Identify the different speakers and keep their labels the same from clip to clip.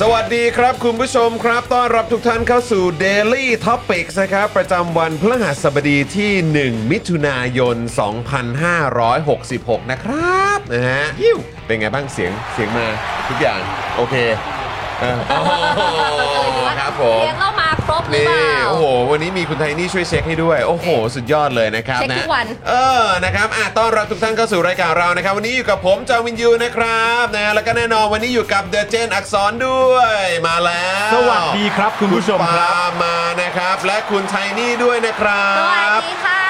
Speaker 1: สวัสดีครับคุณผู้ชมครับ ต้อนรับทุกท่านเข้าสู่ Daily Topics นะครับ ประจำวันพฤหัสบดีที่ 1 มิถุนายน 2566 นะครับนะฮะยิ้วเป็นไงบ้างเสียงเสียงมาทุกอย่าง โอเคเออโอ้โห ครับผม
Speaker 2: เลี้ยงเรามาครบหรือ
Speaker 1: นี่
Speaker 2: เปล่า
Speaker 1: โอ้โห วันนี้มีคุณไทนี่ช่วยเช็คให้ด้วย โอ้โห สุดยอดเลยนะครับ
Speaker 2: เช็คทุกวัน
Speaker 1: เออนะครับอ่ะต้อนรับทุกท่านเข้าสู่รายการเรานะครับ วันนี้อยู่กับผมจาวินยูนะครับนะแล้วก็แน่นอนวันนี้อยู่กับเดอะเจนอักษรด้วยมาแล้ว
Speaker 3: สวัสดีครับคุณผู้ชมครับ
Speaker 1: ปาล์มมานะครับ และคุณไทนี่ด้วยนะครั
Speaker 2: สวัส
Speaker 1: บ
Speaker 2: ดีค่ะ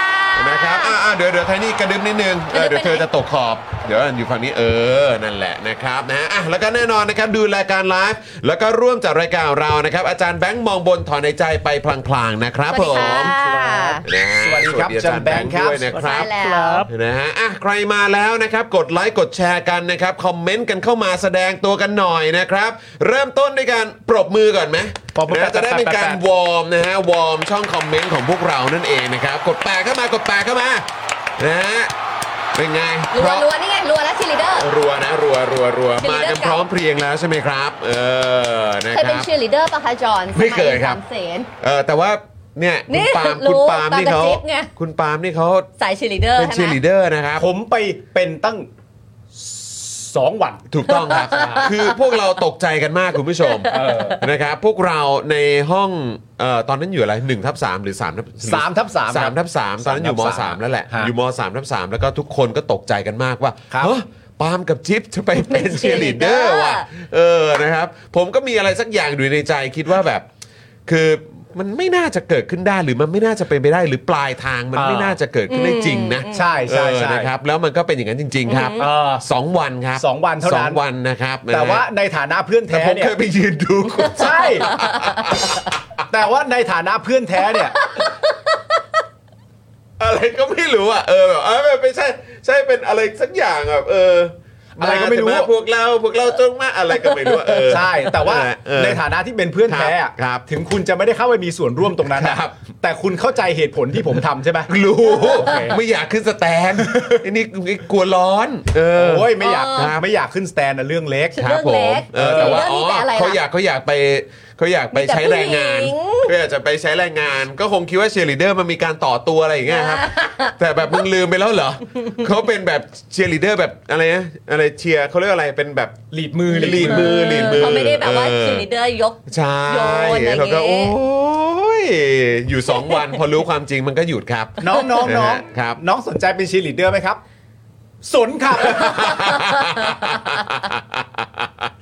Speaker 1: นะครับอ่ะอ่ะเดี๋ยวเดี๋ยวไทนี่กระดึบนิดนึงเออเดี๋ยวเธอจะตกขอบ เดี๋ยวอยู่ฝั่งนี้เออนั่นแหละนะครับนะอ่ะแล้วก็แน่นอนนะครับดูรายการไลฟ์แล้วก็ร่วมจัดรายการของเรานะครับอาจารย์แบงค์มองบนถอนในใจไปพลางๆนะครับ
Speaker 2: ส
Speaker 1: ผ
Speaker 2: วัสดี
Speaker 1: ม
Speaker 2: ค่ะ
Speaker 1: นะฮะ
Speaker 3: สวัสดีครับ
Speaker 1: อาจารย์แบงค์ด้วยนะค
Speaker 2: ใช่
Speaker 1: รับ
Speaker 2: แล้ว
Speaker 1: นะฮะอ่ะใครมาแล้วนะครับ กดไลค์กดแชร์กันนะครับ คอมเมนต์กันเข้ามาแสดงตัวกันหน่อยนะครับ เริ่มต้นด้วยการปรบมือก่อนไหม
Speaker 3: ปรบมือ
Speaker 1: นะฮะจะได้เป็นการ
Speaker 3: แปะแปะแปะ
Speaker 1: วอร์มนะฮะวอร์มช่องคอมเมนต์ของพวกเรานั่นเองนะครับ กดแปะเข้ามากดแปะเข้ามานะฮะเป็นไง
Speaker 2: รั
Speaker 1: เพ
Speaker 2: ว
Speaker 1: ราะ
Speaker 2: รัวนี่ไงรัวแล้วชิลิเดอร์
Speaker 1: รัวนะรัวรัวรัว
Speaker 2: เป็น
Speaker 1: มา
Speaker 2: ลีดเดอร์
Speaker 1: กันพร้อมเพรียงแล้วใช่ไหมครับ เออนะ
Speaker 2: เคย
Speaker 1: ค
Speaker 2: เป็น
Speaker 1: รับ
Speaker 2: ชิลิเดอร์ปะคะจอน
Speaker 1: ไม่เคยครับ
Speaker 2: สมัสามเสน
Speaker 1: เออแต่ว่าเนี่ย
Speaker 2: นี่
Speaker 1: คุณปาล์ม
Speaker 2: รู้
Speaker 1: คุณปาล์มนี่
Speaker 2: ตามกระ
Speaker 1: เขา
Speaker 2: จิ๊บไง
Speaker 1: คุณปาล์มนี่เขา
Speaker 2: สายชิลิเดอร์
Speaker 1: เป็นเชี
Speaker 2: ใช่
Speaker 1: ยร์
Speaker 2: ไหม
Speaker 1: ลีดเดอร์นะครับ
Speaker 3: ผมไปเป็นตั้ง 2 วัน
Speaker 1: ถูกต้องครับ คือพวกเราตกใจกันมากคุณผู้ชม
Speaker 3: เออ
Speaker 1: นะครับพวกเราในห้องเอ่อตอนนั้นอยู่อะไร1ทับ3หรือ3ทับ
Speaker 3: 3ทับ3
Speaker 1: สามทับสามตอนนั้นอยู่มสามแล้วแหละ อยู่มสามทับสามแล้วก็ทุกคนก็ตกใจกันมากว่า
Speaker 3: ครับ
Speaker 1: เฮ้ยปาล์มกับจิ๊บจะไปเป็นเชียร์ลีดเดอร์ว่ะเออนะครับ ผมก็มีอะไรสักอย่างอยู่ในใจคิดว่าแบบ คือมันไม่น่าจะเกิดขึ้นได้หรือมันไม่น่าจะเป็นไปได้หรือปลายทางมันไม่น่าจะเกิดขึ้นได้จริงนะ
Speaker 3: ใช่ใช่
Speaker 1: เอ
Speaker 3: ใช่
Speaker 1: อนะครับแล้วมันก็เป็นอย่างนั้นจริง ๆ ครับ
Speaker 3: เออ
Speaker 1: สองวันครับ
Speaker 3: สองวันเท่านั้น
Speaker 1: สองวันนะครับ
Speaker 3: แต่ว่าในฐานะเพื่อน
Speaker 1: แต่
Speaker 3: แท้
Speaker 1: ผม
Speaker 3: เนี่
Speaker 1: เค
Speaker 3: ย
Speaker 1: ยไปยืนดู คุณ
Speaker 3: ใช่ แต่ว่าในฐานะเพื่อนแท้เนี่ย
Speaker 1: อะไรก็ไม่รู้อ่ะเออแบบเออไม่ใช่ใช่เป็นอะไรสักอย่างแบบเอออะ
Speaker 3: อะไรก็ไม่รู้
Speaker 1: พวกเราพวกเราจงมาอะไรก็ไม่รู้อะเออ
Speaker 3: ใช่ แต่ว่า
Speaker 1: เออ
Speaker 3: ในฐานะที่เป็นเพื่อนแท้อะ
Speaker 1: ครับครับ
Speaker 3: ถึงคุณจะไม่ได้เข้าไปมีส่วนร่วมตรงนั้นนะครับ แต่คุณเข้าใจเหตุผลที่ผมทำใช่ไหม
Speaker 1: รู้
Speaker 3: โอเค
Speaker 1: ไม่อยากขึ้นสแตน ไอ้นี่กลัวร้อน เออ
Speaker 3: โอ้ยไม่อยากไม่อยากขึ้นสแตนนะเรื่องเล็ก
Speaker 2: เรื่องเล็ก
Speaker 1: เออแต่ว่า
Speaker 2: เรื่อ
Speaker 1: อ๋อ
Speaker 2: งนี้แต่อะไร
Speaker 1: เขาอ
Speaker 2: ล่ะ
Speaker 1: ยากเขาอยากไปเขาอยากไป
Speaker 2: มีแต่
Speaker 1: ใช้แรงงาน
Speaker 2: ผู้หญิง
Speaker 1: เขาอยากจะไปใช้แรงงาน ก็คงคิดว่าเชียร์ลีเดอร์มันมีการต่อตัวอะไรอย่างเงี้ย ครับ แต่แบบมึงลืมไปแล้วเหรอ เขาเป็นแบบเชียร์ลีเดอร์แบบอะไรนะอะไรเชียร์เขาเรียกอะไรเป็นแบบ
Speaker 3: ลีดมือลี
Speaker 1: ลีด
Speaker 3: ดมื
Speaker 1: มือ
Speaker 3: อ
Speaker 1: ลีดมือ
Speaker 2: เขาไม่ได้แบบว่า
Speaker 1: เออ
Speaker 2: ชิลิเดอร์ยก
Speaker 1: ใช่
Speaker 2: โยนอะไรอย่างเงี้ย
Speaker 1: แล้วก็โอ้ยอยู่สองวันพอรู้ความจริงมันก็หยุดครับ
Speaker 3: น้องน้องน้อ
Speaker 1: นะ
Speaker 3: ง
Speaker 1: ฮะครับ
Speaker 3: น้องสนใจเป็นชีลีดเดอร์ไหมครับ สนครับ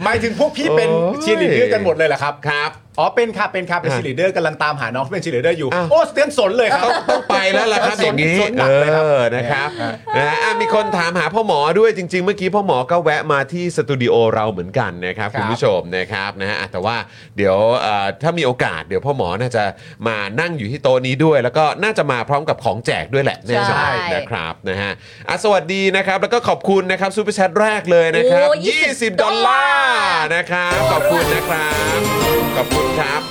Speaker 3: หมายถึงพวกพี่เป็น
Speaker 1: โอ้ย
Speaker 3: ชีลีดเดอร์กันหมดเลยเหรอครับ
Speaker 1: ครับ
Speaker 3: อ๋อเป็นค่ะเป็นค่ะเป็นชีลีเดอร์กำลังตามหาน้องเป็นชีลีเดอร์อยู่
Speaker 1: อ่ะ
Speaker 3: โอ้เตียนสนเลยครั
Speaker 1: ต้อ
Speaker 3: บ
Speaker 1: งต้องไปแล้วล่ะครับ
Speaker 3: สน
Speaker 1: อย่างนี้
Speaker 3: สนหนั
Speaker 1: เอก
Speaker 3: เลยครับ
Speaker 1: อนะครับนะฮะอ่ะมีคนถามหาพ่อหมอด้วยจริง ๆ เมื่อกี้พ่อหมอก็แวะมาที่สตูดิโอเราเหมือนกันนะครับคุณผู้ชมนะครับนะฮะอ่ะแต่ว่าเดี๋ยวเอ่อถ้ามีโอกาสเดี๋ยวพ่อหมอน่าจะมานั่งอยู่ที่โต๊ะนี้ด้วย แล้วก็น่าจะมาพร้อมกับของแจกด้วยแหละแน่นอน
Speaker 2: ใช่
Speaker 1: นะครับนะฮะอ่ะสวัสดีนะครับแล้วก็ขอบคุณนะครับซูเปอร์แชทแรกเลยนะครับ
Speaker 2: โอ้
Speaker 1: 20
Speaker 2: 20
Speaker 1: ดอลลาร์
Speaker 2: ดอลลาร์
Speaker 1: นะครับขอบคุณนะครับขอบคุณครับ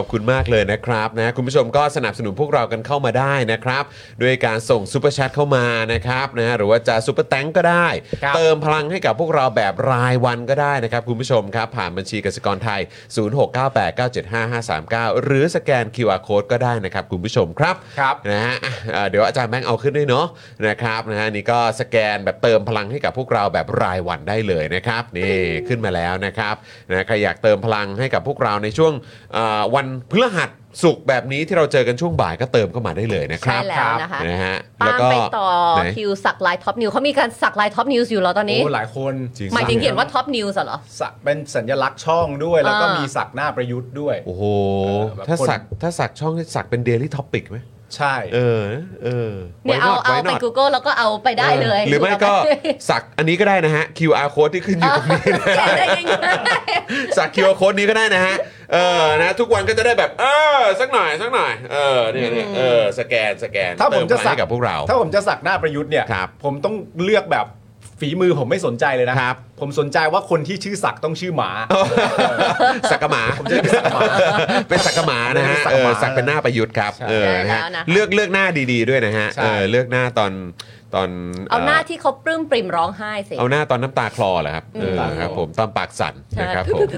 Speaker 1: ขอบคุณมากเลยนะครับนะคุณผู้ชมก็สนับสนุนพวกเรากันเข้ามาได้นะครับด้วยการส่งซูเปอร์แชทเข้ามานะครับนะหรือว่าจะซูเปอร์แตงก็ได้
Speaker 3: ครับ
Speaker 1: เติมพลังให้กับพวกเราแบบรายวันก็ได้นะครับ คุณผู้ชมครับ ผ่านบัญชีกสิกรไทย 0698975539 หรือสแกน QR Code ก็ได้นะครับ คุณผู้ชมครับ
Speaker 3: ครับ
Speaker 1: นะฮะอ่ะเอ่อเดี๋ยวอาจารย์แบงค์เอาขึ้นด้วยเนาะนะครับนะฮะนี่ก็สแกนแบบเติมพลังให้กับพวกเราแบบรายวันได้เลยนะครับนี่ขึ้นมาแล้วนะครับนะใครอยากเติมพลังให้กับพวกเราในช่วงเอ่อวันพฤหัสสุกร์แบบนี้ที่เราเจอกันช่วงบ่ายก็เติมเข้ามาได้เลยนะครับ
Speaker 2: ใช่แล้วนะคะ
Speaker 1: นะฮะ
Speaker 2: ปาล์มไปต่อ
Speaker 1: ไหน
Speaker 2: คิวสักลายท็อปนิวเขามีการสักลายท็อปนิวอยู่เหรอตอนนี้
Speaker 3: โอ้หลายคน
Speaker 1: จริง
Speaker 2: หมายถึงเขียนว่าท็อปนิวส์เหรอ
Speaker 3: สักเป็นสัญลักษณ์ช่องด้วย แล้วก็
Speaker 2: อ่ามี
Speaker 3: มีสักหน้าประยุทธ์ด้วย
Speaker 1: โอ้โห
Speaker 3: แบบ
Speaker 1: ถ้า
Speaker 3: คน
Speaker 1: สักถ้าสักช่องที่สักเป็น Daily Topic ไหม
Speaker 3: ใช่
Speaker 1: เออเออ
Speaker 2: เนี่ยเอาเอาไป Google แล้วก็เอาไปได้เลย
Speaker 1: หรือไม่ก็สักอันนี้ก็ได้นะฮะ QR code ที่ขึ้นอยู่ตรงนี้นะ
Speaker 2: เขียนได้ยังไง
Speaker 1: สักคิวโค้ดนี้ก็ได้นะฮะ เออ นะ ทุกวันก็จะได้แบบ เออ สักหน่อย สักหน่อย เออ เนี่ยเนี่ยเออ สแกน สแกน
Speaker 3: ถ้าผมจะ
Speaker 1: เติพลัง
Speaker 3: สั
Speaker 1: ให้กับพวกเรา
Speaker 3: ถ้าผมจะสักหน้าประยุทธ์เนี่ย
Speaker 1: ครับ
Speaker 3: ผมต้องเลือกแบบฝีมือผมไม่สนใจเลยนะครับ ผมสนใจว่าคนที่ชื่อสักต้องชื่อหมา
Speaker 1: สักกะหมา
Speaker 3: ผมจะได้เป็นสักหมา
Speaker 1: เป็นสักกะหมานะฮะ
Speaker 3: ผมจะได้เป็นสั
Speaker 1: เอก
Speaker 3: กะ
Speaker 1: อ
Speaker 3: หมา
Speaker 1: สักเป็นหน้าประยุทธ์ครับ
Speaker 3: ใช่
Speaker 1: เออนะฮะ
Speaker 2: แล้วนะคะ
Speaker 1: เลือกเลือกหน้าดีๆด้วยนะฮะ
Speaker 3: ใช่
Speaker 1: เออ เลือกหน้าตอนตอน
Speaker 2: เอาหน้าที่เขาปลื้มปริ่มร้องไห้สิ
Speaker 1: เอ่อเอาหน้าตอนน้ำตาคลอเหรอครับ เออ ครับผม ตอนปากสั่น
Speaker 2: ใช่
Speaker 1: นะครับผม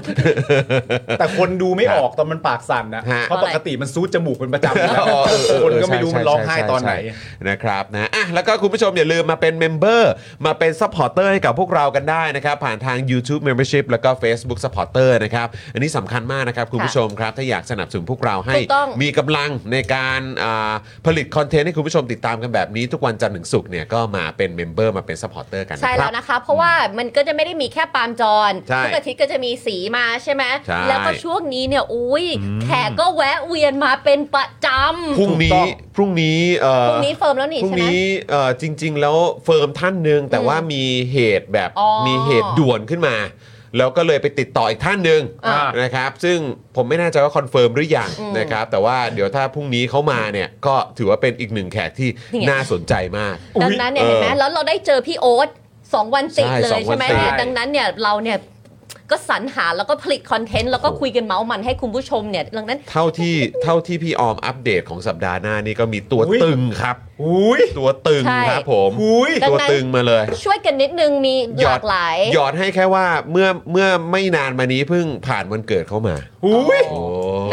Speaker 3: แต่คนดูไม่ออกตอนมันปากสั่นนะ
Speaker 1: ฮะ
Speaker 3: เพราะปกติมันซูดจมูกเป็นประจำอยู่แล้ว
Speaker 1: อ๋อเออเออ
Speaker 3: คนก็
Speaker 1: ใช่
Speaker 3: ไม่รู้มันร้องไห้ตอนไหน
Speaker 1: ใช่ใช่ใช่นะครับนะอ่ะแล้วก็คุณผู้ชมอย่าลืมมาเป็นเมมเบอร์มาเป็นซัพพอร์เตอร์ให้กับพวกเรากันได้นะครับ ผ่านทาง YouTube Membership แล้วก็ Facebook Supporter นะครับ อันนี้สำคัญมากนะครับ คุณผู้ชมครับ ถ้าอยากสนับสนุนพวกเราให้
Speaker 2: ถูกต้อง
Speaker 1: มีกำลังในการอ่าผลิตคอนเทนต์ให้คุณผู้ชมติดตามกันแบบนี้ ทุกวันจันทร์ถึงศุกร์เนี่ยก็มาเป็นเมมเบอร์มาเป็นซัพพอร์เตอร์กัน
Speaker 2: ใช่
Speaker 1: นะค
Speaker 2: แล้
Speaker 1: รั
Speaker 2: ว
Speaker 1: บ
Speaker 2: นะคะ เพราะว่ามันก็จะไม่ได้มีแค่ปาล์มจอน
Speaker 1: ใช่
Speaker 2: ทุกอาทิตย์ก็จะมีสีมาใช่ไหม
Speaker 1: ใช่
Speaker 2: แล้วก็ช่วงนี้เนี่ยอุ้ยแขกก็แวะเวียนมาเป็นประจำ
Speaker 1: พรุ่ง
Speaker 3: ถูกต้
Speaker 1: นี้
Speaker 3: อง
Speaker 1: พรุ่งนี้เอ่
Speaker 2: พ
Speaker 1: อ
Speaker 2: รุ่งนี้เฟิร์มแล้วนี่
Speaker 1: พรุ่ง
Speaker 2: ใช่ไหม
Speaker 1: นี้เอ่อจริง ๆ แล้วเฟิร์มท่านหนึ่งแต่ว่ามีเหตุแบบ
Speaker 2: อ๋อ
Speaker 1: มีเหตุด่วนขึ้นมา แล้วก็เลยไปติดต่ออีกท่านหนึ่ง
Speaker 2: อ่า
Speaker 1: นะครับ ซึ่งผมไม่แน่ใจว่าคอนเฟิร์มหรือยังนะครับ แต่ว่าเดี๋ยวถ้าพรุ่งนี้เขามาเนี่ย ก็ถือว่าเป็นอีกหนึ่งแขกที่น่าสนใจมาก
Speaker 2: ดังนั้นเนี่ยเห็นไหม
Speaker 1: เออ
Speaker 2: แล้วเราได้เจอพี่โอ๊ตสองวันติด
Speaker 1: ใช่
Speaker 2: เล
Speaker 1: สอย งวัน
Speaker 2: ใช่ไหม
Speaker 1: ติด
Speaker 2: เนี่ยดังนั้นเนี่ยเราเนี่ยก็สรรหาแล้วก็ผลิตคอนเทนต์แล้วก็คุยกันเมาส์มันให้คุณผู้ชมเนี่ยดังนั้น
Speaker 1: เท่าที่เท่าที่พี่ออมอัปเดตของสัปดาห์หน้านี่ก็มีตัว
Speaker 3: อุ๊ย
Speaker 1: ตึงครับ
Speaker 3: อุ้ย
Speaker 1: ตัวตึง
Speaker 2: ใช่
Speaker 1: ครับผม
Speaker 3: อุ้ย
Speaker 1: ตัวตึงมาเลย
Speaker 2: ช่วยกันนิดนึงมี
Speaker 1: หย
Speaker 2: ห
Speaker 1: อ
Speaker 2: ลา
Speaker 1: ด
Speaker 2: กหลาย
Speaker 1: หยอดให้แค่ว่าเมื่อเมื่อไม่นานมานี้เพิ่งผ่านวันเกิดเข้ามา
Speaker 3: อุ้ย
Speaker 1: โอ้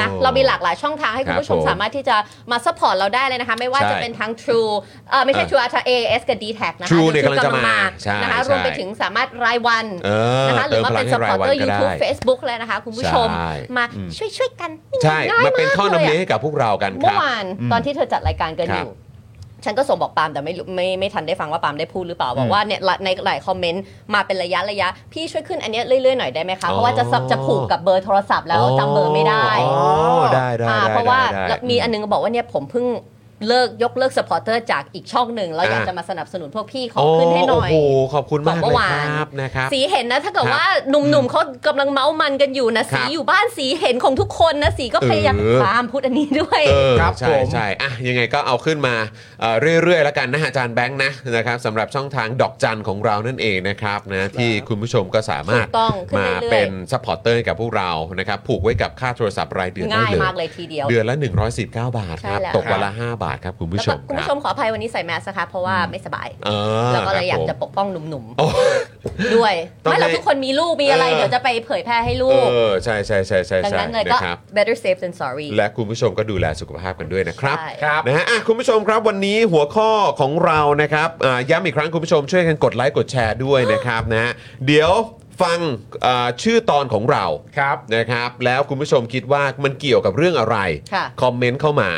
Speaker 2: นะเรามีหลากหลายช่องทางให้
Speaker 1: ค
Speaker 2: คุ
Speaker 1: รั
Speaker 2: ณ
Speaker 1: บ
Speaker 2: ผู้ชม
Speaker 1: ผม
Speaker 2: สามารถที่จะมาซัพพอร์ตเราได้เลยนะคะ ไม่ว่า
Speaker 1: ใช่
Speaker 2: จะเป็นทั้ง True เออไม่ใช่
Speaker 1: เออ
Speaker 2: True อาท AS กับ d t แทนะคะ
Speaker 1: True เนี่ย
Speaker 2: YouTube
Speaker 1: กำลังจะมาใช่
Speaker 2: นะคะ
Speaker 1: ใช่
Speaker 2: รวมไปถึงสามารถรายวัน
Speaker 1: เออ
Speaker 2: นะคะหรือว่าเป็นส
Speaker 1: ติ
Speaker 2: ปอร์
Speaker 1: มพ
Speaker 2: เตอ
Speaker 1: ลังให้
Speaker 2: ร์
Speaker 1: ย
Speaker 2: ยู
Speaker 1: วั
Speaker 2: ทู
Speaker 1: น
Speaker 2: บ
Speaker 1: ก็
Speaker 2: เฟ
Speaker 1: ได้
Speaker 2: ซบุ๊กเลยนะคะ คุณผู้ชม
Speaker 1: ใช่
Speaker 2: มา
Speaker 1: อืม
Speaker 2: ช่วยช่วยๆกันนี่
Speaker 1: ใช่
Speaker 2: ง่ย
Speaker 1: มาเป็น
Speaker 2: ก
Speaker 1: ท่อนำ
Speaker 2: ล
Speaker 1: เลี้ย
Speaker 2: ยะ
Speaker 1: งให้กับพวกเรากันค
Speaker 2: เมื่
Speaker 1: รั
Speaker 2: อบ วานตอนที่เธอจัดรายการกัน
Speaker 1: ค
Speaker 2: อ
Speaker 1: รับ
Speaker 2: ยู่ ฉันก็ส่งบอกปาล์มแต่ไม่รู้ไม่ไม่ทันได้ฟังว่าปาล์มได้พูดหรือเปล่าบอ
Speaker 1: อื
Speaker 2: ก
Speaker 1: ม
Speaker 2: ว่าเนี่ยในหลายคอมเมนต์มาเป็นระยะระยะพี่ช่วยขึ้นอันเนี้ยเรื่อยๆหน่อยได้ไหมคะเพราะว่าจะสับจะผูกกับเบอร์โทรศัพท์แล้วจำเบอร์ไม่ได้
Speaker 1: อ๋อได้ได้
Speaker 2: อ่า
Speaker 1: ได้
Speaker 2: เพราะว่า
Speaker 1: ได้ได้
Speaker 2: แล้วมีอันนึงก็บอกว่าเนี่ยผมเพิ่งเลิกยกเลิกสปอร์เตอร์จากอีกช่องหนึ่งแล้ว
Speaker 1: อ่า
Speaker 2: อยากจะมาสนับสนุนพวกพี่ขอขึ้นให้หน่อย
Speaker 1: โอ้โห ขอบคุณมาก
Speaker 2: บอก
Speaker 1: เล
Speaker 2: เมื่
Speaker 1: ย
Speaker 2: อวาน
Speaker 1: ครับนะครับ
Speaker 2: สีเห็นนะถ้าเกิ
Speaker 1: ค
Speaker 2: ด
Speaker 1: รับ
Speaker 2: ว่าหนุ่มๆเขากำลังเมาส์มันกันอยู่นะ
Speaker 1: ครั
Speaker 2: สี
Speaker 1: บ
Speaker 2: อยู่บ้านสีเห็นของทุกคนนะสีก็พยายาม
Speaker 1: เออ
Speaker 2: ตามพูดอันนี้ด้วย
Speaker 1: เออ
Speaker 3: ครับ
Speaker 1: ใช่
Speaker 3: ผม
Speaker 1: ใช่อ่ะยังไงก็เอาขึ้นมาเอ่อเรื่อยๆ แล้วกันนะอาจารย์แบงค์นะนะครับสำหรับช่องทางดอกจันของเรานั่นเองนะครับนะที่คุณผู้ชมก็สามารถ
Speaker 2: ถูกต้องขึ้น
Speaker 1: มา
Speaker 2: เรื่อยๆ
Speaker 1: เป็นซัพพอร์เตอร์ให้กับพวกเรานะครับผูกไว้กับค่าโทรศัพท์รายเดือน
Speaker 2: ง่า
Speaker 1: ได้
Speaker 2: ย
Speaker 1: เลย
Speaker 2: มากเลยทีเดียว
Speaker 1: เดือนละ 149 บาทครับ
Speaker 2: ใช่แล้ว
Speaker 1: ตกวันละ 5 บาทครับคุณผู้
Speaker 2: แล้ว
Speaker 1: ชม
Speaker 2: ก็คุ
Speaker 1: ค
Speaker 2: ณผู้
Speaker 1: รับ
Speaker 2: ชมขออภัยวันนี้ใส่แมสนะคะเพราะว่าไม่สบาย
Speaker 1: เอ
Speaker 2: แล้วก็เล
Speaker 1: ครั
Speaker 2: ย
Speaker 1: บ
Speaker 2: อยาก
Speaker 1: ผม
Speaker 2: จะปกป้องหนุ่ม
Speaker 1: โอ้
Speaker 2: ๆด้วย
Speaker 1: ต้อง
Speaker 2: ไม่เรา
Speaker 1: ให้
Speaker 2: ทุกคนมีลูกมีอะไร
Speaker 1: เออ
Speaker 2: เดี๋ยวจะไปเผยแพร่ให้ลู
Speaker 1: เอก อใช่ใช่ใช่ใช่
Speaker 2: ดัง
Speaker 1: ใช่
Speaker 2: นั้นเลยก็
Speaker 1: นะครับ
Speaker 2: better safe than sorry
Speaker 1: และคุณผู้ชมก็ดูแลสุขภาพกันด้วยนะครับ
Speaker 2: ใช่
Speaker 3: ครับ
Speaker 1: นะฮะอ่ะคุณผู้ชมครับวันนี้หัวข้อของเรานะครับอ่าย้ำอีกครั้งคุณผู้ชมช่วยกันกดไลค์กดแชร์ด้วย นะครับนะฮะเดี๋ยวฟังอ่าชื่อตอนของเรา
Speaker 3: ครับ
Speaker 1: นะครับแล้วคุณผู้ชมคิดว่ามันเกี่ยวกับเรื่องอะไร
Speaker 2: ค่ะ
Speaker 1: คอมเมนต์เข้ามา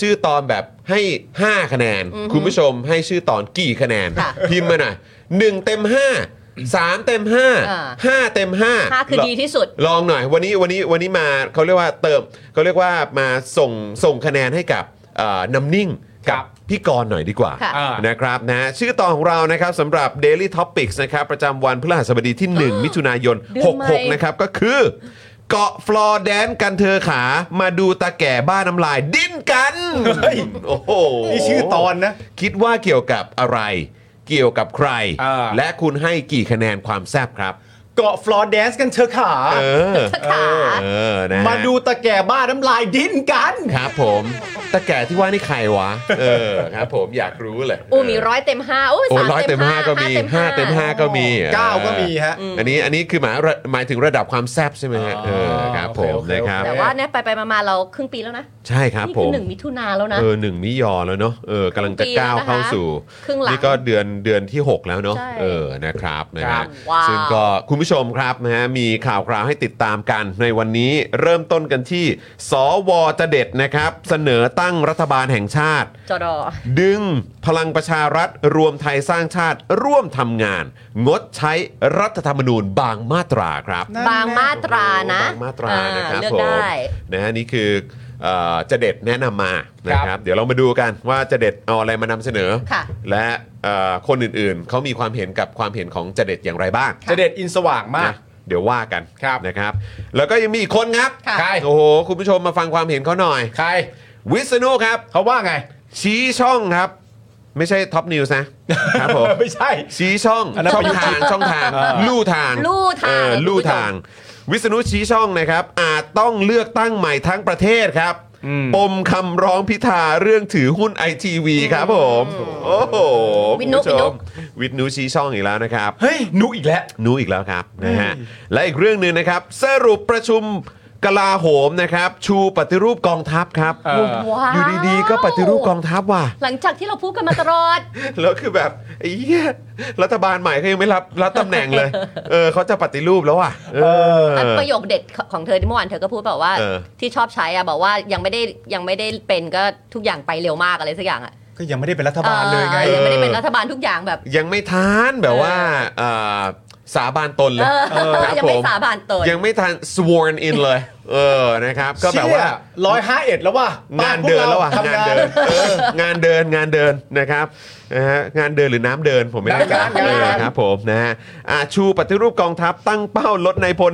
Speaker 1: ชื่อตอนแบบให้ 5 คะแนน คุณผู้ชมให้ชื่อตอนกี่คะแนน
Speaker 2: ค่ะ
Speaker 1: พิมพ์มาหน่อยหนึ่งเต็มห้า 3 เต็ม 5
Speaker 2: อ่า
Speaker 1: 5 เต็ม5
Speaker 2: ห้าคือดีที่สุด
Speaker 1: ลองหน่อยวันนี้วันนี้วันนี้มาเขาเรียกว่าเติมเขาเรียกว่ามาส่งส่งคะแนนให้กับเอ่อน้ำนิ่งกับพี่กรณ์หน่อยดีกว่า
Speaker 2: ค่ะ
Speaker 1: อ่านะครับนะชื่อตอนของเรานะครับสำหรับ Daily Topics นะครับประจำวันพฤหัสบดีที่ 1 มิถุนายน
Speaker 2: เดือนใหม่
Speaker 1: 66 นะครับ ก็คือ เกาะฟลอร์แดนกันเธอขา มาดูตาแก่บ้าน้ำลาย ดิ้นกัน
Speaker 3: เฮ้ย
Speaker 1: โอ้โห
Speaker 3: นี่ชื่อตอนนะ
Speaker 1: คิดว่าเกี่ยวกับอะไร เกี่ยวกับใคร
Speaker 3: อ่า
Speaker 1: และคุณให้กี่คะแนนความแซบครับ
Speaker 3: เกาะฟลอร์แดนซ์กันเธอะขา
Speaker 1: เออ
Speaker 2: ขา
Speaker 1: เออนะฮะ
Speaker 3: มาดูตะแก่บ้าน้ำลายดิ้นกัน
Speaker 1: ครับผมตะแก่ที่ว่านี่ใครวะ เออครับผมอยากรู้เลย
Speaker 2: อูมีร้อยเต็มห้าโอ้ย
Speaker 1: โอ้
Speaker 2: สาม
Speaker 1: ร้อย
Speaker 2: เต็
Speaker 1: เต็
Speaker 2: ม
Speaker 1: ม
Speaker 2: ห้า
Speaker 1: ห้าก็มีห้าเต็มห้าก็มี
Speaker 3: เก้าก็มีฮะ
Speaker 1: เอออันนี้อันนี้คือหมายระหมายถึงระดับความแซบใช่ไหมฮะ
Speaker 3: อ๋อ
Speaker 1: เออครับผม
Speaker 3: โอเค
Speaker 1: นะ
Speaker 3: โอเค
Speaker 1: ครับ
Speaker 2: แต่ว่าเนี่ยไปไปมามาเราครึ่งปีแล้วนะ
Speaker 1: ใช่ครับ
Speaker 2: นี่
Speaker 1: ผ
Speaker 2: คือ
Speaker 1: ม
Speaker 2: หนึ่งมิถุนาแล้วนะ
Speaker 1: เออหนึ่งมิยอแล้วเนาะเออกำลังจะ
Speaker 2: ปี
Speaker 1: ก้าว
Speaker 2: แล้วนะคะ
Speaker 1: เข้าสู่
Speaker 2: ครึ่งหลัง
Speaker 1: นี่ก็เดือนเดือนที่ 6 แล้วเนาะ
Speaker 2: ใช่
Speaker 1: เออนะครับนะ
Speaker 3: ครั
Speaker 1: ฮะ
Speaker 3: บ
Speaker 2: ว้าว
Speaker 1: ซึ่งก็คุณผู้ชมครับนะฮะมีข่าวคราวให้ติดตามกันในวันนี้เริ่มต้นกันที่ สวจะเด็ดนะครับ เสนอตั้งรัฐบาลแห่งชาติ
Speaker 2: จอดอ
Speaker 1: ดึงพลังประชารัฐรวมไทยสร้างชาติร่วมทำงาน งดใช้รัฐธรรมนูญบางมาตราครับ
Speaker 2: บางมาตรานะ
Speaker 1: บางมาตรานะครับ
Speaker 2: อ่าเลือก
Speaker 1: ผม
Speaker 2: ได้
Speaker 1: นะฮะนี่คือเอ่อจะเด็ดแนะนำมานะค
Speaker 3: ครั
Speaker 1: รับบ เดี๋ยวเรามาดูกันว่าจะเด็ดเอาอะไรมานำเสนอ
Speaker 2: ค่ะ
Speaker 1: และเอ่อคนอื่นๆ เขามีความเห็นกับความเห็นของจะเด็ดอย่างไรบ้าง
Speaker 3: จะเด็ดอินสว่างมาก
Speaker 1: นะเดี๋ยวว่ากัน
Speaker 3: ครับ
Speaker 1: นะครับ แล้วก็ยังมีอีกคนครับ
Speaker 2: ค่ะ
Speaker 3: ใคร
Speaker 1: โอ้โห คุณผู้ชมมาฟังความเห็นเขาหน่อย
Speaker 3: ใคร
Speaker 1: วิษณุครับ
Speaker 3: เขาว่าไง
Speaker 1: ชี้ช่องครับ ไม่ใช่ท็อปนิวส์นะครับผม
Speaker 3: ไม่ใช่
Speaker 1: ชี้ช่อง
Speaker 3: อันนั้น
Speaker 1: ช่อง
Speaker 3: เป็น
Speaker 1: ทางช่องทาง
Speaker 3: อ่า
Speaker 1: ลู่ทาง
Speaker 2: ลู่ทาง
Speaker 1: เออ
Speaker 2: คุณผู้ชม
Speaker 1: ลู่ทาง วิษณุชี้ช่องนะครับ อาจต้องเลือกตั้งใหม่ทั้งประเทศครับ ปมคำร้องพิธาเรื่องถือหุ้นไอทีวีครับผม โอ้โหคุณผู้ชมวิษณุชี้ช่องอีกแล้วนะครับ
Speaker 3: เฮ้ยนุอีกแล้ว
Speaker 1: นู้อีกแล้วครับนะฮะและอีกเรื่องหนึ่งนะครับ สรุปประชุมกลาโหมนะครับ ชูปฏิรูปกองทัพครับ
Speaker 3: เออ
Speaker 2: ว้าว
Speaker 1: ยู่ดีๆ ก็ปฏิรูปกองทัพว่ะ
Speaker 2: หลังจากที่เราพูดกันมาตลอด
Speaker 1: แล้วคือแบบไอ้เหี้ยรัฐบาลใหม่เขายังไม่รับรับตำแหน่งเลย เออเขาจะปฏิรูปแล้วอ่ะเออ
Speaker 2: อันประโยคเด็ดของเธอที่เมื่อวานเธอก็พูดแบบว่า
Speaker 1: เออ
Speaker 2: ที่ชอบใช้อะบอกว่ายังไม่ได้ยังไม่ได้เป็นก็ทุกอย่างไปเร็วมากอะไรสักอย่างอะ
Speaker 3: ก็ยังไม่ได้เป็นรัฐบาลเลยไง
Speaker 2: ออยังไม่ได้เป็นรัฐบาลทุกอย่างแบบ
Speaker 1: ยังไม่ทานแบบว่าเอ่อสาบานตนเลย
Speaker 2: เออ
Speaker 1: ครับ
Speaker 2: ยังไม่
Speaker 1: ผ
Speaker 2: สาบานตน
Speaker 1: ยังไม่ทาน sworn in เลย เออนะครับ ก็แบบว่า
Speaker 3: ร้อยห้าเอ็ดแล้วว่ะ
Speaker 1: งานเดินแล้วอ่ะ
Speaker 3: ทำ
Speaker 1: งานเดินเอองานเดินงานเดินนะครับนะฮะงานเดินหรือน้ำเดินผมไม่แน่ใจ
Speaker 3: งานงานงาน
Speaker 1: ครับผมนะฮะอ่ะชูปฏิรูปกองทัพตั้งเป้าลดนายพล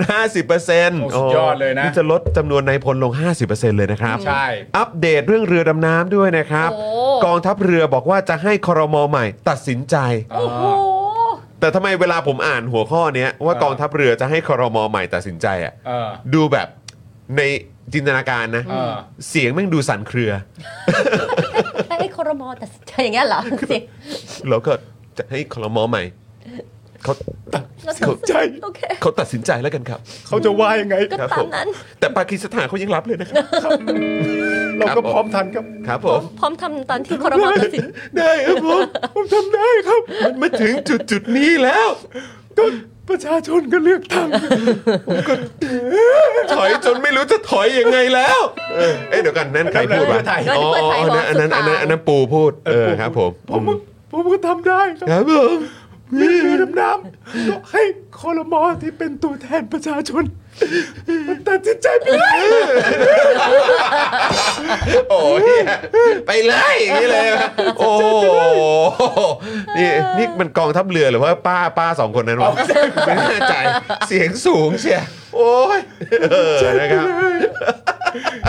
Speaker 1: 50%โอ้
Speaker 3: สุดยอดเลยนะ
Speaker 1: นี่จะลดจำนวนนายพลลง 50%เลยนะครับ
Speaker 3: ใช่
Speaker 1: อัปเดตเรื่องเรือดำน้ำด้วยนะครับ
Speaker 2: โอ้
Speaker 1: กองทัพเรือบอกว่าจะให้ครมใหม่ตัดสินใจ
Speaker 2: โอ้โห
Speaker 1: แต่ทำไมเวลาผมอ่านหัวข้อเนี้ยว่ากองทัพเรือจะให้ครมใหม่ตัดสินใจอ่ะ
Speaker 3: เออ
Speaker 1: ดูแบบในจินตนาการนะ
Speaker 3: เออ
Speaker 1: เสียงแม่งดูสั่นเครือ
Speaker 2: ให้คอรมอตัดสินใจอย่างเงี้ยเหรอสิ
Speaker 1: เราก็จะให้คลมอใหม่เขาเขา
Speaker 2: ใจโอเค
Speaker 1: เขาตัดสินใจแล้วกันครับ
Speaker 3: เขาจะว่ายังไง
Speaker 2: ก็
Speaker 1: ครับ
Speaker 2: ตา
Speaker 1: ผม ม
Speaker 2: นั้น
Speaker 1: แต่ปากีสถานเขายังรับเลยนะครับ
Speaker 3: เราก็
Speaker 1: ครับผม
Speaker 3: พร้อมทันครับ
Speaker 1: ครับผม
Speaker 2: พร้อมทำตอนที่คอรมอตัดสิน
Speaker 1: ได้ครับผมผมทำได้ครับ มันมาถึงจุดจุดนี้แล้วก็
Speaker 3: ประชาชนก็เลือกตั้ง
Speaker 1: ถอยจนไม่รู้จะถอยยังไงแล้วเออเอ๊ะเดี๋ยวกันนั่นใครพูดวะ
Speaker 3: นั่นเพื่อไทย
Speaker 1: อ๋ออันนั้นอันนั้นอันนั้นอันนั้นปูพูดเออครับผม
Speaker 3: ผมผมก็ทำได้ค
Speaker 1: ครับ รับผม
Speaker 3: มีเรือดำน้ำก็ให้คอรมอที่เป็นตัวแทนประชาชนมันตัดสินใจไปเลย
Speaker 1: โอ้ยไปเลยอย่างนี่เลยโอ้โหนี่นี่มันกองทัพเรือหรือว่าป้าป้าสองคนนั้นวะ ไม่แน่ใจเสียงสูงเชียโอ้ยเออนะครับ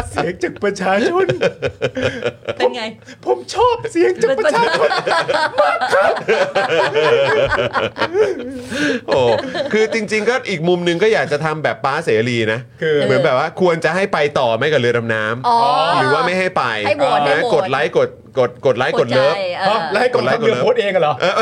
Speaker 3: เสียงจากประชาชน
Speaker 2: เป็นไง
Speaker 3: ผมชอบเสียงจากประชาชน
Speaker 1: โอ้คือจริง ๆ ก็อีกมุมหนึงก็อยากจะทำแบบป้าเสรีนะ
Speaker 3: คือ
Speaker 1: เหมือนแบบว่าควรจะให้ไปต่อไหมกับเรือดำน้ำ
Speaker 2: อ๋อ
Speaker 1: หรือว่าไม่ให้ไป
Speaker 2: ให้โหวตให้
Speaker 1: นะ
Speaker 2: โหวต
Speaker 1: กดไลค์กดกดกดไลค์กดเลิฟ
Speaker 2: หัวใจออ
Speaker 3: ฮะแล้วให้กองทัพเรือ
Speaker 1: ด
Speaker 3: ก
Speaker 1: ไลค์กดเลิฟ
Speaker 3: โพสต์เองเหรอ
Speaker 1: เออ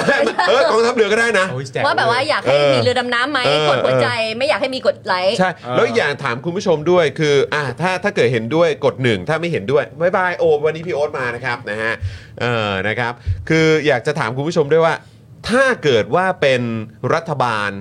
Speaker 1: เออกองทัพเรือก็ได้นะ
Speaker 2: ว่าแบบว่าอยากให้
Speaker 1: เออ
Speaker 2: มีเรือดำน้ำไหม
Speaker 1: เออ
Speaker 2: กดหัวใจไม่อยากให้มีกดไลค์
Speaker 1: ใช่ แล้วอีกอย่างถามคุณผู้ชมด้วยคืออ่ะถ้าถ้าเกิดเห็นด้วยกดหนึ่งถ้าไม่เห็นด้วยบายบายโอวันนี้พี่โอ๊ตมานะครับนะฮะเออนะครับ คืออยากจะถามคุณผู้ชมด้วยว่า ถ้าเกิดว่าเป็นรัฐบาล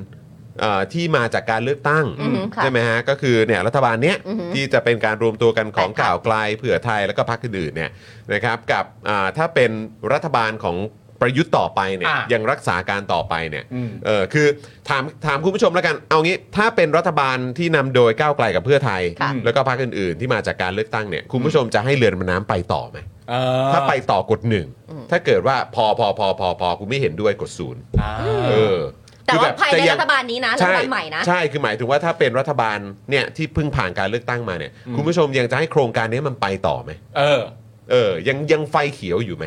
Speaker 1: เอ่อที่มาจากการเลือกตั้ง
Speaker 2: อือหือค่ะ
Speaker 1: ใช่ไหมฮะก็คือเนี่ยรัฐบาลเนี้ย
Speaker 2: อือหือ
Speaker 1: ที่จะเป็นการรวมตัวกันของ
Speaker 2: ใช่ค่ะ
Speaker 1: ก่าวไกลเผื่อไทยแล้วก็พรรคอื่นๆเนี่ยนะครับกับอ่าถ้าเป็นรัฐบาลของ ประยุทธ์ต่อไปเนี่ย
Speaker 3: อ่ะ
Speaker 1: ยังรักษาการต่อไปเนี่ย
Speaker 3: อืม
Speaker 1: เออคือถามถามคุณผู้ชมแล้วกันเอางี้ถ้าเป็นรัฐบาลที่นำโดยก้าวไกลกับเพื่อไทย
Speaker 2: ค่ะ
Speaker 1: แล้วก็พรรคอื่นๆ ที่มาจากการเลือกตั้งเนี่ยคุณผู้ชมจะให้เรือนมันน้ำไปต่อไหม
Speaker 3: เออ
Speaker 1: ถ้าไปต่อกดหนึ่งถ้าเกิดว่าพอพอพอพอพอกูไม่เห็นด้วยกดศูนย์
Speaker 3: อ่า
Speaker 1: เออ
Speaker 2: แต่
Speaker 1: คือ
Speaker 2: ว่า
Speaker 1: บบ
Speaker 2: ภาย
Speaker 1: จะ
Speaker 2: ใน
Speaker 1: ง
Speaker 2: รัฐบาลนี้นะรัฐบาลใหม่นะ
Speaker 1: ใช่คือหมายถึงว่าถ้าเป็นรัฐบาลเนี่ยที่เพิ่งผ่านการเลือกตั้งมาเนี่ย
Speaker 3: อืม
Speaker 1: คุณผู้ชมยังจะให้โครงการนี้มันไปต่อไหม
Speaker 3: เออ
Speaker 1: เออยังยังไฟเขียวอยู่ไหม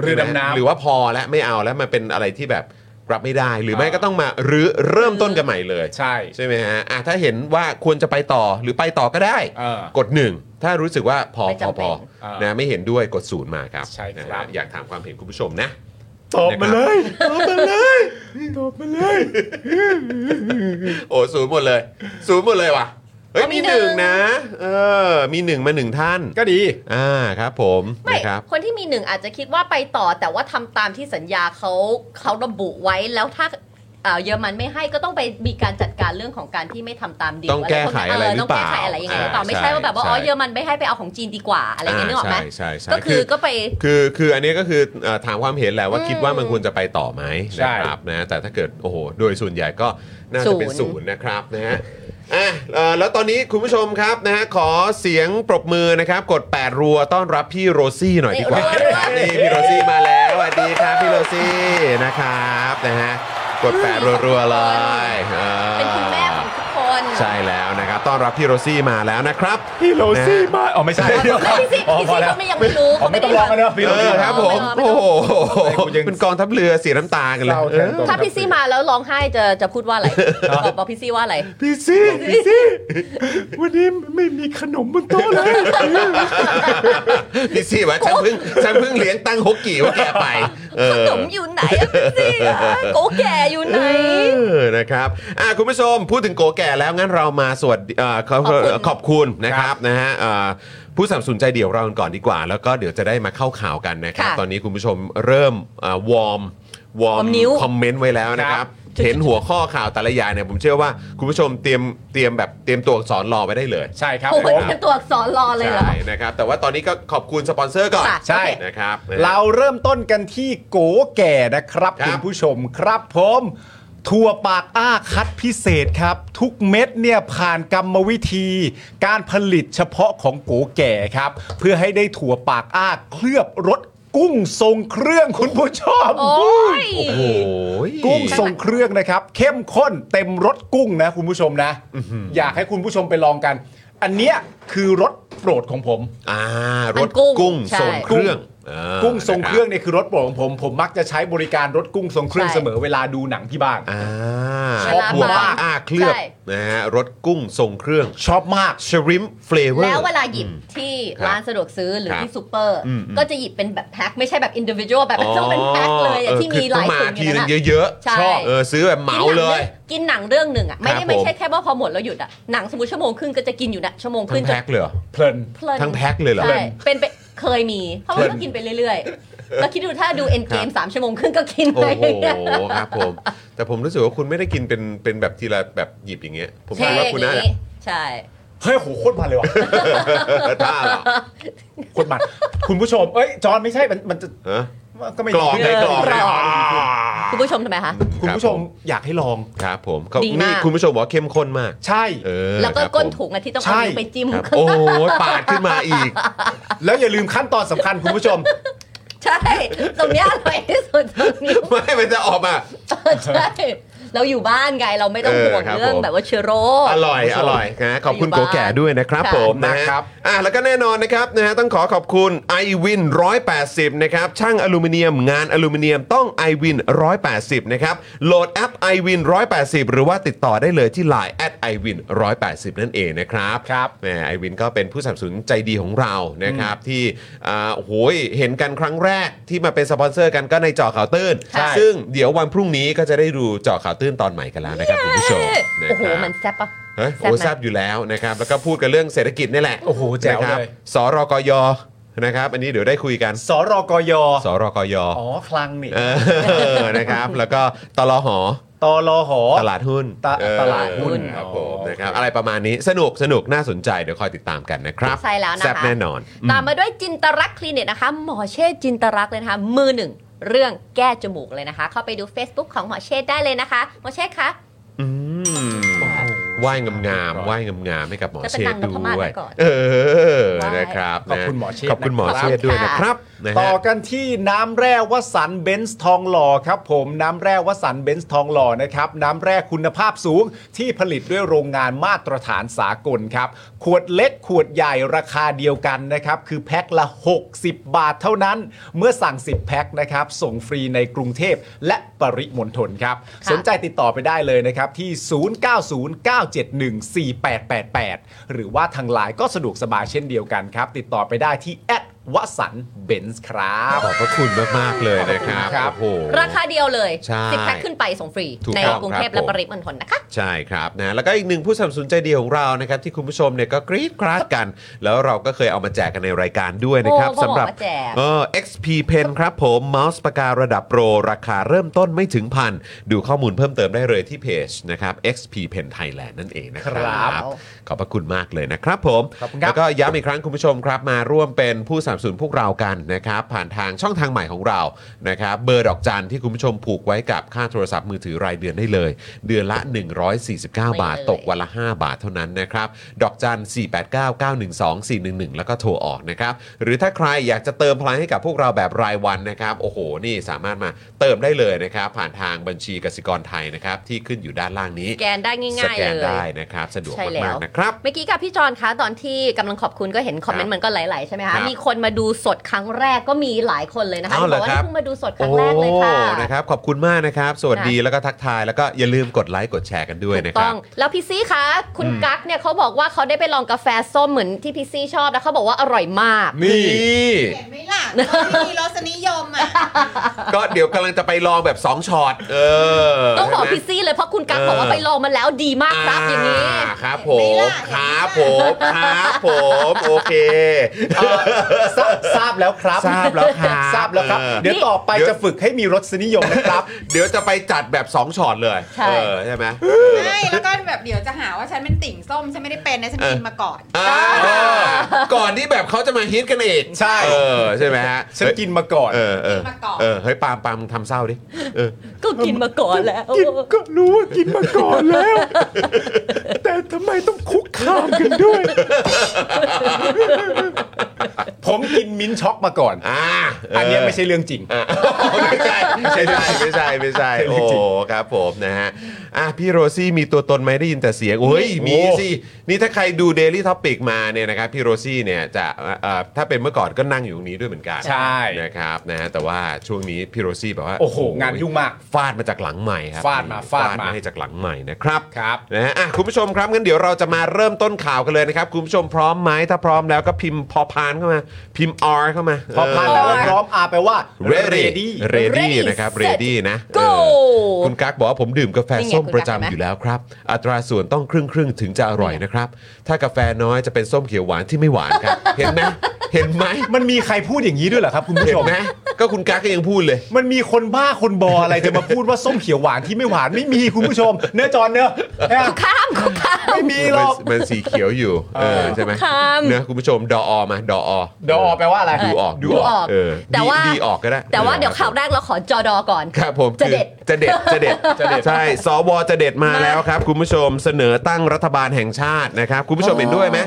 Speaker 3: เรือดำ
Speaker 1: หรือ
Speaker 3: น้ำ
Speaker 1: ว่าพอแล้วไม่เอาแล้วมันเป็นอะไรที่แบบรับไม่ได้หรือไม่
Speaker 3: อ่า
Speaker 1: ก็ต้องมาหรือเริ่มต้นกันใหม่เลย
Speaker 3: ใช่
Speaker 1: ใช่ไหมฮะอ่ะถ้าเห็นว่าควรจะไปต่อหรือไปต่อก็ได้
Speaker 3: เออ
Speaker 1: กดหนึ่งถ้ารู้สึกว่าพอ
Speaker 2: ไม่
Speaker 1: พอพ
Speaker 2: จำเป็
Speaker 1: อน
Speaker 3: อ่าน
Speaker 1: นะไม่เห็นด้วยกดศูนย์มาครับ
Speaker 3: ใช่ครับ
Speaker 1: นะฮะอยากถามความเห็นคุณผู้ชมนะ
Speaker 3: ตอบมาเลยตอบมาเลยตอบมาเลย
Speaker 1: โอ้ศูนย์หมดเลยศูนย์หมดเลยว่ะเฮ้ย
Speaker 2: ก็มี
Speaker 1: มีหนึ่ง
Speaker 2: หนึ่ง
Speaker 1: นะ เออ มีหนึ่งมาหนึ่งท่าน
Speaker 3: ก็ดี
Speaker 1: อ่าครับผม
Speaker 2: ไม่
Speaker 1: นะครับ
Speaker 2: คนที่มีหนึ่งอาจจะคิดว่าไปต่อแต่ว่าทำตามที่สัญญาเขาเขาระบุไว้แล้วถ้าเอ่อเยอรมันไม่ให้ก็ต้องไปมีการจัดการเรื่องของการที่ไม่ทำตามดีล
Speaker 1: ต้องแก้ไขอะไรหรือเปล่า
Speaker 2: ต้องแก้ไขอะไรยังไงหรือเปล่า
Speaker 1: อ่า
Speaker 2: ไม่ใช่ว่าแบบว่าอ๋อ
Speaker 1: ใช่
Speaker 2: เยอรมันไม่ให้ไปเอาของจีนดีกว่าอะไรอย่างเงี้ยนึกออกไหม
Speaker 1: อ่าใช่ใช่
Speaker 2: ก็
Speaker 1: ใช่
Speaker 2: คือก็ไป
Speaker 1: คือคืออันนี้ก็คือเอ่อถามความเห็นแหละว่า
Speaker 2: อืม
Speaker 1: คิดว่ามันควรจะไปต่อไหม
Speaker 3: ใช่
Speaker 1: นะครับนะแต่ถ้าเกิดโอ้โหโดยส่วนใหญ่ก็น่าจะเป็น
Speaker 2: ศู
Speaker 1: ศู
Speaker 2: น
Speaker 1: น
Speaker 2: ย์
Speaker 1: ย์นะครับนะฮะอ่ะเอ่อแล้วตอนนี้คุณผู้ชมครับนะฮะขอเสียงปรบมือนะครับ กด 8 รัวต้อนรับพี่โรซี่หน่อยดีกว่านะครับนี่พี่โรซี่มาแล้วสวัสดีครับพี่โรซี่นะครับนะฮะกด 8 รัวๆเลยออ
Speaker 2: เป็นคุณแม่ของทุกคน
Speaker 1: ใช่แล้วนะครับ ต้อนรับพี่โรซี่มาแล้วนะครับ
Speaker 3: พี่โรซี่มาอ๋อไม่ใช่
Speaker 2: พี่ซี่พี่ซี่
Speaker 3: อ๋อพอ
Speaker 2: เขา
Speaker 3: แล้ว
Speaker 2: ไม่ยังไม่รู้
Speaker 3: อ๋อ
Speaker 2: เขา
Speaker 3: ไม่
Speaker 2: ไม่
Speaker 3: ต้อ
Speaker 2: ได้
Speaker 3: งร้อง
Speaker 2: แบ
Speaker 3: กัน
Speaker 2: บ
Speaker 3: เนอะพี่โร
Speaker 1: เอ
Speaker 3: ซี่
Speaker 1: อครับผม
Speaker 2: ไม่
Speaker 1: โอ้
Speaker 2: ต้อง
Speaker 1: โห
Speaker 3: ไม่ต้อง
Speaker 1: เป็นกองทัพเรือเสียน้ำตากันเลย
Speaker 3: เรา
Speaker 1: เอ
Speaker 3: แทน
Speaker 1: อ
Speaker 3: ตัว
Speaker 2: ถ้าพี่ซี่มาแล้วร้องไห้จะจะพูดว่าอะไรบอกบอกพี่ซี่ว่าอะไร
Speaker 3: พี่ซี่พี่ซี่ วันนี้ไม่มีขนมบนโต๊ะเลย
Speaker 1: พี่ซี่วะฉันเพิ่งฉันเพิ่งเลี้ยงตั้งฮกกี่ว่าแกไป เอ
Speaker 2: ข
Speaker 1: อน
Speaker 2: มอยู่ไหนอะพี่ซี่อะโกแก่อยู่ไหน
Speaker 1: เออนะครับอ่ะคุณผู้ชมพูดถึงโกแก่แล้วงั้นเรามาสวัสดีเอ่อขอบ
Speaker 2: ขอ
Speaker 1: ขอบ
Speaker 2: บคุณ
Speaker 1: คุณนะครับนะฮะเอ่อผู้สนับสนุนใจเดี่ยวเรากันก่อนดีกว่า แล้วก็เดี๋ยวจะได้มาเข้าข่าวกันนะครับ
Speaker 2: ค่ะ
Speaker 1: ตอนนี้คุณผู้ชมเริ่มเอ่อวอร์มวอร์
Speaker 2: วอร์
Speaker 1: ม
Speaker 2: มนิ้ว
Speaker 1: คอมเมนต์ไว้แล้วนะครับ
Speaker 2: จุดๆ
Speaker 1: เห็นหัวข้อข่าวแต่ละอย่างเนี่ยผมเชื่อว่าคุณผู้ชมเตรียมเตรียมแบบเตรียมตัวอักษรรอไว้ได้เลย
Speaker 3: ใช่ครับ
Speaker 2: โอ้โหเป็นตัวอักษรรอเลยเหรอ
Speaker 1: ใช่นะครับ แต่ว่าตอนนี้ก็ขอบคุณสปอนเซอร์ก่อน
Speaker 2: ค่ะ
Speaker 3: ใช่
Speaker 1: นะครับนะ
Speaker 3: เราเริ่มต้นกันที่โกแก่นะครับ
Speaker 1: ครับ
Speaker 3: คุณผู้ชมครับผมถั่วปากอ้าคัดพิเศษครับ ทุกเม็ดเนี่ยผ่านกรรมวิธี การผลิตเฉพาะของโกแก่ครับ เพื่อให้ได้ถั่วปากอ้าเคลือบรสกุ้งทรงเครื่องคุณผู้ชม
Speaker 2: โอ้ย
Speaker 1: โอ้โห
Speaker 3: กุ้งทรงเครื่องนะครับ เข้มข้นเต็มรสกุ้งนะคุณผู้ชมนะ อยากให้คุณผู้ชมไปลองกัน อันเนี้ยคือรสโปรดของผม
Speaker 1: อ่ารส
Speaker 2: มันกุ้ง
Speaker 1: กุ้ง
Speaker 2: ใช่
Speaker 1: ทรงเครื่องอ่า
Speaker 3: กุ้งทรงเครื่อง
Speaker 1: นะ
Speaker 3: เนี่ยคือรถโปรดของผม ผมมักจะใช้บริการรถกุ้งทรงเครื่อง
Speaker 2: ใช่
Speaker 3: เสมอเวลาดูหนังที่บ้าน
Speaker 1: อ่า
Speaker 3: ชอบ
Speaker 1: หัวปา
Speaker 3: มา
Speaker 1: ด
Speaker 3: ก
Speaker 1: อ้าเคลือบ
Speaker 2: ใช่
Speaker 1: นะฮะรสกุ้งทรงเครื่อง
Speaker 3: ชอบมาก
Speaker 1: ชริมเฟลเวอร์
Speaker 2: แล้วเวลาหยิบที่ร้านสะดวกซื้อหรือ
Speaker 1: ครับ
Speaker 2: ที่ซูเปอร์
Speaker 1: อืมอืม
Speaker 2: ก็จะหยิบเป็นแบบแพ็คไม่ใช่แบบอินดิวิ u a l แบบต้องเป็นแพ็คเลยอะที่มีหลาย
Speaker 1: มา
Speaker 2: คนอ
Speaker 1: ที
Speaker 2: ยู่
Speaker 1: นึ
Speaker 2: นั่
Speaker 1: ง
Speaker 2: นอะ
Speaker 1: เยอะ
Speaker 2: ใช่
Speaker 1: ๆชอบเออซื้อแบบเหมาเลย
Speaker 2: กินหนังเรื่องหนึ่งอะไม่
Speaker 1: ครั
Speaker 2: ได้
Speaker 1: บ
Speaker 2: ไม่
Speaker 1: ผม
Speaker 2: ใช่แค่ว่าพอหมดแล้วหยุดอะหนังสมมติชั่วโมงครึ่งก็จะกินอยู่นะชั่วโมงค
Speaker 1: ทั้
Speaker 2: รึ่
Speaker 1: ง
Speaker 2: งจน
Speaker 1: แพ็คเลยเหรอ
Speaker 3: เพลิน
Speaker 2: เพลิน
Speaker 1: ทั้งแพ็คเลยเหรอ
Speaker 2: ใช่เป็นไปเคยมี เพราะว่าก็กินไปเรื่อย ๆแล้วคิดดูถ้าดูเอ็นเกม
Speaker 1: ครับ
Speaker 2: สามชั่วโมงครึ่งก็กิน
Speaker 1: โอ้
Speaker 2: ไป
Speaker 1: โหครับผม แต่ผมรู้สึกว่าคุณไม่ได้กินเป็นเป็นแบบทีละแบบหยิบอย่างเงี้ย ผม
Speaker 2: ใช่
Speaker 1: คิดว่าคุณน่าจะ
Speaker 2: ใช่
Speaker 3: เฮ้ยโหโคตรมันเลยว่ะ
Speaker 1: ท่าเหรอ
Speaker 3: โคตรมัน คุณผู้ชม เอ้ย จอนไม่ใช่ มันมันจะ
Speaker 1: ฮะ
Speaker 3: ก็ไม่
Speaker 1: กรอบในกรอบใน
Speaker 3: กรอบ
Speaker 2: คุณผู้ชมทำไมคะ
Speaker 3: คุณผู้ชมอยากให้ลอง
Speaker 1: ครับผมเขา
Speaker 2: ดีมาก
Speaker 1: นี่คุณผู้ชมบอกว่าเข้มข้นมาก
Speaker 3: ใช่
Speaker 1: เออ
Speaker 2: แล้วก็
Speaker 1: ครับ
Speaker 2: ก้น
Speaker 1: ผม
Speaker 2: ถุงอะที่ต้อง
Speaker 3: ใช่
Speaker 2: เอานิ้วไปจิ้ม
Speaker 1: ครับโอ้โหปาดขึ้นมาอีก
Speaker 3: แล้วอย่าลืมขั้นตอนสำคัญคุณผู้ชม
Speaker 2: ใช่ ตรงเนี้ยอร่อยที่สุดตรงนี้ว
Speaker 1: ไม่ มันจะออกมา
Speaker 2: ใช่เราอยู่บ้านไงเราไม่ต้อง
Speaker 1: เออ
Speaker 2: ห่วง
Speaker 1: ครับ
Speaker 2: เรื่อง
Speaker 1: ผม
Speaker 2: แบบว่าเชื้อโรค
Speaker 1: อร่อย อร่อยนะขอบคุณ
Speaker 2: อยู่
Speaker 1: โก
Speaker 2: บ้าน
Speaker 1: แก่ด้วยนะครับ
Speaker 2: ค่ะ
Speaker 1: ผมนะ
Speaker 3: ขอบคุ
Speaker 1: ฮะ
Speaker 3: ณมากครับ
Speaker 1: อ่ะแล้วก็แน่นอนนะครับนะฮะต้องขอขอบคุณ i w วิน180 นะครับ ช่างอลูมิเนียมงานอลูมิเนียมต้อง i w วิน180 นะครับ โหลดแอป i w วิน180 หรือว่าติดต่อได้เลยที่ Line แอด i w วิน180 นั่นเองนะครับ
Speaker 3: ครับ
Speaker 1: แหมไอวินก็เป็นผู้สนับสนุนใจดีของเรานะครับ ที่อ่าโอ้โหยเห็นกันครั้งแรกที่มาเป็นสปอนเซอร์กันก็ในเจอข่าวตื้น
Speaker 2: ใช่
Speaker 1: ซึ่งเดี๋ยววันพรุ่งนี้ก็จะได้ดูเจอข่าวตื้นตอนใหม่กันแล้วนะครับคุณผู้ชม
Speaker 2: โอ้โห
Speaker 1: ะครับ
Speaker 2: มันแซ่บปะ
Speaker 1: เฮ้ย
Speaker 2: แซ่บ
Speaker 1: โอ้
Speaker 2: ไหม
Speaker 1: แซบอยู่แล้วนะครับ แล้วก็พูดกันเรื่องเศรษฐกิจนี่แหละ
Speaker 3: โอ้โหแจ๋วเลย
Speaker 1: นะครับสรกยนะครับอันนี้เดี๋ยวได้คุยกัน
Speaker 3: สรกย
Speaker 1: สรกย
Speaker 3: อ๋อ คลังนี่
Speaker 1: เออ นะครับแล้วก็ตลหอ
Speaker 3: ตลหอ
Speaker 1: ตลาดหุ้น
Speaker 3: ตะ
Speaker 1: เออ
Speaker 3: ตลาดหุ้น
Speaker 1: ครับผมนะครับ
Speaker 3: โอเค
Speaker 1: อะไรประมาณนี้สนุกสนุกน่าสนใจเดี๋ยวคอยติดตามกันนะครับ
Speaker 2: ใช่แล้วนะคะ
Speaker 1: แซ่บแน่นอน
Speaker 2: ตามมาด้วยจินตรักษณ์คลินิกนะคะ หมอเช่จินตรักษณ์เลยนะคะ มือหนึ่ง เรื่องแก้จมูกเลยนะคะ เข้าไปดู Facebook ของหมอเชษฐ์ได้เลยนะคะหมอเชษฐ์คะ
Speaker 1: อืมไหว้งามๆไหว้งามๆให้กับหมอ
Speaker 2: จะ
Speaker 1: เช
Speaker 2: เป็น
Speaker 1: ษ
Speaker 2: นา
Speaker 1: ฐ์
Speaker 2: งน
Speaker 1: ด้
Speaker 2: พมาศ
Speaker 1: ว
Speaker 2: ไว้
Speaker 1: ย
Speaker 2: ก่อน
Speaker 1: เออ
Speaker 2: ไหว้
Speaker 1: นะครับ
Speaker 3: ขอบคุณหมอเชษฐ์
Speaker 1: ขอบคุณหมอ
Speaker 3: นะครับ
Speaker 1: เชษฐ์ด้วยนะครับนะฮะ
Speaker 3: ต่อกันที่น้ำแร่วสันเบนซ์ทองหล่อครับผมน้ำแร่วสันเบนซ์ทองหล่อนะครับน้ำแร่คุณภาพสูงที่ผลิตด้วยโรงงานมาตรฐานสากลครับ ขวดเล็กขวดใหญ่ราคาเดียวกันนะครับคือแพ็คละ 60 บาทเท่านั้น เมื่อสั่ง 10 แพ็คนะครับส่งฟรีในกรุงเทพและปริมณฑลครับ
Speaker 2: ค่ะ
Speaker 3: สนใจติดต่อไปได้เลยนะครับที่ 0909714888 หรือว่าทางไลน์ก็สะดวกสบายเช่นเดียวกันครับ ติดต่อไปได้ที่แอด วสันเบนซ์ครับ
Speaker 1: ขอบพระคุณมาก ๆ เลยนะครั
Speaker 3: ครับ บ
Speaker 1: โอ้โห
Speaker 2: ราคาเดียวเลย
Speaker 1: ใช่
Speaker 2: 10แพ็คขึ้นไปส่งฟรี
Speaker 1: ถูก
Speaker 2: ใน
Speaker 1: ต้อง
Speaker 2: กรุง
Speaker 1: ครับ
Speaker 2: เทพและ
Speaker 1: ผม
Speaker 2: ปริมณฑลนะคะ
Speaker 1: ใช่ครับนะแล้วก็อีกหนึ่งผู้สนับสนุนใจดีของเรานะครับที่คุณผู้ชมเนี่ยก็กรี๊ดกราดกัน แล้วเราก็เคยเอามาแจกกันในรายการด้วยนะครับ
Speaker 2: โอ้ก็บอก
Speaker 1: สำหรับ
Speaker 2: ว่าแจก
Speaker 1: เออ XP Pen ครับผมเมาส์ปากการะดับโปร ราคาเริ่มต้นไม่ถึงพัน ดูข้อมูลเพิ่มเติมได้เลยที่เพจนะครับ XP Pen Thailand นั่นเองนะครั
Speaker 3: ครับ
Speaker 1: บ ขอบพระคุณมากเลยนะครับผม
Speaker 3: ขอบคุณครับ
Speaker 1: แล้วก็ ก็ย้ำอีกครั้งคุณผู้ชมครับมาร่วมเป็นผู้สนับสนุนพวกเรากันนะครับ ผ่านทางช่องทางใหม่ของเรานะครับเบอร์ดอกจันที่คุณผู้ชมผูกไว้กับค่าโทรศัพท์มือถือรายเดือนได้เลย เดือนละ 149 บาท ตกวันละ 5 บาทเท่านั้นนะครับดอกจัน 489-912-411 แล้วก็โทรออกนะครับ หรือถ้าใครอยากจะเติมพลังให้กับพวกเราแบบรายวันนะครับโอ้โหนี่สามารถมาเติมได้เลยนะครับ ผ่านทางบัญชีกสิกรไทยนะครับที่ขึ้นอยู่ด้านล่างนี้
Speaker 2: แกนได้
Speaker 1: ส
Speaker 2: ง่าย
Speaker 1: แก
Speaker 2: ๆ
Speaker 1: น
Speaker 2: เลย
Speaker 1: ได้นะครับสะดวก
Speaker 2: ใช่แล้ว
Speaker 1: มากๆนะครับ
Speaker 2: เมื่อกี้กับพี่จอนคะตอนที่กำลังขอบคุณก็เห็นคอมเมนต์มันก็หลายๆใช่ไหม
Speaker 1: ครั
Speaker 2: คะ
Speaker 1: บ
Speaker 2: มีคนมาดูสดครั้งแรกก็มีหลายคนเลยนะคะ
Speaker 1: อ้าวเหร
Speaker 2: บอ
Speaker 1: อก
Speaker 2: ว่า
Speaker 1: ครับ
Speaker 2: เพิ่งมาดูสดครั้งแรกเลยค่ะ
Speaker 1: โอ้นะครับ ขอบคุณมากนะครับ สวัสดีแล้วก็ทักทาย แล้วก็อย่าลืมกดไลค์ กดแชร์กันด้วย
Speaker 2: ถู
Speaker 1: นะ
Speaker 2: ก
Speaker 1: ค
Speaker 2: ต้
Speaker 1: รั
Speaker 2: อบ งแล้วพี่ซี่คะคุณกั๊กเนี่ยเขาบอกว่าเขาได้ไปลองกาแฟส้มเหมือนที่พี่ซี่ชอบแล้วเขาบอกว่าอร่อยมาก
Speaker 1: นี่
Speaker 4: เห็นไหมล่ะก็ไม่มีรสนิยมอ่ะ
Speaker 1: ก็เดี๋ยวกำลังจะไปลองแบบ 2ช็อต เออ
Speaker 2: ต้องบอก
Speaker 1: ใช่ไหม
Speaker 2: พี่ซี่เลยเพราะคุณกั๊ก
Speaker 1: เออ
Speaker 2: บอกว่าไปลองมาแล้วดีมากครับอย่างนี้
Speaker 1: อ่าครับผม
Speaker 4: เห็นไหมล่ะ
Speaker 1: ครับผมครับผมโอเค
Speaker 3: เอ่อทราบทราบแล้วครับ
Speaker 1: ทราบแล้วครับ
Speaker 3: ทราบแล้วครับ
Speaker 1: เออ
Speaker 3: เดี๋ยวต่อไป
Speaker 1: เดี๋ยว
Speaker 3: จะฝึกให้มีรสนิยมนะครับ
Speaker 1: เดี๋ยวจะไปจัดแบบ 2ช็อตเลย
Speaker 2: ใช่
Speaker 1: เออใช่ไหม
Speaker 4: ใช่แล้วก็แบบเดี๋ยวจะหาว่าฉันเป็นติ่งส้ม ฉันไม่ได้เป็นนะฉันกินมาก่อน
Speaker 1: อ่าก่อนที่แบบเขาจะมาฮิตกันอีก
Speaker 3: ใช่
Speaker 1: เออใช่ไหมฮะ
Speaker 3: ฉันกินมาก่อน
Speaker 1: เออเออ
Speaker 4: กินมาก่อน
Speaker 1: เออเฮ้ยปาล์มปาล์มทำเศร้าดิเออ
Speaker 2: ก็กินมาก่อนแล้ว
Speaker 3: ก็รู้ว่ากินมาก่อนแล้ว แต่ทำไมต้องคุกคามกันด้วย ผมกินมิ้นท์ช็อกมาก่อน
Speaker 1: อ่า
Speaker 3: อันเนี้ยไม่ใช่เรื่องจริง
Speaker 1: อ่ะ ไม่ใช่ไม่ใช่ไม่ใช่ไม่ใช่โอ้โหครับผมนะฮะอ่ะพี่โรซี่มีตัวตนไหมได้ยินแต่เสียงเฮ้ยมีสินี่ถ้าใครดู Daily Topic มาเนี่ยนะครับพี่โรซี่เนี่ยจะเอ่อถ้าเป็นเมื่อก่อนก็นั่งอยู่ตรงนี้ด้วยเหมือนกัน
Speaker 3: ใช่
Speaker 1: นะครับนะฮะแต่ว่าช่วงนี้พี่โรซี่แบบว่า
Speaker 3: โอ้โห งานยุ่งมาก
Speaker 1: ฟาดมาจากหลังใหม่ครับ
Speaker 3: ฟาดมาฟาดมา
Speaker 1: ให้จากหลังใหม่นะครับ
Speaker 3: ครับ
Speaker 1: นะฮะอ่ะคุณผู้ชมครับงั้นเดี๋ยวเราจะมาเริ่มต้นข่าวกันเลยนะครับ คุณผู้ชมพร้อมไหมถ้าพร้อมแล้วก็พิมพ์พอพานเข้ามา พิมพ์ R เข้ามา
Speaker 3: พอผ่านแล้วก็พร้อมอาไปลว่า
Speaker 1: รีเร
Speaker 2: Ready
Speaker 1: ดี้นะครับ
Speaker 2: Set
Speaker 1: เรดี้นะเอ
Speaker 2: Go
Speaker 1: อคุณกั๊กบอกว่าผมดื่มกาแฟ
Speaker 2: นี่ไง
Speaker 1: ส้ม
Speaker 2: คุณกั๊ก
Speaker 1: ประจำอ
Speaker 2: เห็นไหม
Speaker 1: ยู่แล้วครับ อัตราส่วนต้องครึ่งครึ่งๆถึงจะอร่อยนะครับ ถ้ากาแฟน้อยจะเป็นส้มเขียวหวานที่ไม่หวานครับ เห็นไหมเห็นไหม
Speaker 3: มันมีใครพูดอย่างนี้ด้วยเหรอครับคุณผู้
Speaker 1: เห็
Speaker 3: ช
Speaker 1: น
Speaker 3: ม
Speaker 1: ไหมก็คุณกั๊กก็ยังพูดเลย
Speaker 3: มันมีคนบ้าคนบออะไรจะมาพูดว่าส้มเขียวหวานที่ไม่หวานไม่มีคุณผู้ชม เนื้อะจอนเนื้อะ
Speaker 2: คุกคามคุกคาม
Speaker 3: ไม่มีหรอก
Speaker 1: มันมันสีเขียวอยู่ เออใช่ไหม
Speaker 2: ขำ
Speaker 1: เนอะคุณผู้ชมดออมาดออ
Speaker 3: ดออแปลว่าอะไร
Speaker 1: ดูออก
Speaker 2: ดูออก
Speaker 1: เออ
Speaker 2: แต่ว่า
Speaker 1: ดีออกก็ได้
Speaker 2: แต่ว่าเดี๋ยวข่าวแรกเราขอจอดอก่อน
Speaker 1: ครับผม
Speaker 2: จะเด็ด
Speaker 1: คือจะเด็ดจะเด็ดจะเด็ดใช่สวจะเด็ดมาแล้วครับ คุณผู้ชมเสนอตั้งรัฐบาลแห่งชาตินะครับ คุณผู้ชมเห็นด้วยไหม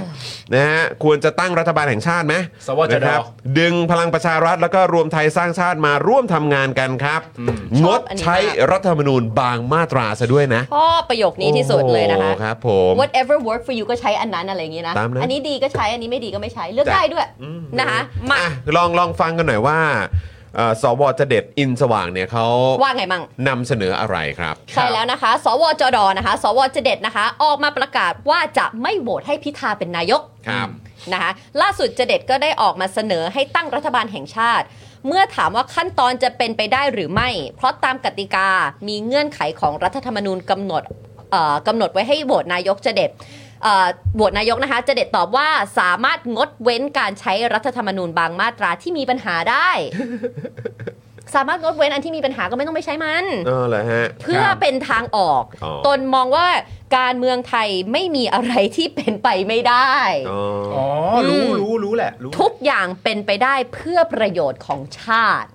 Speaker 1: นะฮะควรจะตั้งรัฐบาลแห่งชาติไหม
Speaker 3: สวจด
Speaker 1: นะครับ ดึงพลังประชารัฐแล้วก็รวมไทยสร้างชาติมาร่วมทำงานกันครับ งดใช้รัฐธรรมนูญบางมาตราซะด้วยนะ
Speaker 2: พ่อประโยคนี้ที่สุดเลยนะคะ
Speaker 1: โอ้โหครับผม
Speaker 2: whatever work for you ก็ใช้อันนั้นอะไรอย่างงี้นะ
Speaker 1: ตามนั้น
Speaker 2: อันนี้ดีก็ใช้ อันนี้ไม่ดีก็ไม่ใช้ เลือกได้ด้วยนะคะมา
Speaker 1: อ่ะลองลองฟังกันหน่อยว่าเอ่อสวจะเด็ดอินสว่างเนี่ยเขา
Speaker 2: ว่าไงมั่ง
Speaker 1: นำเสนออะไรครับ
Speaker 2: ใช่แล้วนะคะ สวจดนะคะ สวจเด็ดนะคะ ออกมาประกาศว่าจะไม่โหวตให้พิธาเป็นนายก
Speaker 1: ครับ
Speaker 2: นะคะ ล่าสุดจเด็ดก็ได้ออกมาเสนอให้ตั้งรัฐบาลแห่งชาติ เมื่อถามว่าขั้นตอนจะเป็นไปได้หรือไม่ เพราะตามกติกา มีเงื่อนไขของรัฐธรรมนูญกำหนดเอ่อกำหนดไว้ให้โหวตนายกจเด็ดเอ่อโหวตนายกนะคะจเด็ดตอบว่าสามารถงดเว้นการใช้รัฐธรรมนูญบางมาตราที่มีปัญหาได้ สามารถงดเว้นอันที่มีปัญหาก็ไม่ต้องไปใช้มัน
Speaker 1: อ๋อเหรอฮะ
Speaker 2: เพื่อ
Speaker 1: ครับ
Speaker 2: เป็นทางออก
Speaker 1: อ๋อ
Speaker 2: ตนมองว่าการเมืองไทยไม่มีอะไรที่เป็นไปไม่ได้
Speaker 1: อ๋อ
Speaker 3: อ๋อ รู้รู้รู้แหละรู้
Speaker 2: ทุกอย่างเป็นไปได้เพื่อประโยชน์ของชาติ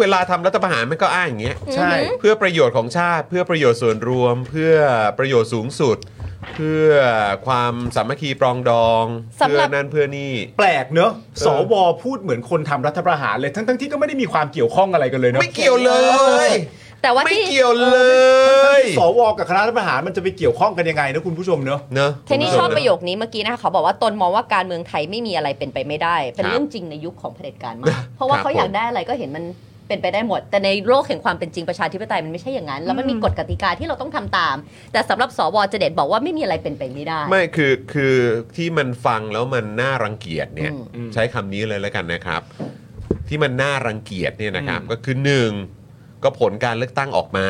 Speaker 1: เวลาทำรัฐประหารมันก็อ้างอย่างเงี้ย
Speaker 3: ใช่
Speaker 1: เพื่อประโยชน์ของชาติ เพื่อประโยชน์ส่วนรวม เพื่อประโยชน์สูงสุด เพื่อความสามัคคีปรองดอง
Speaker 2: สำ
Speaker 1: เพื่อ
Speaker 2: หรับ
Speaker 1: นั่นเพื่อนี่
Speaker 3: แปลกเนอะสวพูดเหมือนคนทำรัฐประหารเลย ทั้งทั้งๆที่ก็ไม่ได้มีความเกี่ยวข้องอะไรกันเลยเนอะ
Speaker 1: ไม่เกี่ยวเลย
Speaker 2: แต่ว่า
Speaker 1: ไม่
Speaker 2: ที่
Speaker 1: เกี่ยวเล
Speaker 3: ทั้ง
Speaker 1: ย
Speaker 3: ๆที่สวกับคณะรัฐประหารมันจะไปเกี่ยวข้องกันยังไงนะคุณผู้ชมเนอะ
Speaker 1: เนอะ
Speaker 2: เทนนี่ชอบประโยคนี้เมื่อกี้นะคะเขาบอกว่าตนมองว่าการเมืองไทยไม่มีอะไรเป็นไปไม่ได้ เป็นเรื่องจริงในยุคของเผด็จการ มาก เพราะว่าเขาอยากได้อะไรก็เห็นมันเป็นไปได้หมด แต่ในโลกแห่งความเป็นจริงประชาธิปไตยมันไม่ใช่อย่างนั้น แล้วมันมีกฎกติกาที่เราต้องทำตาม แต่สำหรับสวเจเดตบอกว่าไม่มีอะไรเป็นไปไม่ได้
Speaker 1: ไม่คือคือที่มันฟังแล้วมันน่ารังเกียจเนี่ย
Speaker 2: อืม
Speaker 1: ใช้คำนี้เลยแล้วกันนะครับ ที่มันน่ารังเกียจเนี่ยนะครับ ก็คือหนึ่งก็ผลการเลือกตั้งออกมา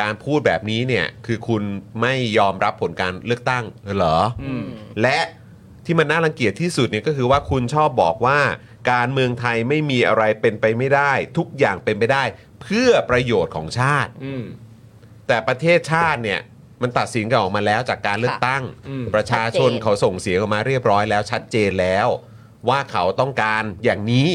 Speaker 1: การพูดแบบนี้เนี่ย คือคุณไม่ยอมรับผลการเลือกตั้งเหรออและที่มันน่ารังเกียจที่สุดเนี่ยก็คือว่าคุณชอบบอกว่าการเมืองไทยไม่มีอะไรเป็นไปไม่ได้ ทุกอย่างเป็นไปได้ เพื่อประโยชน์ของชาติ แต่ประเทศชาติเนี่ยมันตัดสินกันออกมาแล้วจากการเลือกตั้ง ประชาชน
Speaker 2: ชัดเจน
Speaker 1: เขาส่งเสียงออกมาเรียบร้อยแล้วชัดเจนแล้ว ว่าเขาต้องการอย่างนี้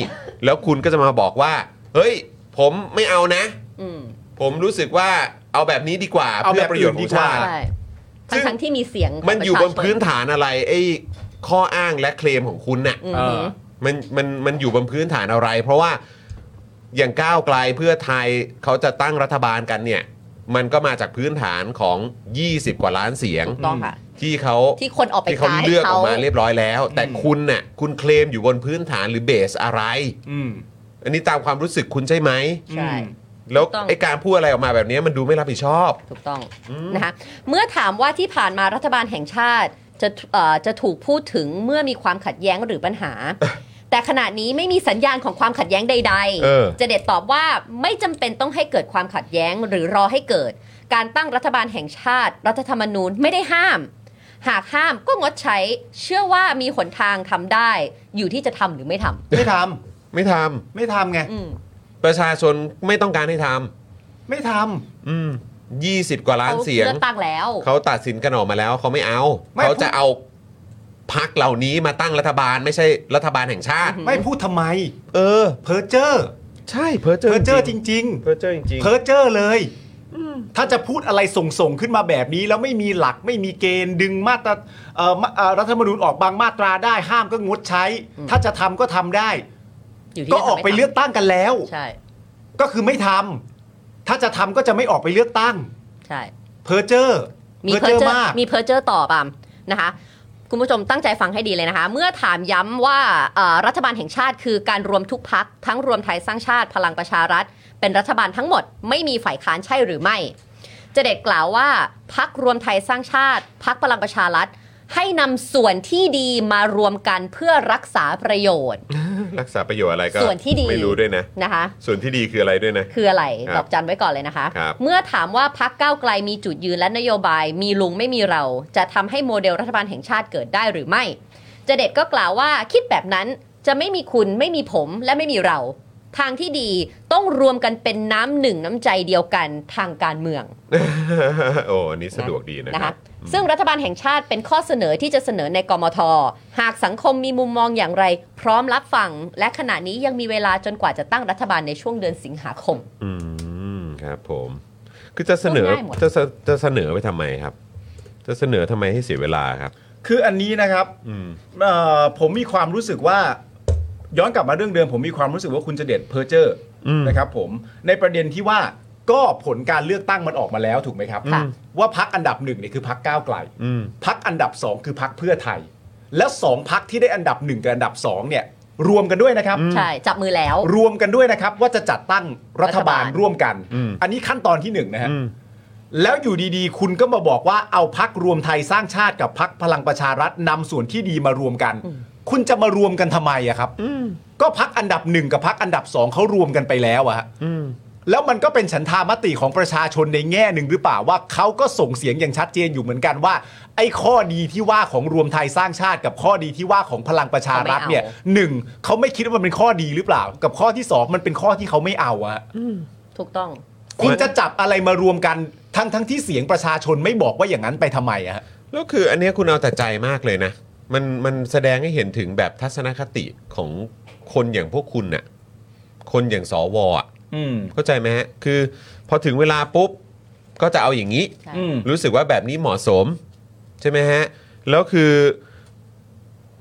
Speaker 1: แล้วคุณก็จะมาบอกว่า เฮ้ย ผมไม่เอานะ
Speaker 2: อืม
Speaker 1: ผมรู้สึกว่าเอาแบบนี้ดีกว่า
Speaker 3: เอา
Speaker 1: เพื่
Speaker 3: แบ
Speaker 1: อบ ประโยชน์ของชาติ
Speaker 2: ใช่
Speaker 1: ซึ่ง
Speaker 2: ทั้งๆที่มีเสียงขง
Speaker 1: มันอยู่บน
Speaker 2: ระชาช
Speaker 1: พื้นฐานอะไรไอ้ข้ออ้างและเคลมของคุณน่ะ
Speaker 2: อืม
Speaker 3: เออ
Speaker 1: มันมันมันอยู่บนพื้นฐานอะไร เพราะว่าอย่างก้าวไกลเพื่อไทยเขาจะตั้งรัฐบาลกันเนี่ย มันก็มาจากพื้นฐานของ 20 กว่าล้านเสียง
Speaker 2: ถูกต้องค่ะ
Speaker 1: ที่เขา
Speaker 2: ที่คนออกไป
Speaker 1: ที่เขา
Speaker 2: ท้าย
Speaker 1: เลือกอ
Speaker 2: เขา
Speaker 1: อกมาเรียบร้อยแล้ว แต่คุณน่ะคุณเคลมอยู่บนพื้นฐานหรือเบสอะไร
Speaker 3: อืม
Speaker 1: อันนี้ตามความรู้สึกคุณใช่ไหม
Speaker 2: ใช่
Speaker 1: แล้ว
Speaker 2: ถูกต้อง
Speaker 1: ไอ้การพูดอะไรออกมาแบบนี้มันดูไม่รับผิดชอบ
Speaker 2: ถูกต้องนะคะเมื่อถามว่าที่ผ่านมารัฐบาลแห่งชาติจะเอ่อจะถูกพูดถึงเมื่อมีความขัดแย้งหรือปัญ หา แต่ขณะนี้ไม่มีสัญญาณของความขัดแย้งใด
Speaker 1: เออ
Speaker 2: จะเด็ดตอบว่าไม่จำเป็นต้องให้เกิดความขัดแย้งหรือรอให้เกิด การตั้งรัฐบาลแห่งชาติ รัฐธรรมนูญไม่ได้ห้าม หากห้ามก็งดใช้เชื่อว่ามีหนทางทำได้ อยู่ที่จะทำหรือไม่ทำ
Speaker 3: ไม่ทำ
Speaker 1: ไม่ทำ
Speaker 3: ไม่ทำไง
Speaker 2: อืม
Speaker 1: ประชาชนไม่ต้องการให้ทำ
Speaker 3: ไม่ทำ
Speaker 1: อืม20 กว่าล้าน
Speaker 2: เขา
Speaker 1: เสียง
Speaker 2: เลือกตั้งแล้ว
Speaker 1: เขาตัดสินกันออกมาแล้วเขาไม่เอา
Speaker 3: ไม่
Speaker 1: เขาจะเอาพักเหล่านี้มาตั้งรัฐบาลไม่ใช่รัฐบาลแห่งชาติ
Speaker 3: ไม่พูดทำไม
Speaker 1: เออ
Speaker 3: เพอเจอร์
Speaker 1: ใช่เพอเจอ
Speaker 3: เพอเจอร์จริง
Speaker 1: เพอเจอจริง
Speaker 3: ๆ เพอเจอร์เลย ถ้าจะพูดอะไรส่งส่งๆขึ้นมาแบบนี้ แล้วไม่มีหลักไม่มีเกณฑ์ดึงมาตราเอ่อมาเอ่อรัฐธรรมนูญออกบางมาตราได้ห้ามก็งดใช้ ถ้าจะทำก็ทำได้
Speaker 2: อยู่ที่
Speaker 3: ก็
Speaker 2: จะทำ
Speaker 3: ออกไป
Speaker 2: ม่ทำ
Speaker 3: เลือกตั้งกันแล้ว
Speaker 2: ใช่
Speaker 3: ก็คือไม่ทำถ้าจะทำก็จะไม่ออกไปเลือกตั้ง
Speaker 2: ใช่
Speaker 3: เพอเจอร์
Speaker 2: มี
Speaker 3: เพอ
Speaker 2: เพอ
Speaker 3: เจอ
Speaker 2: ร์
Speaker 3: ร์
Speaker 2: เจอ
Speaker 3: มาก
Speaker 2: ร์มีเพอร์เจอร์ต่อปามนะคะ คุณผู้ชมตั้งใจฟังให้ดีเลยนะคะ เมื่อถามย้ำว่าเอ่อรัฐบาลแห่งชาติคือการรวมทุกพัก ทั้งรวมไทยสร้างชาติพลังประชารัฐ เป็นรัฐบาลทั้งหมด ไม่มีฝ่ายค้านใช่หรือไม่ เจเด็ดกล่าวว่าพักรวมไทยสร้างชาติ พักพลังประชารัฐ ให้นำส่วนที่ดีมารวมกันเพื่อรักษาประโยชน์
Speaker 1: รักษาประโยชน์อะไรก็
Speaker 2: ส่วนที่ดี
Speaker 1: ไม่รู้ด้วยนะ
Speaker 2: นะคะ
Speaker 1: ส่วนที่ดีคืออะไรด้วยนะ
Speaker 2: คืออะไร
Speaker 1: ครับ
Speaker 2: ดอกจันไว้ก่อนเลยนะคะ
Speaker 1: ครับ
Speaker 2: เมื่อถามว่าพักก้าวไกลมีจุดยืนและนโยบาย มีลุงไม่มีเรา จะทำให้โมเดลรัฐบาลแห่งชาติเกิดได้หรือไม่เจเด็ดก็กล่าวว่าคิดแบบนั้นจะไม่มีคุณไม่มีผมและไม่มีเรา ทางที่ดีต้องรวมกันเป็นน้ำหนึ่งน้ำใจเดียวกันทางการเมือง
Speaker 1: โอ้อันนี้สะดวกดีนะ
Speaker 2: นะ
Speaker 1: ครั
Speaker 2: คะ
Speaker 1: บ
Speaker 2: ซึ่งรัฐบาลแห่งชาติเป็นข้อเสนอที่จะเสนอในกมท หากสังคมมีมุมมองอย่างไร พร้อมรับฟังและขณะนี้ยังมีเวลาจนกว่าจะตั้งรัฐบาลในช่วงเดือนสิงหาคม
Speaker 1: อืมครับผม คือจะเสนอ
Speaker 2: พูดง่ายหมด
Speaker 1: จะเสจะเสนอไปทำไมครับ จะเสนอทำไมให้เสียเวลาครับ
Speaker 3: คืออันนี้นะครับ
Speaker 1: อืม
Speaker 3: เอ่อผมมีความรู้สึกว่า ย้อนกลับมาเรื่องเดิม ผมมีความรู้สึกว่าคุณจะเด็ดเพอเจอร์
Speaker 1: อืม
Speaker 3: นะครับผมในประเด็นที่ว่าก็ผลการเลือกตั้งมันออกมาแล้วถูกไหมครับ
Speaker 2: ค่ะ
Speaker 3: ว่าพักอันดับหนึ่งเนี่ยคือพักก้าวไกล
Speaker 1: อืม
Speaker 3: พักอันดับสองคือพักเพื่อไทย แล้วสองพักที่ได้อันดับหนึ่งกับอันดับสองเนี่ยรวมกันด้วยนะครับ
Speaker 2: ใช่จับมือแล้ว
Speaker 3: รวมกันด้วยนะครับ ว่าจะจัดตั้งรัฐบาล
Speaker 2: รัฐบาล
Speaker 3: ร่วมกัน
Speaker 1: อืม
Speaker 3: อันนี้ขั้นตอนที่หนึ่งนะฮะ
Speaker 1: อืม
Speaker 3: แล้วอยู่ดีๆ คุณก็มาบอกว่าเอาพักรวมไทยสร้างชาติกับพักพลังประชารัฐนำส่วนที่ดีมารวมกัน คุณจะมารวมกันทำไมอะครับก็พักอันดับหนึ่งกับพักอันดับสองเขารวมกันไปแล้วอะฮะแล้วมันก็เป็นฉันทามติของประชาชนในแง่หนึ่งหรือเปล่าว่าเขาก็ส่งเสียงอย่างชัดเจนอยู่เหมือนกันว่า ไอ้ข้อดีที่ว่าของรวมไทยสร้างชาติ กับข้อดีที่ว่าของพลังประชารัฐเนี่ยหนึ่งเขาไม่คิดว่ามันเป็นข้อดีหรือเปล่า กับข้อที่สองมันเป็นข้อที่เขาไม่เอาอะฮะ
Speaker 2: ถูกต้อง
Speaker 3: คุณจะจับอะไรมารวมกันทั้งทั้งที่เสียงประชาชนไม่บอกว่าอย่างนั้นไปทำไมอะฮะ
Speaker 1: แล้วคืออันเนี้ยคุณเอาแต่ใจมากเลยนะ มันมันแสดงให้เห็นถึงแบบทัศนคติของคนอย่างพวกคุณน่ะ คนอย่างสวอะ
Speaker 3: อืม
Speaker 1: เข้าใจไหมฮะคือพอถึงเวลาปุ๊บก็จะเอาอย่างนี้
Speaker 2: ใช่
Speaker 3: อืม
Speaker 1: รู้สึกว่าแบบนี้เหมาะสม ใช่ไหมฮะ แล้วคือ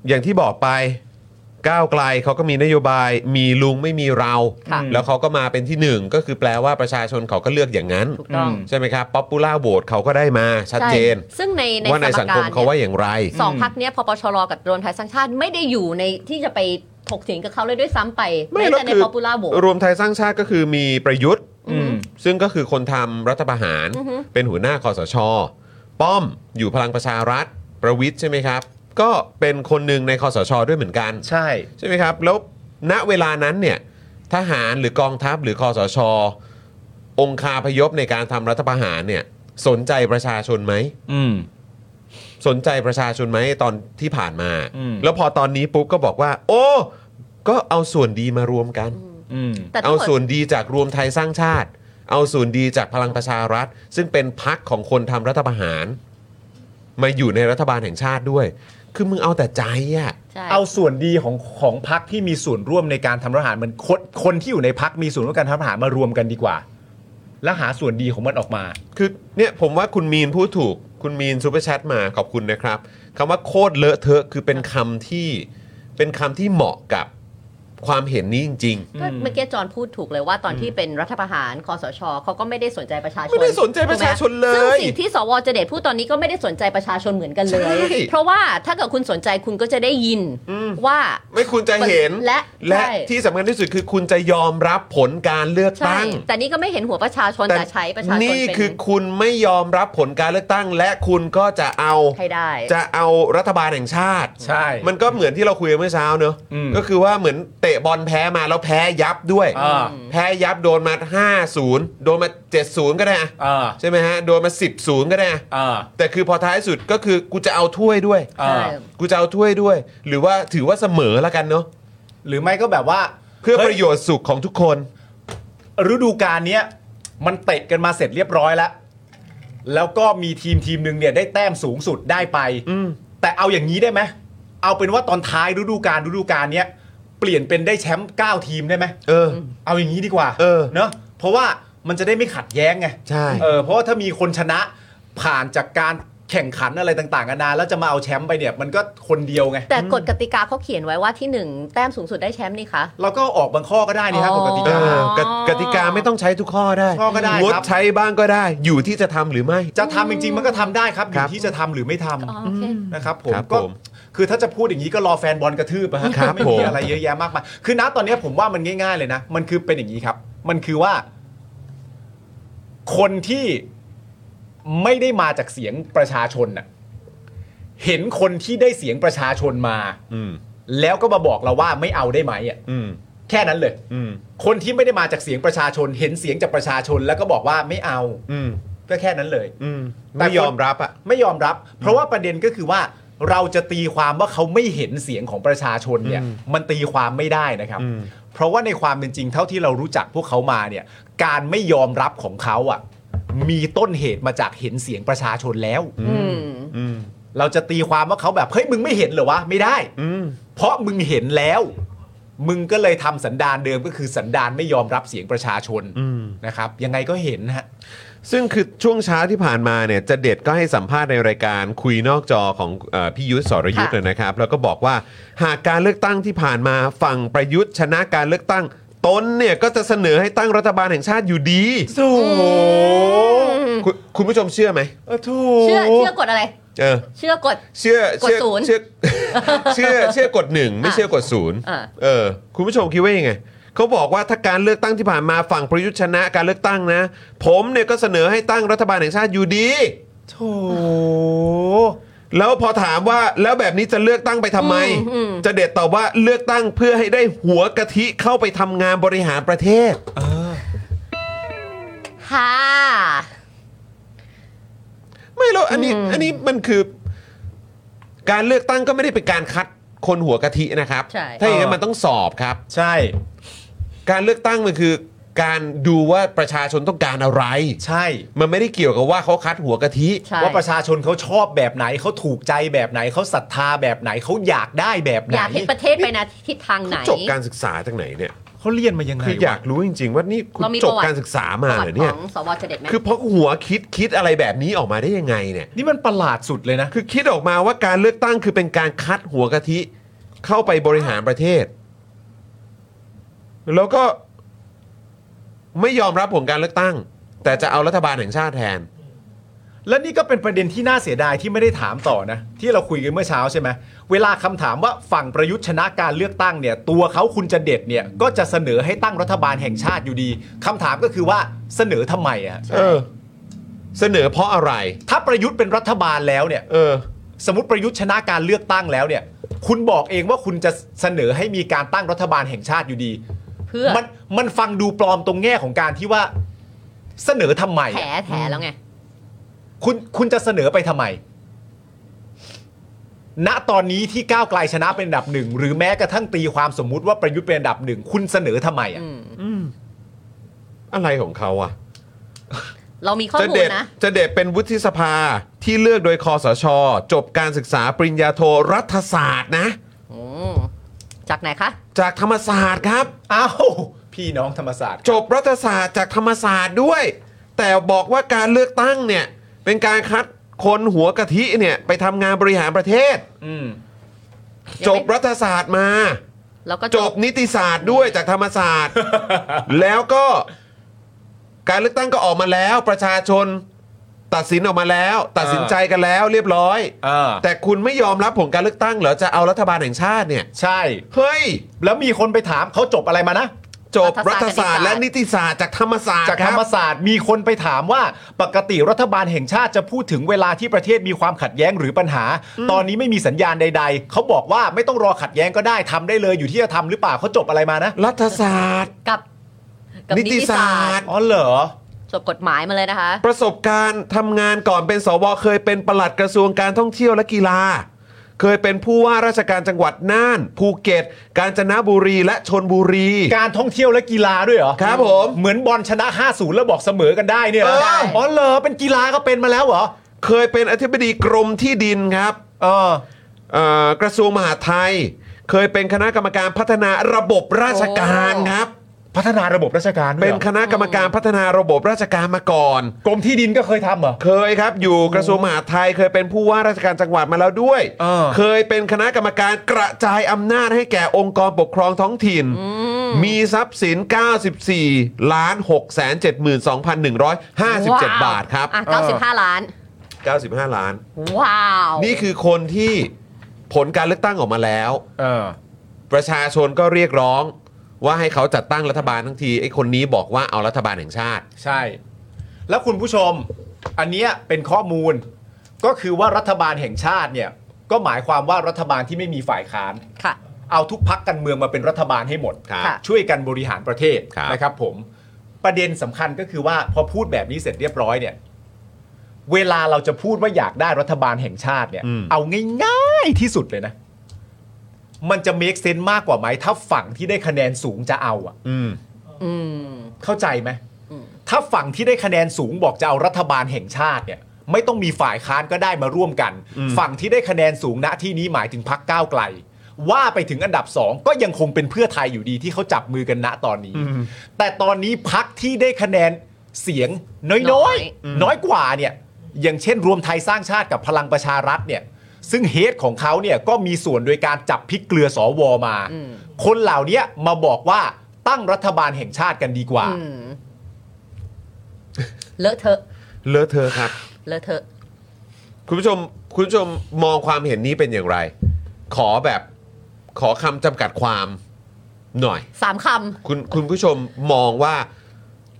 Speaker 1: อย่างที่บอกไปก้าวไกลเขาก็มีนโยบาย มีลุงไม่มีเรา
Speaker 2: ค่ะ
Speaker 1: แล้วเขาก็มาเป็นที่หนึ่งก็คือแปลว่าประชาชนเขาก็เลือกอย่างนั้น
Speaker 2: ถูกต้อง
Speaker 1: ใช่ไหมครับป๊อปปูล่าโหวตเขาก็ได้มาชัดเจน
Speaker 2: ซึ่งในใน
Speaker 1: ว่าใน
Speaker 2: ส
Speaker 1: สังค
Speaker 2: มกาม ร
Speaker 1: เขาว่าอย่างไร
Speaker 2: สองพักเนี้ยพปชรกับรวมไทยสร้างชาติไม่ได้อยู่ในที่จะไปถกเถียงกับเขาเลยด้วยซ้ำไป
Speaker 1: ไม่
Speaker 2: แต่
Speaker 1: แล้ว
Speaker 2: ใน
Speaker 1: คือ
Speaker 2: ป๊อปปูล่าโหวต
Speaker 1: รวมไทยสร้างชาติก็คือมีประยุทธ์
Speaker 2: อืม
Speaker 1: ซึ่งก็คือคนทำรัฐประหาร
Speaker 2: อือฮึ
Speaker 1: เป็นหัวหน้าคอสช ป้อมอยู่พลังประชารัฐ ประวิทย์ใช่ไหมครับ ก็เป็นคนหนึ่งในคอสช ด้วยเหมือนกัน
Speaker 3: ใช่
Speaker 1: ใช่ไหมครับ แล้วณเวลานั้นเนี่ยทหารหรือกองทัพหรือคอสช องคาพยพในการทำรัฐประหารเนี่ยสนใจประชาชนไหม
Speaker 3: อืม
Speaker 1: สนใจประชาชนไหมตอนที่ผ่านมา
Speaker 3: อืม
Speaker 1: แล้วพอตอนนี้ปุ๊บก็บอกว่า โอ้ ก็เอาส่วนดีมารวมกัน
Speaker 3: อืม
Speaker 2: แต่ทั้
Speaker 1: เอา
Speaker 2: งหมด
Speaker 1: ส่วนดีจากรวมไทยสร้างชาติ เอาส่วนดีจากพลังประชารัฐ ซึ่งเป็นพักของคนทำรัฐประหาร มาอยู่ในรัฐบาลแห่งชาติด้วย คือมึงเอาแต่ใจอะ
Speaker 2: ใช่
Speaker 3: เอาส่วนดีของของพักที่มีส่วนร่วมในการทำรัฐประหารมันคนคนที่อยู่ในพักมีส่วนร่วมการทำรัฐประหารมารวมกันดีกว่า และหาส่วนดีของมันออกมา
Speaker 1: คือเนี่ยผมว่าคุณมีนพูดถูกคุณมีนซูเปอร์แชทมาขอบคุณนะครับคำว่าโคตรเลอะเทอะคือเป็นคำที่เป็นคำที่เหมาะกับความเห็นนี้จริง
Speaker 2: ก็เมื่อกี้จอห์นพูดถูกเลยว่าตอนที่เป็นรัฐประหารคอสชเขาก็ไม่ได้สนใจประชาชน
Speaker 1: ไม่ได้สนใจประชาชนเลย
Speaker 2: ซึ่งสิ่งที่สวเจเดตพูดตอนนี้ก็ไม่ได้สนใจประชาชนเหมือนกันเลย
Speaker 1: ใช่
Speaker 2: เพราะว่าถ้าเกิดคุณสนใจคุณก็จะได้ยิน
Speaker 1: อืม
Speaker 2: ว่า
Speaker 1: ๆ ไม่คุณจะเห็น
Speaker 2: และ
Speaker 1: และ
Speaker 2: ใช่
Speaker 1: ที่สำคัญที่สุดคือคุณจะยอมรับผลการเลือก
Speaker 2: ใช่
Speaker 1: ตั้ง
Speaker 2: แต่นี่ก็ไม่เห็นหัวประชาชน
Speaker 1: แต่
Speaker 2: แต่ใช้ประชาชน
Speaker 1: นี่
Speaker 2: เป็น
Speaker 1: คือคุณไม่ยอมรับผลการเลือกตั้ง และคุณก็จะเอา
Speaker 2: ให้ได้
Speaker 1: จะเอารัฐบาลแห่งชาติ
Speaker 3: ใช่
Speaker 1: มันก็เหมือนที่เราคุยกันเมื่อเช้าเนอะ
Speaker 3: อืม
Speaker 1: ก็คือว่าเหมือนเตะบอลแพ้มาแล้วแพ้ยับด้วย
Speaker 3: อ่า
Speaker 1: แพ้ยับโดนมา 50 โดนมา 70 ก็ได้อะ
Speaker 3: เออ
Speaker 1: ใช่ไหมฮะ โดนมา 10 0 ก็ได้อะ
Speaker 3: เออ
Speaker 1: แต่คือพอท้ายสุดก็คือกูจะเอาถ้วยด้วย
Speaker 3: เออ
Speaker 2: ใช่
Speaker 1: กูจะเอาถ้วยด้วย หรือว่าถือว่าเสมอละกันเนาะ
Speaker 3: หรือไม่ก็แบบว่า
Speaker 1: เพื่อ
Speaker 3: ฮ้ย
Speaker 1: ประโยชน์สุขของทุกคน
Speaker 3: ฤดูกาลเนี้ยมันเตะกันมาเสร็จเรียบร้อยแล้ว แล้วก็มีทีมทีมหนึ่งเนี่ยได้แต้มสูงสุดได้ไป
Speaker 1: อืม
Speaker 3: แต่เอาอย่างนี้ได้ไหมเอาเป็นว่าตอนท้ายฤดูกาลฤดูกาลเนี้ยเปลี่ยนเป็นได้แชมป์9ทีมได้ไหม
Speaker 1: เออ
Speaker 3: เอาอย่างนี้ดีกว่า
Speaker 1: เออ
Speaker 3: อะเพราะว่ามันจะได้ไม่ขัดแย้งไง
Speaker 1: ใช่
Speaker 3: เออเพราะว่าถ้ามีคนชนะผ่านจากการแข่งขันอะไรต่างๆกันานาแล้วจะมาเอาแชมป์ไปเนี่ย มันก็คนเดียวไง
Speaker 2: แต่กฎกติกาเขาเขียนไว้ว่าที่หนึ่งแต้มสูงสุดได้แชมป์นี่คะ
Speaker 3: เราก็ออกบางข้อก็ได้นี่ครับ
Speaker 2: อ๋อ
Speaker 3: ก
Speaker 1: เอก
Speaker 3: ติา
Speaker 1: อกติกติกาไม่ต้องใช้ทุกข้อได้
Speaker 3: ข้อก็ได้
Speaker 1: งด
Speaker 3: ครับ
Speaker 1: ใช้บ้างก็ได้ อยู่ที่จะทำหรือไม่
Speaker 3: จะทำจริงๆ มันก็ทำได้ครับอ
Speaker 1: ครั
Speaker 3: ยู่
Speaker 1: บ
Speaker 3: ที่จะทำหรือไม่ทำ
Speaker 2: อ๋อโอเค
Speaker 3: นะครับผม
Speaker 1: ครับ
Speaker 3: ก็
Speaker 1: ผม
Speaker 3: คือถ้าจะพูดอย่างนี้ก็รอแฟนบอลกระทืบอะฮะ
Speaker 1: ครับ
Speaker 3: ไม่
Speaker 1: ผ
Speaker 3: มี
Speaker 1: ม
Speaker 3: อะไรเยอะแยะมากมายคือณตอนเนี้ยผมว่ามันง่าย ๆเลยนะมันคือเป็นอย่างนี้ครับ มันคือว่า คนที่ไม่ได้มาจากเสียงประชาชนน่ะเห็นคนที่ได้เสียงประชาชนมา
Speaker 1: อืม
Speaker 3: แล้วก็มาบอกเราว่าไม่เอาได้ไหมอ่ะ
Speaker 1: อืม
Speaker 3: แค่นั้นเลย
Speaker 1: อืม
Speaker 3: คนที่ไม่ได้มาจากเสียงประชาชน เห็นเสียงจากประชาชน แล้วก็บอกว่าไม่เอา
Speaker 1: อืม
Speaker 3: ก็แค่นั้นเลย
Speaker 1: อืม
Speaker 3: แต่
Speaker 1: ไม่
Speaker 3: คน
Speaker 1: ยอมรับอ่ะ
Speaker 3: ไม่ยอมรับ เพราะว่าประเด็นก็คือว่า เราจะตีความว่าเขาไม่เห็นเสียงของประชาชนเนี่ย
Speaker 1: อืม
Speaker 3: มันตีความไม่ได้นะครับ
Speaker 1: อืม
Speaker 3: เพราะว่าในความเป็นจริงเท่าที่เรารู้จักพวกเขามาเนี่ย การไม่ยอมรับของเขาอ่ะ มีต้นเหตุมาจากเห็นเสียงประชาชนแล้ว
Speaker 2: อืม
Speaker 1: อืม
Speaker 3: เราจะตีความว่าเขาแบบเฮ้ยมึงไม่เห็นเหรอวะไม่ได้
Speaker 1: อืม
Speaker 3: เพราะมึงเห็นแล้ว มึงก็เลยทำสันดานเดิมก็คือสันดานไม่ยอมรับเสียงประชาชน
Speaker 1: อืม
Speaker 3: นะครับ ยังไงก็เห็นนะฮะ
Speaker 1: ซึ่งคือช่วงเช้าที่ผ่านมาเนี่ยจะเด็ดก็ให้สัมภาษณ์ในรายการคุยนอกจอของเออพี่ยุทธสรยุทธ์
Speaker 2: ค่ะ
Speaker 1: เลยนะครับ แล้วก็บอกว่าหากการเลือกตั้งที่ผ่านมาฝั่งประยุทธ์ชนะการเลือกตั้ง ตนเนี่ยก็จะเสนอให้ตั้งรัฐบาลแห่งชาติอยู่ดี
Speaker 3: สู้
Speaker 1: คุณคุณผู้ชมเชื่อไหม
Speaker 3: ถู
Speaker 2: เชื่อเชื่อกฎอะไร
Speaker 1: เออ
Speaker 2: เชื่อกฎ
Speaker 1: เชื่อก
Speaker 2: ด
Speaker 1: เชื่อ
Speaker 2: ศูนย์
Speaker 1: เชื่อ เชื่อเชื่อกดหนึ่งไม่เชื่อกดศูนย์
Speaker 2: อ่า
Speaker 1: เออคุณผู้ชมคิดว่ายังไงเขาบอกว่าถ้าการเลือกตั้งที่ผ่านมาฝั่งประยุทธ์ชนะการเลือกตั้งนะ ผมเนี่ยก็เสนอให้ตั้งรัฐบาลแห่งชาติอยู่ดี
Speaker 3: ถู
Speaker 1: แล้วพอถามว่าแล้วแบบนี้จะเลือกตั้งไปทำไม จะเด็ดตอบว่าเลือกตั้งเพื่อให้ได้หัวกะทิเข้าไปทำงานบริหารประเทศ
Speaker 2: ค่ะ
Speaker 1: ไม่แล้วอันนี้อันนี้มันคือ การเลือกตั้งก็ไม่ได้เป็นการคัดคนหัวกะทินะครับ
Speaker 2: ใช่
Speaker 1: ถ้าอย่างนั้นมันต้องสอบครับ
Speaker 3: ใช่
Speaker 1: การเลือกตั้งมันคือการดูว่าประชาชนต้องการอะไร
Speaker 3: ใช่
Speaker 1: มันไม่ได้เกี่ยวกับว่าเขาคัดหัวกะทิ
Speaker 2: ใช่
Speaker 3: ว่าประชาชนเขาชอบแบบไหนเขาถูกใจแบบไหนเขาศรัทธาแบบไหนเขาอยากได้แบบไหน
Speaker 2: อยากเห็นประเทศไปในะทิศทางไหน
Speaker 1: จบการศึกษาจากไหนเนี่ย
Speaker 3: เขาเรียนมายังไง
Speaker 1: คืออยากรู้จริง ๆ ว่านี่คุณ
Speaker 2: เรามี
Speaker 1: จ
Speaker 2: ป
Speaker 1: บ
Speaker 2: ระวัติ
Speaker 1: การศึกษา
Speaker 2: ป
Speaker 1: มา
Speaker 2: ระวั
Speaker 1: เหร
Speaker 2: ติ
Speaker 1: อเนี่ย
Speaker 2: ของสวเจเด็ดไหม
Speaker 1: คือเพราะหัวคิดคิดอะไรแบบนี้ออกมาได้ยังไงเนี่ย
Speaker 3: นี่มันประหลาดสุดเลยนะ
Speaker 1: คือคิดออกมาว่าการเลือกตั้งคือเป็นการคัดหัวกะทิเข้าไปบริหารประเทศ แล้วก็ไม่ยอมรับผลการเลือกตั้ง แต่จะเอารัฐบาลแห่งชาติแทน
Speaker 3: และนี่ก็เป็นประเด็นที่น่าเสียดายที่ไม่ได้ถามต่อนะ ที่เราคุยกันเมื่อเช้าใช่ไหมเวลาคำถามว่าฝั่งประยุทธ์ชนะการเลือกตั้งเนี่ย ตัวเขาคุณจะเด็ดเนี่ย ก็จะเสนอให้ตั้งรัฐบาลแห่งชาติอยู่ดีคำถามก็คือว่าเสนอทำไมอะ
Speaker 1: เออ เสนอเพราะอะไร
Speaker 3: ถ้าประยุทธ์เป็นรัฐบาลแล้วเนี่ย
Speaker 1: เออ
Speaker 3: สมมติประยุทธ์ชนะการเลือกตั้งแล้วเนี่ย คุณบอกเองว่าคุณจะเสนอให้มีการตั้งรัฐบาลแห่งชาติอยู่ดี
Speaker 2: เพื่อ
Speaker 3: มันมันฟังดูปลอมตรงแง่ของการที่ว่าเสนอทำไม
Speaker 2: แถแถแล้วไง
Speaker 3: คุณคุณจะเสนอไปทำไม ณตอนนี้ที่ก้าวไกลชนะเป็นอันดับหนึ่งหรือแม้กระทั่งตีความสมมุติว่าประยุทธ์เป็นอันดับหนึ่งคุณเสนอทำไมอ่ะ
Speaker 2: อืม
Speaker 1: อะไรของเขาอะ
Speaker 2: เรามีข้อ
Speaker 1: จะ
Speaker 2: มู
Speaker 1: เด็
Speaker 2: ล
Speaker 1: ด
Speaker 2: นะ
Speaker 1: จะเด็ดเป็นวุฒิสภาที่เลือกโดยคอสช จบการศึกษาปริญญาโทรัฐศาสตร์นะ
Speaker 2: อืมจากไหนคะ
Speaker 1: จากธรรมศาสตร์ครับ
Speaker 3: อ้าวพี่น้องธรรมศาสตร์
Speaker 1: จบรัฐศาสตร์จากธรรมศาสตร์ด้วย แต่บอกว่าการเลือกตั้งเนี่ย เป็นการคัดคนหัวกะทิเนี่ย ไปทำงานบริหารประเทศ
Speaker 3: อืม
Speaker 1: จบรัฐศาสตร์มา
Speaker 2: แล้วก็
Speaker 1: จบนิติศาสตร์ด้วยจากธรรมศา สตร์ แล้วก็ การเลือกตั้งก็ออกมาแล้ว ประชาชนตัดสินออกมาแล้ว ตัดสินใจกันแล้วเรียบร้อย
Speaker 3: อ่า
Speaker 1: แต่คุณไม่ยอมรับผลการเลือกตั้งเหรอจะเอารัฐบาลแห่งชาติเนี่ย
Speaker 3: ใช่
Speaker 1: เฮ้ย
Speaker 3: แล้วมีคนไปถามเขาจบอะไรมานะ
Speaker 1: จบรัฐศาสตร์และนิติศาสตร์จากธรรมศาสตร์
Speaker 3: จาก
Speaker 1: ค
Speaker 3: ธร
Speaker 1: บ
Speaker 3: รมศาสตร์มีคนไปถามว่าปกติรัฐบาลแห่งชาติจะพูดถึงเวลาที่ประเทศมีความขัดแย้งหรือปัญหา ตอนนี้ไม่มีสัญญาณใด ๆ เขาบอกว่าไม่ต้องรอขัดแย้งก็ได้ทำได้เลยอยู่ที่จะทำหรือเปล่าเขาจบอะไรมานะ
Speaker 1: รัฐศาสตร์
Speaker 2: กับ กับ
Speaker 1: นิ
Speaker 2: นิ
Speaker 1: ติ
Speaker 2: ติ
Speaker 1: ศา
Speaker 2: ศา
Speaker 1: สต
Speaker 2: สต
Speaker 1: ร์
Speaker 2: ร์
Speaker 3: อ๋อเหรอ
Speaker 2: จบกฎหมายมาเลยนะคะ
Speaker 1: ประสบการณ์ทำงานก่อนเป็นสวเคยเป็นปลัดกระทรวงการท่องเที่ยวและกีฬา เคยเป็นผู้ว่าราชการจังหวัดน่าน ภูเก็ต กาญจนบุรีและชนบุรี
Speaker 3: การท่องเที่ยวและกีฬาด้วยเหรอ
Speaker 1: ครับผม
Speaker 3: เหมือนบอลชนะ 5-0 แล้วบอกเสมอกันได้เนี่ยเหรอ
Speaker 2: เออ
Speaker 3: อ๋อเหรอเป็นกีฬาก็เป็นมาแล้วเหรอ
Speaker 1: เคยเป็นอธิบดีกรมที่ดินครับ
Speaker 3: เออ
Speaker 1: เอ่อกระทรวงมหาดไทย เคยเป็นคณะกรรมการพัฒนาระบบราชการครับ
Speaker 3: พัฒนาระบบราชการด้วย
Speaker 1: เป็น
Speaker 3: หรอ
Speaker 1: คณะกรรมการพัฒนาระบบราชการมาก่อน
Speaker 3: กรมที่ดินก็เคยทำเหรอ
Speaker 1: เคยครับ อยู่กระทรวงมหาดไทยเคยเป็นผู้ว่าราชการจังหวัดมาแล้วด้วย
Speaker 3: เออ
Speaker 1: เคยเป็นคณะกรรมการกระจายอำนาจให้แก่องค์กรปกครองท้องถิ่น มีทรัพย์สิน 94 ล้าน6 7 2 1 5 7 บาทครับ
Speaker 2: อ่ะเก้าสิบห้าล้าน
Speaker 1: 95 ล้าน
Speaker 2: ว้าว
Speaker 1: นี่คือคนที่ผลการเลือกตั้งออกมาแล้ว
Speaker 3: เออ
Speaker 1: ประชาชนก็เรียกร้องว่าให้เขาจัดตั้งรัฐบาลทั้งทีไอ้คนนี้บอกว่าเอารัฐบาลแห่งชาติ
Speaker 3: ใช่ แล้วคุณผู้ชม อันเนี้ยเป็นข้อมูล ก็คือว่ารัฐบาลแห่งชาติเนี่ย ก็หมายความว่ารัฐบาลที่ไม่มีฝ่ายค้าน
Speaker 2: ค่ะ
Speaker 3: เอาทุกพักการเมืองมาเป็นรัฐบาลให้หมด
Speaker 1: ครับ
Speaker 2: ค่ะ
Speaker 3: ช่วยกันบริหารประเทศ
Speaker 1: ครับ
Speaker 3: นะครับผม ประเด็นสำคัญก็คือว่าพอพูดแบบนี้เสร็จเรียบร้อยเนี่ย เวลาเราจะพูดว่าอยากได้รัฐบาลแห่งชาติเนี่ย เอาง่ายๆที่สุดเลยนะ มันจะ make sense มากกว่าไหมถ้าฝั่งที่ได้คะแนนสูงจะเอาอะ
Speaker 1: อืม
Speaker 2: อืม
Speaker 3: เข้าใจไหม
Speaker 2: อืม
Speaker 3: ถ้าฝั่งที่ได้คะแนนสูงบอกจะเอารัฐบาลแห่งชาติเนี่ย ไม่ต้องมีฝ่ายค้านก็ได้มาร่วมกัน ฝั่งที่ได้คะแนนสูงณที่นี้หมายถึงพักก้าวไกล ว่าไปถึงอันดับสองก็ยังคงเป็นเพื่อไทยอยู่ดีที่เขาจับมือกันณตอนนี้ แต่ตอนนี้พักที่ได้คะแนนเสียงน้อยๆ
Speaker 2: น้
Speaker 3: น้อ
Speaker 2: อย ย
Speaker 3: กว่าเนี่ยอย่างเช่นรวมไทยสร้างชาติกับพลังประชารัฐเนี่ยซึ่งเฮดของเขาเนี่ยก็มีส่วนโดยการจับพริกเกลือสอวอมา คนเหล่านี้มาบอกว่าตั้งรัฐบาลแห่งชาติกันดีกว่า
Speaker 2: อืม เลอะเทอะ
Speaker 1: เลอะเทอะครับ
Speaker 2: เลอะเทอะ
Speaker 1: คุณผู้ชมคุณผู้ชมมองความเห็นนี้เป็นอย่างไร ขอแบบขอคำจำกัดความหน่อย
Speaker 2: สามค
Speaker 1: คุณคุณผู้ชมมองว่า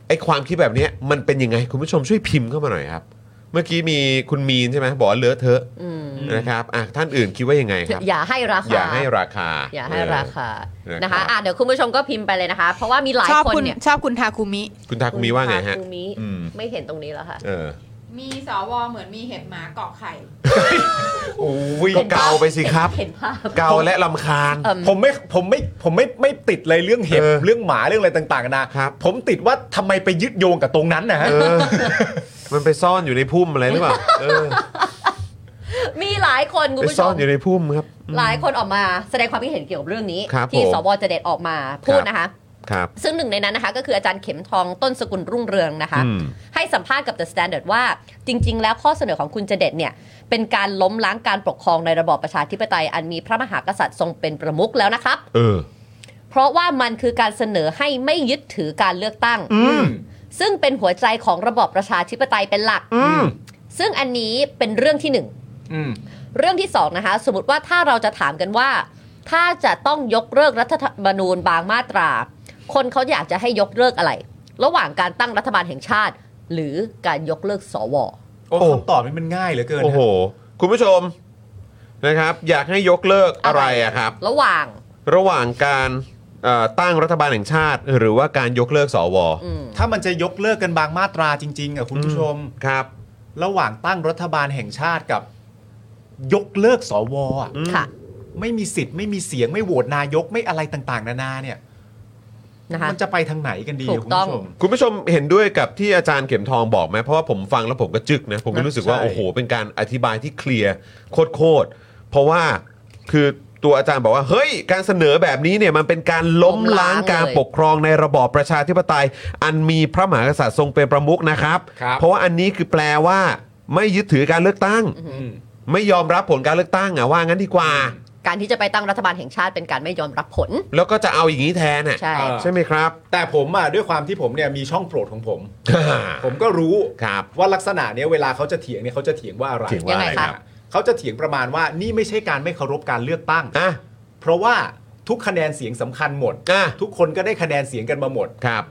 Speaker 1: ไอ้ความคิดแบบเนี้ยมันเป็นยังไง คุณผู้ชมช่วยพิมพ์เข้ามาหน่อยครับ เมื่อกี้มีคุณมีนใช่ไหมบอกว่าเลอะเทอะ
Speaker 2: ำอืม
Speaker 1: นะครับอ่ะท่านอื่นคิดว่ายังไงครับ
Speaker 2: อย่าให้ราคา
Speaker 1: อย่าให้ราคา
Speaker 2: อย่าให้ราคา
Speaker 1: นะครับ
Speaker 2: นะคะอ่ะเดี๋ยวคุณผู้ชมก็พิมพ์ไปเลยนะคะ เพราะว่ามีหลาย
Speaker 4: ชอบ
Speaker 2: คน
Speaker 4: คุณ
Speaker 2: เนี่ย
Speaker 4: ชอบคุณทาคุมิ
Speaker 1: คุณทาคุมีว่าไงฮะ
Speaker 2: คุณมิ
Speaker 1: อืม
Speaker 2: ไม่เห็นตรงนี้แล้วค่ะ
Speaker 1: เออ
Speaker 4: มีสวเหมือนมีเห็บหมาเกาะไข่
Speaker 3: โอ้ย
Speaker 1: ก็เกาไปสิครับ
Speaker 2: เห็นภาพ
Speaker 1: เกาและลำคาญ
Speaker 2: เอิ่ม
Speaker 3: ผมไม่ผมไม่ผมไม่ไม่ติดเลยเรื่องเห็บ
Speaker 1: เออ
Speaker 3: เรื่องหมาเรื่องอะไรต่างๆนะครับ ผมติดว่าทำไมไปยึดโยงกับตรงนั้นนะฮะ
Speaker 1: เออ มันไปซ่อนอยู่ในพุ่มอะไรหรือเปล่าเออ
Speaker 2: มีหลายคนคุณ
Speaker 1: ไป
Speaker 2: ผู้ช
Speaker 1: ซ่อน
Speaker 2: ม
Speaker 1: อยู่ในพุ่มครับ
Speaker 2: หลายคนออกมาแสดงความคิดเห็นเกี่ยวกับเรื่องนี้
Speaker 1: ครับ
Speaker 2: ที่
Speaker 1: ผม
Speaker 2: สวจะเด็ดออกมาพูดนะคะ
Speaker 1: ครับ
Speaker 2: ซึ่งหนึ่งในนั้นนะคะก็คืออาจารย์เข็มทองต้นสกุลรุ่งเรืองนะคะ
Speaker 1: อืม
Speaker 2: ให้สัมภาษณ์กับ The Standard ว่าจริง ๆ แล้วข้อเสนอของคุณเจเดตเนี่ย เป็นการล้มล้างการปกครองในระบอบประชาธิปไตย อันมีพระมหากษัตริย์ทรงเป็นประมุขแล้วนะครับ
Speaker 1: เออ
Speaker 2: เพราะว่ามันคือการเสนอให้ไม่ยึดถือการเลือกตั้ง
Speaker 3: อืม
Speaker 2: ซึ่งเป็นหัวใจของระบอบประชาธิปไตยเป็นหลัก
Speaker 3: อืม
Speaker 2: ซึ่งอันนี้เป็นเรื่องที่หนึ่ง
Speaker 3: อืม
Speaker 2: เรื่องที่ 2 นะคะ สมมติว่าถ้าเราจะถามกันว่า ถ้าจะต้องยกเลิกรัฐธรรมนูญบางมาตรา คนเขาอยากจะให้ยกเลิกอะไร ระหว่างการตั้งรัฐบาลแห่งชาติ หรือการยกเลิกสว
Speaker 3: โอ้
Speaker 1: โอ้
Speaker 3: คำตอบนี้มันง่ายเหลือเกิน
Speaker 1: โอ้โห คุณผู้ชมนะครับ อยากให้ยกเลิกอะไรอะครับ
Speaker 2: ระหว่าง
Speaker 1: ระหว่างการเอ่อตั้งรัฐบาลแห่งชาติ หรือว่าการยกเลิกสว
Speaker 2: อืม
Speaker 3: ถ้ามันจะยกเลิกกันบางมาตราจริง ๆอ่ะคุณผู้ชม
Speaker 1: ครับ
Speaker 3: ระหว่างตั้งรัฐบาลแห่งชาติกับ ยกเลิกสวอ่ะ
Speaker 1: อืม
Speaker 2: ค่ะ
Speaker 3: ไม่มีสิทธิ์ไม่มีเสียงไม่โหวตนายกไม่อะไรต่างๆ นานาเนี่ย
Speaker 2: นะคะ
Speaker 3: มันจะไปทางไหนกันดี
Speaker 2: ถูก
Speaker 3: อะคุณ
Speaker 2: ต้อง
Speaker 3: ผู้ชม
Speaker 1: คุณผู้ชมเห็นด้วยกับที่อาจารย์เข็มทองบอกไหมเพราะว่าผมฟังแล้วผมก็จึกนะ ผมก็รู้สึกว่า
Speaker 3: ใช่
Speaker 1: โอ้โห เป็นการอธิบายที่เคลียร์โคตรๆเพราะว่าคือตัวอาจารย์บอกว่า เฮ้ย การเสนอแบบนี้เนี่ยมันเป็นการล้ม
Speaker 2: ล้มล้า
Speaker 1: ล้างงการ
Speaker 2: เลย
Speaker 1: ปกครองในระบอบประชาธิปไตย อันมีพระมหากษัตริย์ทรงเป็นประมุขนะครับ
Speaker 3: ครับ
Speaker 1: เพราะว่าอันนี้คือแปลว่า ไม่ยึดถือการเลือกตั้ง ไม่ยอมรับผลการเลือกตั้งอ่ะว่างั้นดีกว่า
Speaker 2: การที่จะไปตั้งรัฐบาลแห่งชาติเป็นการไม่ยอมรับผ ล
Speaker 1: แล้วก็จะเอาอย่างนี้แทนอ่ะ
Speaker 2: ใช่
Speaker 3: เออ
Speaker 1: ใช่ไหมครับ
Speaker 3: แต่ผมอ่ะด้วยความที่ผมเนี่ยมีช่องโปรดของผม ผมก็รู้
Speaker 1: ครับ
Speaker 3: ว่าลักษณะเนี้ยเวลาเขาจะเถียงเนี่ยเขาจะเถียงว่าอะไร
Speaker 1: เถียงว่าอะไร
Speaker 2: ยังไง
Speaker 1: ค
Speaker 2: คะ
Speaker 1: รับ
Speaker 3: เขาจะเถียงประมาณว่านี่ไม่ใช่การไม่เคารพการเลือกตั้ง
Speaker 1: อ่ะ
Speaker 3: เพราะว่าทุกคะแนนเสียงสำคัญหมด
Speaker 1: อ่ะ
Speaker 3: ทุกคนก็ได้คะแนนเสียงกันมาหมด
Speaker 1: ครับ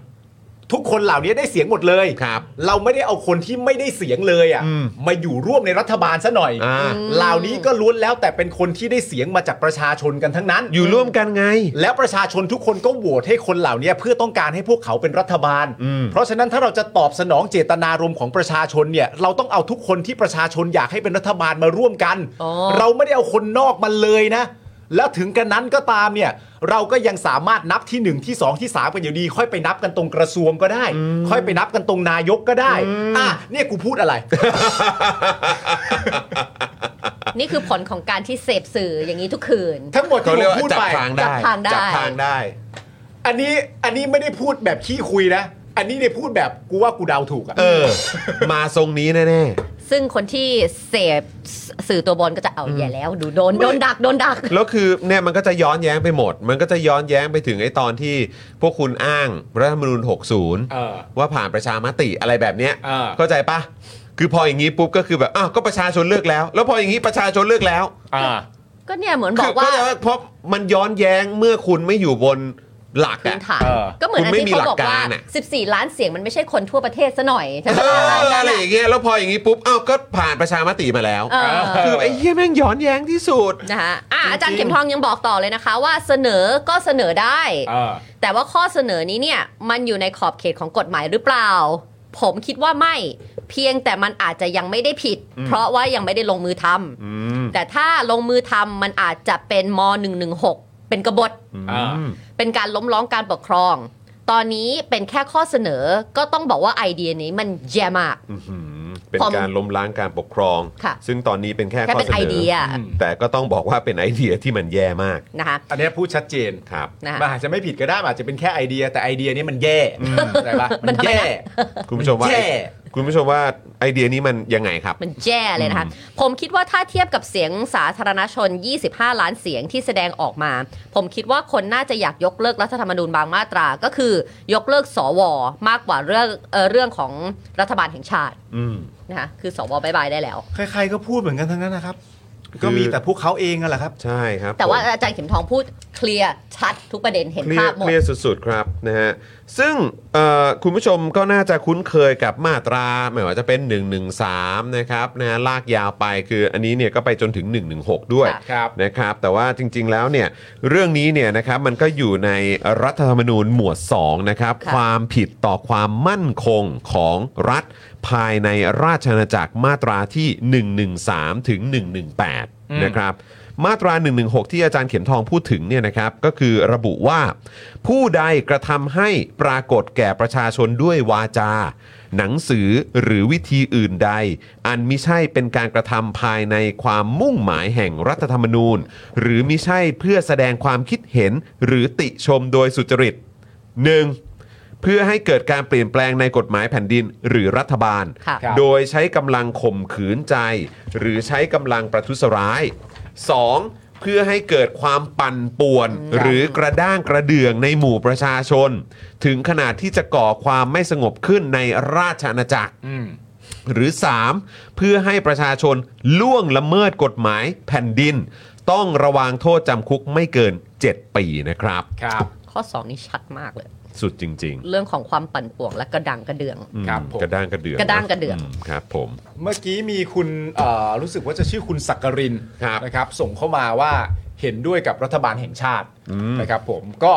Speaker 3: ทุกคนเหล่านี้ได้เสียงหมดเลย
Speaker 1: ครับ
Speaker 3: เราไม่ได้เอาคนที่ไม่ได้เสียงเลยอ่ะ
Speaker 1: อืม
Speaker 3: มาอยู่ร่วมในรัฐบาลซะหน่อย
Speaker 1: อ่า
Speaker 3: เหล่านี้ก็ล้วนแล้วแต่เป็นคนที่ได้เสียงมาจากประชาชนกันทั้งนั้น
Speaker 1: อยู่ร่วมกันไง
Speaker 3: แล้วประชาชนทุกคนก็โหวตให้คนเหล่านี้เพื่อต้องการให้พวกเขาเป็นรัฐบาล
Speaker 1: อืม
Speaker 3: เพราะฉะนั้นถ้าเราจะตอบสนองเจตนารมณ์ของประชาชนเนี่ย เราต้องเอาทุกคนที่ประชาชนอยากให้เป็นรัฐบาลมาร่วมกัน
Speaker 2: อ๋อ
Speaker 3: เราไม่ได้เอาคนนอกมาเลยนะ แล้วถึงกันนั้นก็ตามเนี่ย เราก็ยังสามารถนับที่หนึ่งที่สองที่สามกันอยู่ดี ค่อยไปนับกันตรงกระทรวงก็ได้ ค่อยไปนับกันตรงนายกก็ได้อ่ะเนี่ยกูพูดอะไร
Speaker 2: นี่คือผลของการที่เสพสื่ออย่างนี้ทุกคื น
Speaker 3: ทั้งหมด
Speaker 1: เขา
Speaker 3: ที่
Speaker 1: เรียก
Speaker 3: ผม
Speaker 1: ว่า
Speaker 3: พูด
Speaker 1: จับ
Speaker 3: ไป
Speaker 1: ทางได้
Speaker 2: จับทางได้
Speaker 1: จับทางได้
Speaker 3: อันนี้อันนี้ไม่ได้พูดแบบขี้คุยนะ อันนี้ได้พูดแบบกูว่ากูเดาถูกอะ
Speaker 1: เออ มาทรงนี้แน่
Speaker 2: ซึ่งคนที่เสพสื่อตัวบนก็จะเอาแย่แล้วดูโดนโดนดักโดนดัก
Speaker 1: ๆ แล้วคือเนี่ยมันก็จะย้อนแย้งไปหมด มันก็จะย้อนแย้งไปถึงไอ้ตอนที่พวกคุณอ้างรัฐธรรมนูญ
Speaker 3: เออ
Speaker 1: 60 ว่าผ่านประชามติอะไรแบบเนี้ย
Speaker 3: เออ
Speaker 1: เข้าใจปะคือพออย่างนี้ปุ๊บก็คือแบบอ้าวก็ประชาชนเลือกแล้ว แล้วพออย่างนี้ประชาชนเลือกแล้ว
Speaker 3: อ่า
Speaker 2: ก็เนี่ยเหมือนบ
Speaker 1: คือ อก
Speaker 2: ว่า
Speaker 1: เข้าใจว่าเพราะมันย้อนแย้งเมื่อคุณไม่อยู่บนหลัก
Speaker 2: พื้
Speaker 1: อะ
Speaker 2: นฐาน
Speaker 3: เออ
Speaker 2: ก็เหมือนอัน
Speaker 1: คุณไม่
Speaker 2: ที่
Speaker 1: มี
Speaker 2: เขาบอก
Speaker 1: หลั
Speaker 2: ว่า
Speaker 1: กการอะ
Speaker 2: 14 ล้านเสียงมันไม่ใช่คนทั่วประเทศซะหน่อยใช่ไหม
Speaker 1: เอออะไรอย่างเงี้ยแล้วพออย่างงี้ปุ๊บอ้าวก็ผ่านประชามติมาแล้ว
Speaker 2: เออ
Speaker 1: คือไอ้เหี้ยแม่งย้อนแย้งที่สุด
Speaker 2: นะคะอ่ะอาจารย์
Speaker 1: จริงๆ
Speaker 2: เข็มทองยังบอกต่อเลยนะคะ ว่าเสนอก็เสนอได้
Speaker 3: เออ
Speaker 2: แต่ว่าข้อเสนอนี้เนี่ยมันอยู่ในขอบเขตของกฎหมายหรือเปล่า ผมคิดว่าไม่ เพียงแต่มันอาจจะยังไม่ได้ผิด เพราะว่ายังไม่ได้ลงมือทำ
Speaker 1: อืม
Speaker 2: แต่ถ้าลงมือทำมันอาจจะเป็นม .116 เป็นกบฏ
Speaker 3: อ่า
Speaker 2: เป็นการล้มล้องการปกครอง ตอนนี้เป็นแค่ข้อเสนอ ก็ต้องบอกว่าไอเดียนี้มันแย่มาก
Speaker 1: อื้อหือเป็น
Speaker 2: ผม
Speaker 1: การล้มล้างการปกครอง
Speaker 2: ค่ะ
Speaker 1: ซึ่งตอนนี้เป็นแค่
Speaker 2: แค่
Speaker 1: ข้อ
Speaker 2: เป็น
Speaker 1: เส
Speaker 2: ไอน
Speaker 1: อ
Speaker 2: เดีย
Speaker 3: อืม
Speaker 1: แต่ก็ต้องบอกว่าเป็นไอเดียที่มันแย่มาก
Speaker 2: นะคะ
Speaker 3: อันเนี้ยพูดชัดเจน
Speaker 1: ครับ
Speaker 2: นะคะ
Speaker 3: มันอาจจะไม่ผิดก็ได้มันอาจจะเป็นแค่ไอเดีย แต่ไอเดียนี้มันแย่เข้าใจปะ
Speaker 2: มันทำไมนะ
Speaker 3: แย่
Speaker 1: คุณผู้ชมว่า
Speaker 3: แย่
Speaker 1: คุณผู้ชมว่าไอเดียนี้มันยังไงครับ
Speaker 2: มันแย่เลยนะคะ ผมคิดว่าถ้าเทียบกับเสียงสาธารณชน 25 ล้านเสียงที่แสดงออกมา ผมคิดว่าคนน่าจะอยากยกเลิกรัฐธรรมนูญบางมาตรา ก็คือยกเลิกสว มากกว่าเรื่องเอ่อเรื่องของรัฐบาลแห่งชาติ
Speaker 1: อืม
Speaker 2: นะคะ คือสวบายบายได้แล้ว
Speaker 3: ใครๆก็พูดเหมือนกันทั้งนั้นนะครับ
Speaker 1: คือ
Speaker 3: ก็มีแต่พวกเขาเองนั่นแหละครับ
Speaker 1: ใช่ครับ
Speaker 2: แต่ว่า
Speaker 1: ผม
Speaker 2: อาจารย์เข็มทองพูดเคลียร์ชัดทุกประเด็นเห็น
Speaker 1: เคลีย
Speaker 2: ภาพ
Speaker 1: ร์
Speaker 2: หม
Speaker 1: เค
Speaker 2: ด
Speaker 1: ลียร์สุดๆครับนะฮะซึ่งเอ่อคุณผู้ชมก็น่าจะคุ้นเคยกับมาตราไม่ว่าจะเป็น 113 นะครับนะลากยาวไปคืออันนี้เนี่ยก็ไปจนถึง 116 ด้วย
Speaker 2: ค่ะ
Speaker 3: ครับ
Speaker 1: นะครับแต่ว่าจริงๆแล้วเนี่ยเรื่องนี้เนี่ยนะครับมันก็อยู่ในรัฐธรรมนูญหมวด 2 นะครับ
Speaker 2: ค่ะ
Speaker 1: ความผิดต่อความมั่นคงของรัฐภายในราชอาณาจักรมาตราที่ 113 ถึง 118 นะครับ มาตรา 116 ที่อาจารย์เข็มทองพูดถึงเนี่ยนะครับ ก็คือระบุว่า ผู้ใดกระทำให้ปรากฏแก่ประชาชนด้วยวาจา หนังสือหรือวิธีอื่นใด อันมิใช่เป็นการกระทำภายในความมุ่งหมายแห่งรัฐธรรมนูญ หรือมิใช่เพื่อแสดงความคิดเห็นหรือติชมโดยสุจริต 1. เพื่อให้เกิดการเปลี่ยนแปลงในกฎหมายแผ่นดินหรือรัฐบาล
Speaker 2: ค่ะ
Speaker 3: ครับ
Speaker 1: โดยใช้กำลังข่มขืนใจ หรือใช้กำลังประทุษร้าย 2. เพื่อให้เกิดความปั่นป่วน หรือกระด้างกระเดื่องในหมู่ประชาชน ถึงขนาดที่จะก่อความไม่สงบขึ้นในราชอาณาจักร
Speaker 3: อืม
Speaker 1: หรือ 3. เพื่อให้ประชาชนล่วงละเมิดกฎหมายแผ่นดิน ต้องระวางโทษจำคุกไม่เกิน 7 ปีนะครับ
Speaker 3: ครับ
Speaker 2: ข้อ 2 นี่ชัดมากเลย
Speaker 1: สุดจริง
Speaker 2: เรื่องของความปั่นป่วงและกระดังกระเดือง
Speaker 1: ๆอืม
Speaker 3: ครับผม
Speaker 1: กระด้างกระเดือง
Speaker 2: กระด้างกระเดื่อง
Speaker 1: มครับผม
Speaker 3: เมื่อกี้มีคุณเอ่อรู้สึกว่าจะชื่อคุณสักกริน
Speaker 1: ครับ
Speaker 3: นะครับ ส่งเข้ามาว่าเห็นด้วยกับรัฐบาลแห่งชาตินะครับผมก็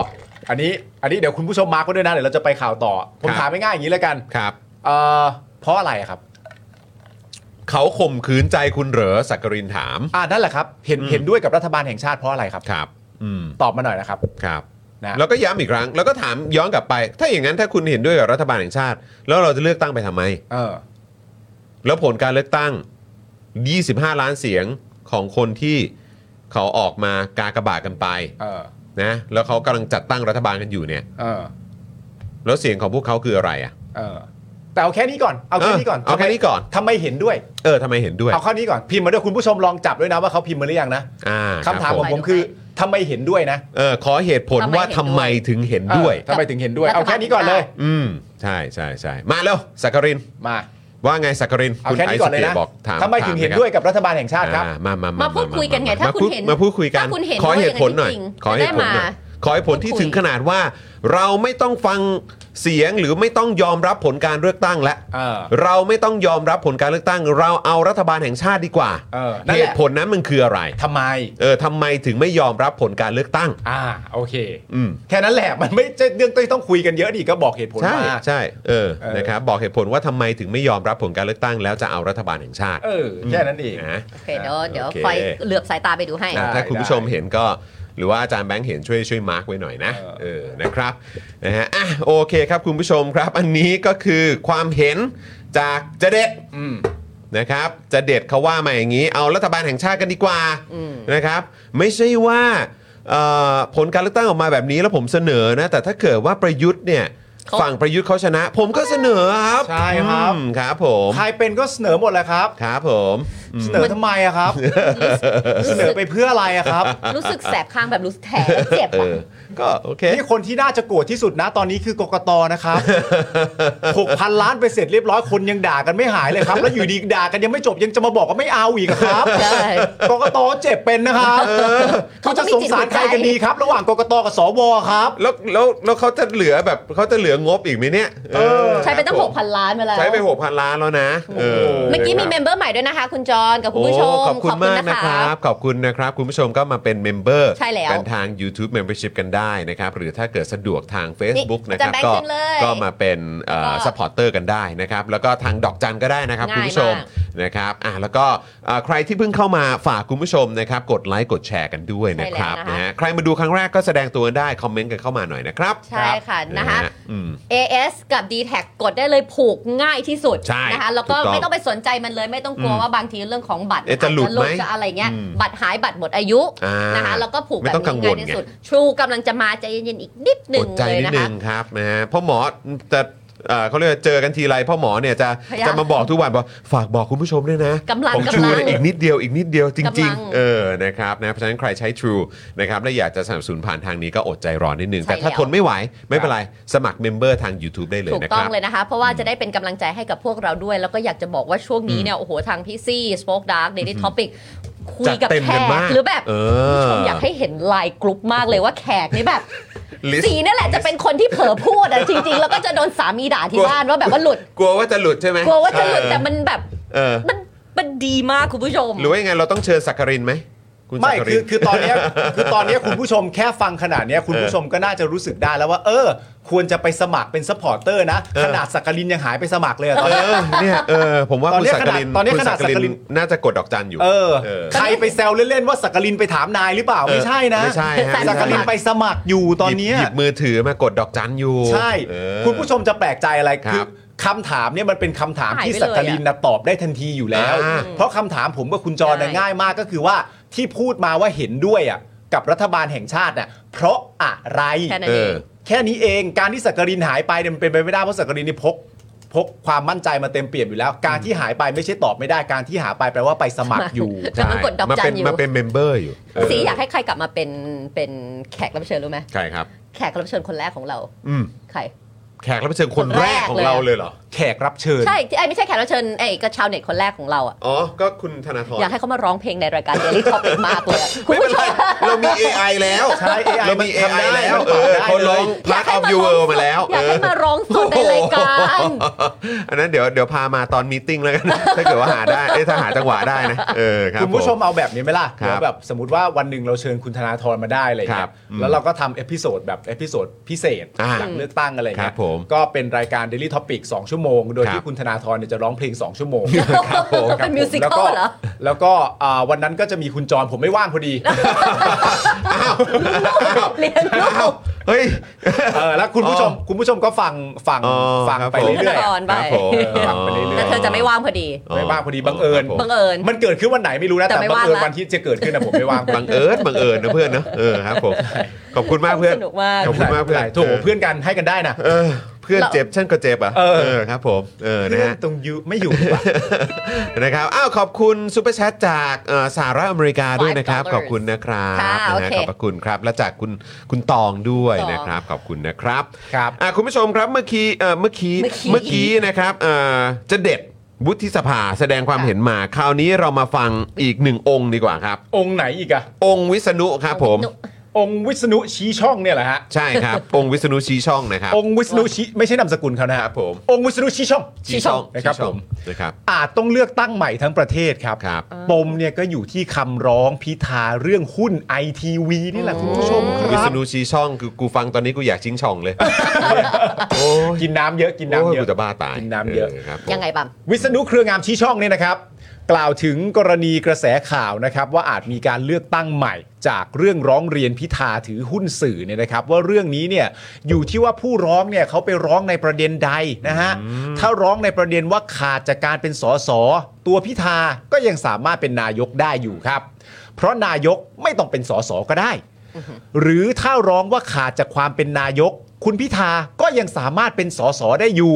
Speaker 3: อันนี้อันนี้เดี๋ยวคุณผู้ชมมาร์กไว้ด้วยนะเดี๋ยวเราจะไปข่าวต่อ ผมถามง่ายๆอย่างนี้แล้วกัน
Speaker 1: ครับ
Speaker 3: เอ่อเพราะอะไรอะครับ
Speaker 1: เขาข่มขืนใจคุณเหรอสักกรินถาม
Speaker 3: อ่านั่นแหละครับเห็นเห็นด้วยกับรัฐบาลแห่งชาติเพราะอะไรครับ
Speaker 1: ครับ อืม
Speaker 3: ตอบมาหน่อยนะครับ
Speaker 1: ครับ
Speaker 3: นะ
Speaker 1: แล้วก็ย้ำอีกครั้ง แล้วก็ถามย้อนกลับไป ถ้าอย่างนั้นถ้าคุณเห็นด้วยกับรัฐบาลแห่งชาติ แล้วเราจะเลือกตั้งไปทำไม
Speaker 3: เออ
Speaker 1: แล้วผลการเลือกตั้ง 25 ล้านเสียงของคนที่เขาออกมากากบาทกันไป
Speaker 3: เออ
Speaker 1: นะ แล้วเขากำลังจัดตั้งรัฐบาลกันอยู่เนี่ย
Speaker 3: เออ
Speaker 1: แล้วเสียงของพวกเขาคืออะไรอ่ะ
Speaker 3: เออ แต่เอาแค่นี้ก่อน เอาแค่นี้ก่อน
Speaker 1: เออเอาแค่นี้ก่อน
Speaker 3: ทำไมเห็นด้วย
Speaker 1: เออทำไมเห็นด้วย
Speaker 3: เอาข้อนี้ก่อน พิมพ์มาด้วยคุณผู้ชมลองจับด้วยนะว่าเขาพิมพ์มาหรือยังนะ
Speaker 1: อ่า
Speaker 3: คำถา
Speaker 1: รั
Speaker 3: ม
Speaker 1: บ
Speaker 3: ข
Speaker 1: ผ
Speaker 3: องผมคือทำไมเห็นด้วยนะ
Speaker 1: เออขอเหตุผล
Speaker 2: ทำไม
Speaker 1: ว่าทำไม
Speaker 2: เห็นด้วย
Speaker 1: ถึงเห็นด้วย
Speaker 3: เออทำไมถึงเห็นด้วย เอาแค่นี้ก่อนเลย
Speaker 1: อืม ใช่ใช่ใช่มาแล้วสักกริน
Speaker 3: มา
Speaker 1: ว่าไงสักกริน
Speaker 3: เอาแค่นี้ก่อนเลย
Speaker 1: ไซ์
Speaker 3: นะ
Speaker 1: สบอกถาม
Speaker 3: ทำไมถึงเห็นด้วยกับรัฐบาลแห่งชาติครับ
Speaker 1: อ่มามามา
Speaker 2: มาพูดคุยกันไงถ้าคุณ
Speaker 1: พูด
Speaker 2: เห็น
Speaker 1: มาพูดคุยกัน
Speaker 2: ถ้าคุณเห็น
Speaker 1: ขอเหตุผลหน่อย
Speaker 2: ว่าอ
Speaker 1: ขอเห
Speaker 2: ย่างนั้นจริง
Speaker 1: ตุผลหน่อย
Speaker 2: จะได้มา
Speaker 1: ขอเหตุผลที่
Speaker 2: พูดคุย
Speaker 1: ถึงขนาดว่า เราไม่ต้องฟังเสียงหรือไม่ต้องยอมรับผลการเลือกตั้งและ
Speaker 3: เออ
Speaker 1: เราไม่ต้องยอมรับผลการเลือกตั้ง เราเอารัฐบาลแห่งชาติดีกว่า
Speaker 3: เออนั่นแหละ
Speaker 1: ตุผลนั้นมันคืออะไร
Speaker 3: ทำไม
Speaker 1: เออทำไมถึงไม่ยอมรับผลการเลือกตั้ง
Speaker 3: อ่า โอเค
Speaker 1: อืม
Speaker 3: แค่นั้นแหละ มันไม่ใช่เรื่องที่ต้องคุยกันเยอะดิก็บอกเหตุผล
Speaker 1: ใช่
Speaker 3: มา
Speaker 1: ใช่เออ
Speaker 3: เออ
Speaker 1: นะครับบอกเหตุผลว่าทำไมถึงไม่ยอมรับผลการเลือกตั้ง แล้วจะเอารัฐบาลแห่งชาติ
Speaker 3: เออ แค่นั้นเอง
Speaker 1: นะ
Speaker 2: โอเคเดี๋ยวเดี๋ยว
Speaker 1: โอเค
Speaker 2: คอยเหลือบสายตาไปดูให้
Speaker 1: นะถ้าคุณ
Speaker 3: ได้
Speaker 1: ผู้ชมเห็นก็ หรือว่าอาจารย์แบงค์เห็นช่วยช่วยมาร์กไว้หน่อยนะ
Speaker 3: เออ
Speaker 1: เออนะครับนะฮะอ่ะโอเคครับคุณผู้ชมครับ อันนี้ก็คือความเห็นจากจะเด็ด
Speaker 3: อืม
Speaker 1: นะครับจะเด็ดเขาว่ามาอย่างนี้ เอารัฐบาลแห่งชาติกันดีกว่า
Speaker 2: อืม
Speaker 1: นะครับ ไม่ใช่ว่าเอ่อผลการเลือกตั้งออกมาแบบนี้แล้วผมเสนอนะแต่ถ้าเกิดว่าประยุทธ์เนี่ยฝั่งประยุทธ์เขาชนะ ผมก็เสนอครับ
Speaker 3: ใช่ครับ
Speaker 1: อืมครับผม
Speaker 3: ใครเป็นก็เสนอหมดแหละครับ
Speaker 1: ครับผม
Speaker 3: เสนอทำไมอะครับ เสนอไปเพื่ออะไรอะครับ
Speaker 2: รู้สึกแสบข้างแบบรู้สึกแถแล้วเจ็บ
Speaker 1: เอ
Speaker 2: อะ
Speaker 1: อก็โอเค
Speaker 3: นี่คนที่น่าจะโกรธที่สุดนะตอนนี้คือกกตนะครับ 6,000 ล้านไปเสร็จเรียบร้อยคนยังด่ากันไม่หายเลยครับ แล้วอยู่ดีด่ากันยังไม่จบยังจะมาบอกว่าไม่เอาอีกอะครับ
Speaker 2: ใช่
Speaker 3: กกตเจ็บเป็นนะครับเขาจะสงสารใครกันดีครับ ระหว่างกกตกับสวครับ
Speaker 1: แล้วแล้วแล้วเขาจะเหลือแบบเขาจะเหลืองบอีกไหมเนี่ยเออ
Speaker 2: ใช้ไปตั้ง
Speaker 1: ครับผม
Speaker 2: 6,000 ล้านมาแล้ว
Speaker 1: ใช้ไปหกพันล้านแล้วนะเออ
Speaker 2: เมื่อกี้มี
Speaker 1: ครับ
Speaker 2: เมมเบอร์ใหม่ด้วยนะคะ คุณจอนกับคุณผู้ชม
Speaker 1: โอ้ขอบคุณมากนะครับ ขอบคุณนะครับ คุณผู้ชมก็มาเป็นเมมเบอร์
Speaker 2: ใช่แล้ว
Speaker 1: กันทาง YouTube Membership กันได้นะครับ หรือถ้าเกิดสะดวกทาง Facebook
Speaker 2: นี่
Speaker 1: นะครับ
Speaker 2: อาจาร
Speaker 1: ก็
Speaker 2: ย์แบงค์ขึ้นเลย
Speaker 1: ก็มาเป็น
Speaker 2: แล้วก็
Speaker 1: สปอร์เตอร์กันได้นะครับ แล้วก็ทางดอกจันก็ได้นะครับ
Speaker 2: ง่าย
Speaker 1: คุณผู้ชม
Speaker 2: มาก
Speaker 1: นะครับอ่ะแล้วก็อ่ะใครที่เพิ่งเข้ามาฝากคุณผู้ชมนะครับกดไลค์กดแชร์กันด้วยนะครับนะฮะใครมาดูครั้งแรกก็แสดงตัวกันได้คอมเมนต์กันเข้ามาหน่อยนะครับ
Speaker 2: ใช่ค่ะนะคะ
Speaker 1: อืม
Speaker 2: AS กับ d t แทกดได้เลยผูกง่ายที่สุด
Speaker 1: ใช่
Speaker 2: นะคะแล้วก็
Speaker 1: ถูกต้อง
Speaker 2: ไม่ต้องไปสนใจมันเลยไม่ต้องกลัว
Speaker 1: อืม
Speaker 2: ว่าบางทีเรื่องของบัตร
Speaker 1: เอ๊ะจะหลุดไหม
Speaker 2: จะอะไรเงี้ย
Speaker 1: อืม
Speaker 2: บัตรหายบัตรหมดอายุ
Speaker 1: อ่าน
Speaker 2: นะคะแล้วก็ผูก
Speaker 1: ไม่
Speaker 2: แบบ
Speaker 1: ต้องกั
Speaker 2: นี้
Speaker 1: งวล
Speaker 2: ง่ายที่
Speaker 1: ไง
Speaker 2: สุดทรูกำลังจะมาใจเย็นๆอีกนิดหนึ่
Speaker 1: อง ดใจ
Speaker 2: เลย
Speaker 1: นิด
Speaker 2: นะ
Speaker 1: นึ
Speaker 2: คะ
Speaker 1: งครับนะฮะพ่อหมอจะเอ่อเขาเรียกว่าเจอกันทีไรพ่อหมอเนี่ยจะ
Speaker 2: พยายาม
Speaker 1: จะมาบอกทุกวันบอกฝากบอกคุณผู้ชมด้วยนะ
Speaker 2: กำลัง
Speaker 1: ของ True
Speaker 2: กำลัง
Speaker 1: เนี่ยอีกนิดเดียวอีกนิดเดียวจ
Speaker 2: กำลั
Speaker 1: ริง
Speaker 2: ง
Speaker 1: ๆ เออนะครับนะเพราะฉะนั้นใครใช้ True นะครับและอยากจะสนับสนุนผ่านทางนี้ก็อดใจรอนิดนึง
Speaker 2: ใช่
Speaker 1: แต่ถ้า
Speaker 2: แล้ว
Speaker 1: ทนไม่ไหว ไม่เป็นไร สมัครเมมเบอร์ทาง YouTube ได้เลย
Speaker 2: ถูก
Speaker 1: นะค
Speaker 2: ต้อ
Speaker 1: รั
Speaker 2: ง
Speaker 1: บ
Speaker 2: เลยนะคะ เพราะว่าจะได้เป็นกำลังใจให้กับพวกเราด้วย แล้วก็อยากจะบอกว่าช่วงนี้เนี่ย โอ้โห ทางพี่ซี่สป็อคดาร์กเดลี่ท็อปิกคุยกั
Speaker 1: จั
Speaker 2: บ
Speaker 1: ดเต็ม
Speaker 2: แข
Speaker 1: กัน
Speaker 2: ก
Speaker 1: มาก
Speaker 2: หรือแบบ
Speaker 1: เออ
Speaker 2: คุณผู้ชมอยากให้เห็นไลน์กรุ๊ปมากเลยว่าแขกนี่แบบ
Speaker 1: ลิส
Speaker 2: สีนั่นแหละจะเป็นคนที่เผลอพูด อ่ะ จริง ๆ แล้วก็จะโดนสามีด่าที่บ้านว่าแบบว่าหลุด
Speaker 1: กลัวว่าจะหลุดใช่ไหม
Speaker 2: กลัวว่าจะหลุด
Speaker 1: เออ
Speaker 2: แต่มันแบบ
Speaker 1: เออ
Speaker 2: มันมันดีมากคุณผู้ชม
Speaker 1: หรือว่ายังไงเราต้องเชิญสักการินไหมคุณสั
Speaker 3: ไม่
Speaker 1: กการิ
Speaker 3: คือน คือตอนเนี้ยคือตอนเนี้ยคุณผู้ชมแค่ฟังขนาดเนี้ยคุณผู้ชมก็น่าจะรู้สึกได้แล้วว่า เออ ควรจะไปสมัครเป็นซัพพอร์เตอร์นะ
Speaker 1: เออ
Speaker 3: ขนาดสักกลินยังหายไปสมัครเลยอะตอน
Speaker 1: เอ
Speaker 3: เนี้ย
Speaker 1: อเนี่ยเออผมว่า
Speaker 3: ตอ
Speaker 1: คุณ
Speaker 3: นเนี้ย
Speaker 1: สักการิน
Speaker 3: ขนาดตอนเนี้ย
Speaker 1: คุณ
Speaker 3: ขนาด
Speaker 1: สักกริน
Speaker 3: สักกริน
Speaker 1: น่าจะกดดอกจันอยู่
Speaker 3: เออ
Speaker 1: เออ
Speaker 3: ใครไปแซวเล่นๆว่าสักกลินไปถามนายหรือเปล่าไม่ใช่นะ
Speaker 1: ไม่ใช่ฮะ
Speaker 3: สักกลินไปสมัครอยู่ตอนเนี้ย
Speaker 1: หยิบหยิบมือถือมากดดอกจันอยู่
Speaker 3: ใช่
Speaker 1: เออ
Speaker 3: คุณผู้ชมจะแปลกใจอะไร
Speaker 1: ครับ
Speaker 3: คือคำถามเนี่ยมันเป็นคำถาม
Speaker 2: หาย
Speaker 3: ที่
Speaker 2: ไปเลย
Speaker 3: สักกลินนะตอบได้ทันทีอยู่แล้ว
Speaker 1: อ่า
Speaker 3: เพราะคำถามผมกับคุณจรนะ
Speaker 2: ง่าย
Speaker 3: ง่ายมากก็คือว่าที่พูดมาว่าเห็นด้วยอ่ะกับรัฐบาลแห่งชาติน่ะเพราะอะไร
Speaker 2: แค่นั้น
Speaker 1: เอ
Speaker 2: เอ
Speaker 1: อง
Speaker 3: แค่นี้เองการที่สักกรินหายไปเนี่ยมันเป็นไปไม่ได้เพราะสักกรินนี่พกพกความมั่นใจมาเต็มเปี่ยมอยู่แล้ว การที่หายไปไม่ใช่ตอบไม่ได้การที่หาไปแปลว่าไปสมัครอยู่
Speaker 2: กำลังกดดอกจันอยู่
Speaker 1: มาเป็นเมมเบอร์อยู่เ
Speaker 2: สีอยากให้ใครกลับมาเป็นเป็นแขกรับเชิญรู้ไหม
Speaker 1: ใครครับ
Speaker 2: แขกรับเชิญคนแรกของเรา
Speaker 1: อืม
Speaker 2: ใคร
Speaker 1: แขกรับเชิญคนแรกของ
Speaker 2: คนแรกเลย
Speaker 1: เราเลยเหรอ
Speaker 3: แขกรับเชิญ
Speaker 2: ใช่ที่ไอ้ไม่ใช่แขกรับเชิญไอ้ก็ชาวเน็ตคนแรกของเราอ่ะ
Speaker 1: อ๋อ ก็คุณธนาธร
Speaker 2: อยากให้เขามาร้องเพลงในรายการ Daily Topic มากเลยอะคุณ
Speaker 1: ไม่เป็นไร
Speaker 2: ผู้ชม
Speaker 1: เรามี AI แล้ว
Speaker 3: ใช่ AI
Speaker 1: เรามี
Speaker 3: มันทำ
Speaker 1: AI
Speaker 3: ได้
Speaker 1: แล้ว
Speaker 3: มัน
Speaker 1: เอ
Speaker 3: ป
Speaker 1: อ
Speaker 3: รับได้
Speaker 1: เขาลง
Speaker 3: เลย
Speaker 1: พาร์ทออฟยูเวอร์มาแล้ว
Speaker 2: อยากให้มาร้องสดในรายการ
Speaker 1: โอ้โหอันนั้นเดี๋ยวเดี๋ยวพามาตอนมีตติ้งแล้วกัน ถ้าเกิดว่าหาได้เอ้ยถ้าหาจังหวะได้นะเออครับ
Speaker 3: คุณผู้ชม
Speaker 1: ผม
Speaker 3: เอาแบบนี้ไหมล่ะ
Speaker 1: ครับ
Speaker 3: เดี๋ยวแบบสมมติว่าวันหนึ่งเราเชิญคุณธนาธรมาได้อะไร
Speaker 1: ค
Speaker 3: เงี้
Speaker 1: รับ
Speaker 3: ย
Speaker 1: อืม
Speaker 3: แล้วเราก็ทำเอพิโซดแบบเอพิโซดพิเศษ
Speaker 1: อ่า
Speaker 3: หลังเลือกตั้งอะไร
Speaker 1: ครั
Speaker 3: เงี้
Speaker 1: บ
Speaker 3: ย
Speaker 1: ผม
Speaker 3: ก็เป็นรายการ Daily Topic 2 ชั่วโมง โดย
Speaker 1: ครั
Speaker 3: ที่
Speaker 1: บ
Speaker 3: คุณธนาธรเนี่ยจะร้องเพลง 2 ชั่วโมง
Speaker 1: ครับผม
Speaker 2: เป็นมิวสิค
Speaker 3: แล้ว
Speaker 2: อ
Speaker 3: ก็
Speaker 2: ลเหรอ
Speaker 3: แล้วก็อ่าวันนั้นก็จะมีคุณจรผมไม่ว่างพอดี
Speaker 2: เรียนรู้
Speaker 1: อ้าวเฮ้ย
Speaker 3: เออแล้วคุณผู้ชมคุณผู้ชมก็ฟังฟัง
Speaker 1: อ๋อ
Speaker 3: ฟัง
Speaker 1: ครับ
Speaker 3: ไป
Speaker 1: ผม
Speaker 3: เรื่อย
Speaker 2: ธนาธร
Speaker 3: ๆ
Speaker 2: ไป
Speaker 1: ครับผม
Speaker 3: ฟังไปเรื่อยๆ
Speaker 2: แต่เธอจะไม่ว่างพอดี
Speaker 1: อ๋อ
Speaker 3: ไม่ว่างพอดีบังเอิญ
Speaker 1: ครับผม
Speaker 2: บังเอิญ
Speaker 3: มันเกิดขึ้นวันไหนไม่รู้นะ
Speaker 2: แต่
Speaker 3: แต่
Speaker 2: ไม่ว่า
Speaker 3: บัง
Speaker 2: ง
Speaker 3: เอิญ
Speaker 2: ละ
Speaker 3: วันที่จะเกิดขึ้นนะผมไม่ว่าง
Speaker 1: บังเอิญบังเอิญนะเพื่อนนะเออครับผมขอบคุณมากเพื่อน
Speaker 2: สนุกมาก
Speaker 1: ขอบคุณมากเพื่อน
Speaker 3: โถเพื่อนกันให้กันได้นะ
Speaker 1: เออเพื่อน
Speaker 2: เรา
Speaker 1: เจ็บฉันก็เจ็บอ่ะ
Speaker 3: เออ
Speaker 1: ครับผมเออนะ
Speaker 3: เพื่อ
Speaker 1: ฮะ
Speaker 3: นตรงยูไม่อยู่
Speaker 1: นะครับ อ้าว ขอบคุณซูเปอร์แชทจากเอ่อสหรัฐอเมริกาด้วยนะครับ
Speaker 2: $5
Speaker 1: ขอบคุณนะครับ
Speaker 2: ค่ะ
Speaker 1: นะ
Speaker 2: โอ
Speaker 1: ฮะ
Speaker 2: เค
Speaker 1: ขอบพระคุณครับ และจากคุณคุณตองด้วย
Speaker 2: ตอง
Speaker 1: นะครับ ขอบคุณนะครับ
Speaker 3: ครับ
Speaker 1: อ่ะคุณผู้ชมครับ เมื่อกี้เอ่อเมื่อกี้
Speaker 2: เมื่อกี้
Speaker 1: เมื่อกี้นะครับเอ่อจะเด็ดวุฒิสภาแสดงความเห็นมา คราวนี้เรามาฟังอีกหนึ่งองค์ดีกว่าครับ
Speaker 3: องค์ไหนอีกอะ
Speaker 1: องค์วิษณุครับผม
Speaker 3: องค์วิษณุชี้ช่องเนี่ยแหละฮะ
Speaker 1: ใช่ครับ องค์วิษณุชี้ช่องนะครับ
Speaker 3: องค์วิษณุชี้ไม่ใช่นามสกุลเขานะ
Speaker 1: ค
Speaker 3: ค
Speaker 1: รั
Speaker 3: รั
Speaker 1: บบ ผม
Speaker 3: องค์วิษณุชี้ช่อง
Speaker 1: ชี้ช่อง
Speaker 3: นะครับ
Speaker 1: ชี้ช่อง
Speaker 3: ผม
Speaker 1: นะครับ
Speaker 3: อาจต้องเลือกตั้งใหม่ทั้งประเทศครับ
Speaker 1: ครับ
Speaker 3: ปมเนี่ยก็อยู่ที่คำร้องพิธาเรื่องหุ้นไอทีวีนี่แหละคุณผู้ชมค
Speaker 1: วิ
Speaker 3: รั
Speaker 1: ษ
Speaker 3: บ
Speaker 1: ณุชี้ช่องคือกูฟังตอนนี้กูอยากชิงช่องเลยโอ้ย
Speaker 3: กินน้ำเยอะกินน้ำเย
Speaker 1: โกู
Speaker 3: อะ
Speaker 1: จะบ้าตาย
Speaker 3: กินน้ำเยอะ
Speaker 1: ครับ
Speaker 2: ยังไงบัม
Speaker 3: วิษณุเครืองามชี้ช่องเนี่ยนะครับ กล่าวถึงกรณีกระแสข่าวนะครับ ว่าอาจมีการเลือกตั้งใหม่ จากเรื่องร้องเรียนพิธาถือหุ้นสื่อเนี่ยนะครับ ว่าเรื่องนี้เนี่ยอยู่ที่ว่าผู้ร้องเนี่ยเขาไปร้องในประเด็นใดนะฮะถ้าร้องในประเด็นว่าขาดจากการเป็นสสตัวพิธาก็ยังสามารถเป็นนายกได้อยู่ครับ เพราะนายกไม่ต้องเป็นสสก็ได้ หรือถ้าร้องว่าขาดจากความเป็นนายก คุณพิธาก็ยังสามารถเป็นสสได้อยู่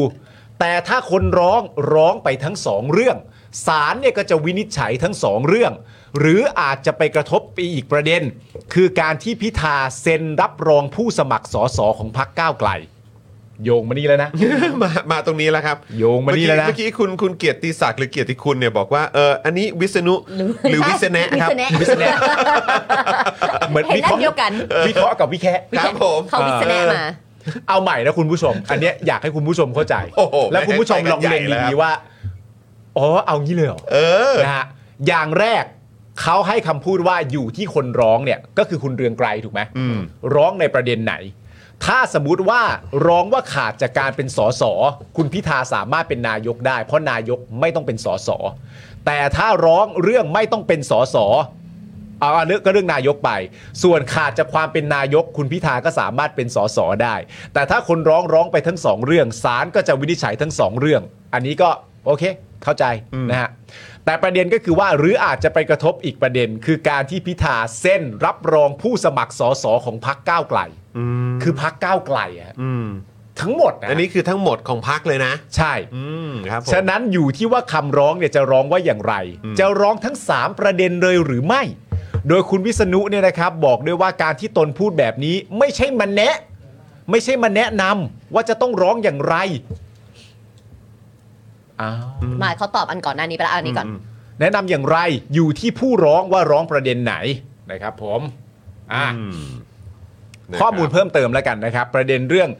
Speaker 3: แต่ถ้าคนร้องร้องไปทั้งสองเรื่องศาลเนี่ยก็จะวินิจฉัยทั้งสองเรื่อง หรืออาจจะไปกระทบไปอีกประเด็น คือการที่พิธาเซ็นรับรองผู้สมัครสสของพรรคก้าวไกล โยงมานี่แล้วนะ
Speaker 1: มามาตรงนี้แล้วครับ
Speaker 3: โยงมานี่แล้วนะ
Speaker 1: เมื่อกี้คุณคุณเกียรติศักดิ์หรือเกียรติคุณเนี่ยบอกว่าเอออันนี้วิษณุหรือวิษณะครับ
Speaker 3: วิสเน่ เหมือน
Speaker 2: เห็น
Speaker 3: วิเคราะ
Speaker 2: อันเดียว
Speaker 3: ห์
Speaker 2: กัน
Speaker 3: วิเคราะห์กับวิแคะ
Speaker 1: ครับผม
Speaker 2: เขาวิสแนะมา
Speaker 3: เอาใหม่นะคุณผู้ชม อันเนี้ยอยากให้คุณผู้ชมเข้าใจ
Speaker 1: โอ้โห
Speaker 3: แล้วคุณผู้ชมลองเล็ง
Speaker 1: ไปกันใหญ่แล้
Speaker 3: ดี
Speaker 1: ว
Speaker 3: ๆว่าอ๋อเอางี้เลยเหรอ
Speaker 1: เออ
Speaker 3: นะฮะอย่างแรกเขาให้คำพูดว่าอยู่ที่คนร้องเนี่ยก็คือคุณเรืองไกรถูกไหม
Speaker 1: อืม
Speaker 3: ร้องในประเด็นไหน ถ้าสมมุติว่าร้องว่าขาดจากการเป็นสสคุณพิธาสามารถเป็นนายกได้ เพราะนายกไม่ต้องเป็นสสแต่ถ้าร้องเรื่องไม่ต้องเป็นสสเอาเรื่องก็เรื่องนายกไป ส่วนขาดจากความเป็นนายก คุณพิธาก็สามารถเป็นสสได้ แต่ถ้าคนร้องร้องไปทั้งสองเรื่องศาลก็จะวินิจฉัยทั้งสองเรื่อง อันนี้ก็โอเค เข้าใจนะฮะ แต่ประเด็นก็คือว่าหรืออาจจะไปกระทบอีกประเด็น คือการที่พิธาเส้นรับรองผู้สมัครสสของพักก้าวไกล คือพักก้าวไกลอะ
Speaker 1: อืม
Speaker 3: ทั้งหมดะ
Speaker 1: อันนี้คือทั้งหมดของพักเลยนะ
Speaker 3: ใช่
Speaker 1: อืมครับผม
Speaker 3: ฉะนั้นอยู่ที่ว่าคำร้องเนี่ยจะร้องว่าอย่างไร
Speaker 1: อืม
Speaker 3: จะร้องทั้ง 3 ประเด็นเลยหรือไม่ โดยคุณวิษณุเนี่ยนะครับ บอกด้วยว่าการที่ตนพูดแบบนี้ ไม่ใช่มาแนะ ไม่ใช่มาแนะนำว่าจะต้องร้องอย่างไรอ้าว
Speaker 2: มาเขาตอบอันก่อนหน้านี้ไปแล้วอันนี้ก่อน
Speaker 3: แนะนำอย่างไรอยู่ที่ผู้ร้องว่าร้องประเด็นไหนนะครับผมอ่ะ
Speaker 1: อืมนะครับ
Speaker 3: ข้อมูลเพิ่มเติมแล้วกันนะครับ ประเด็นเรื่อง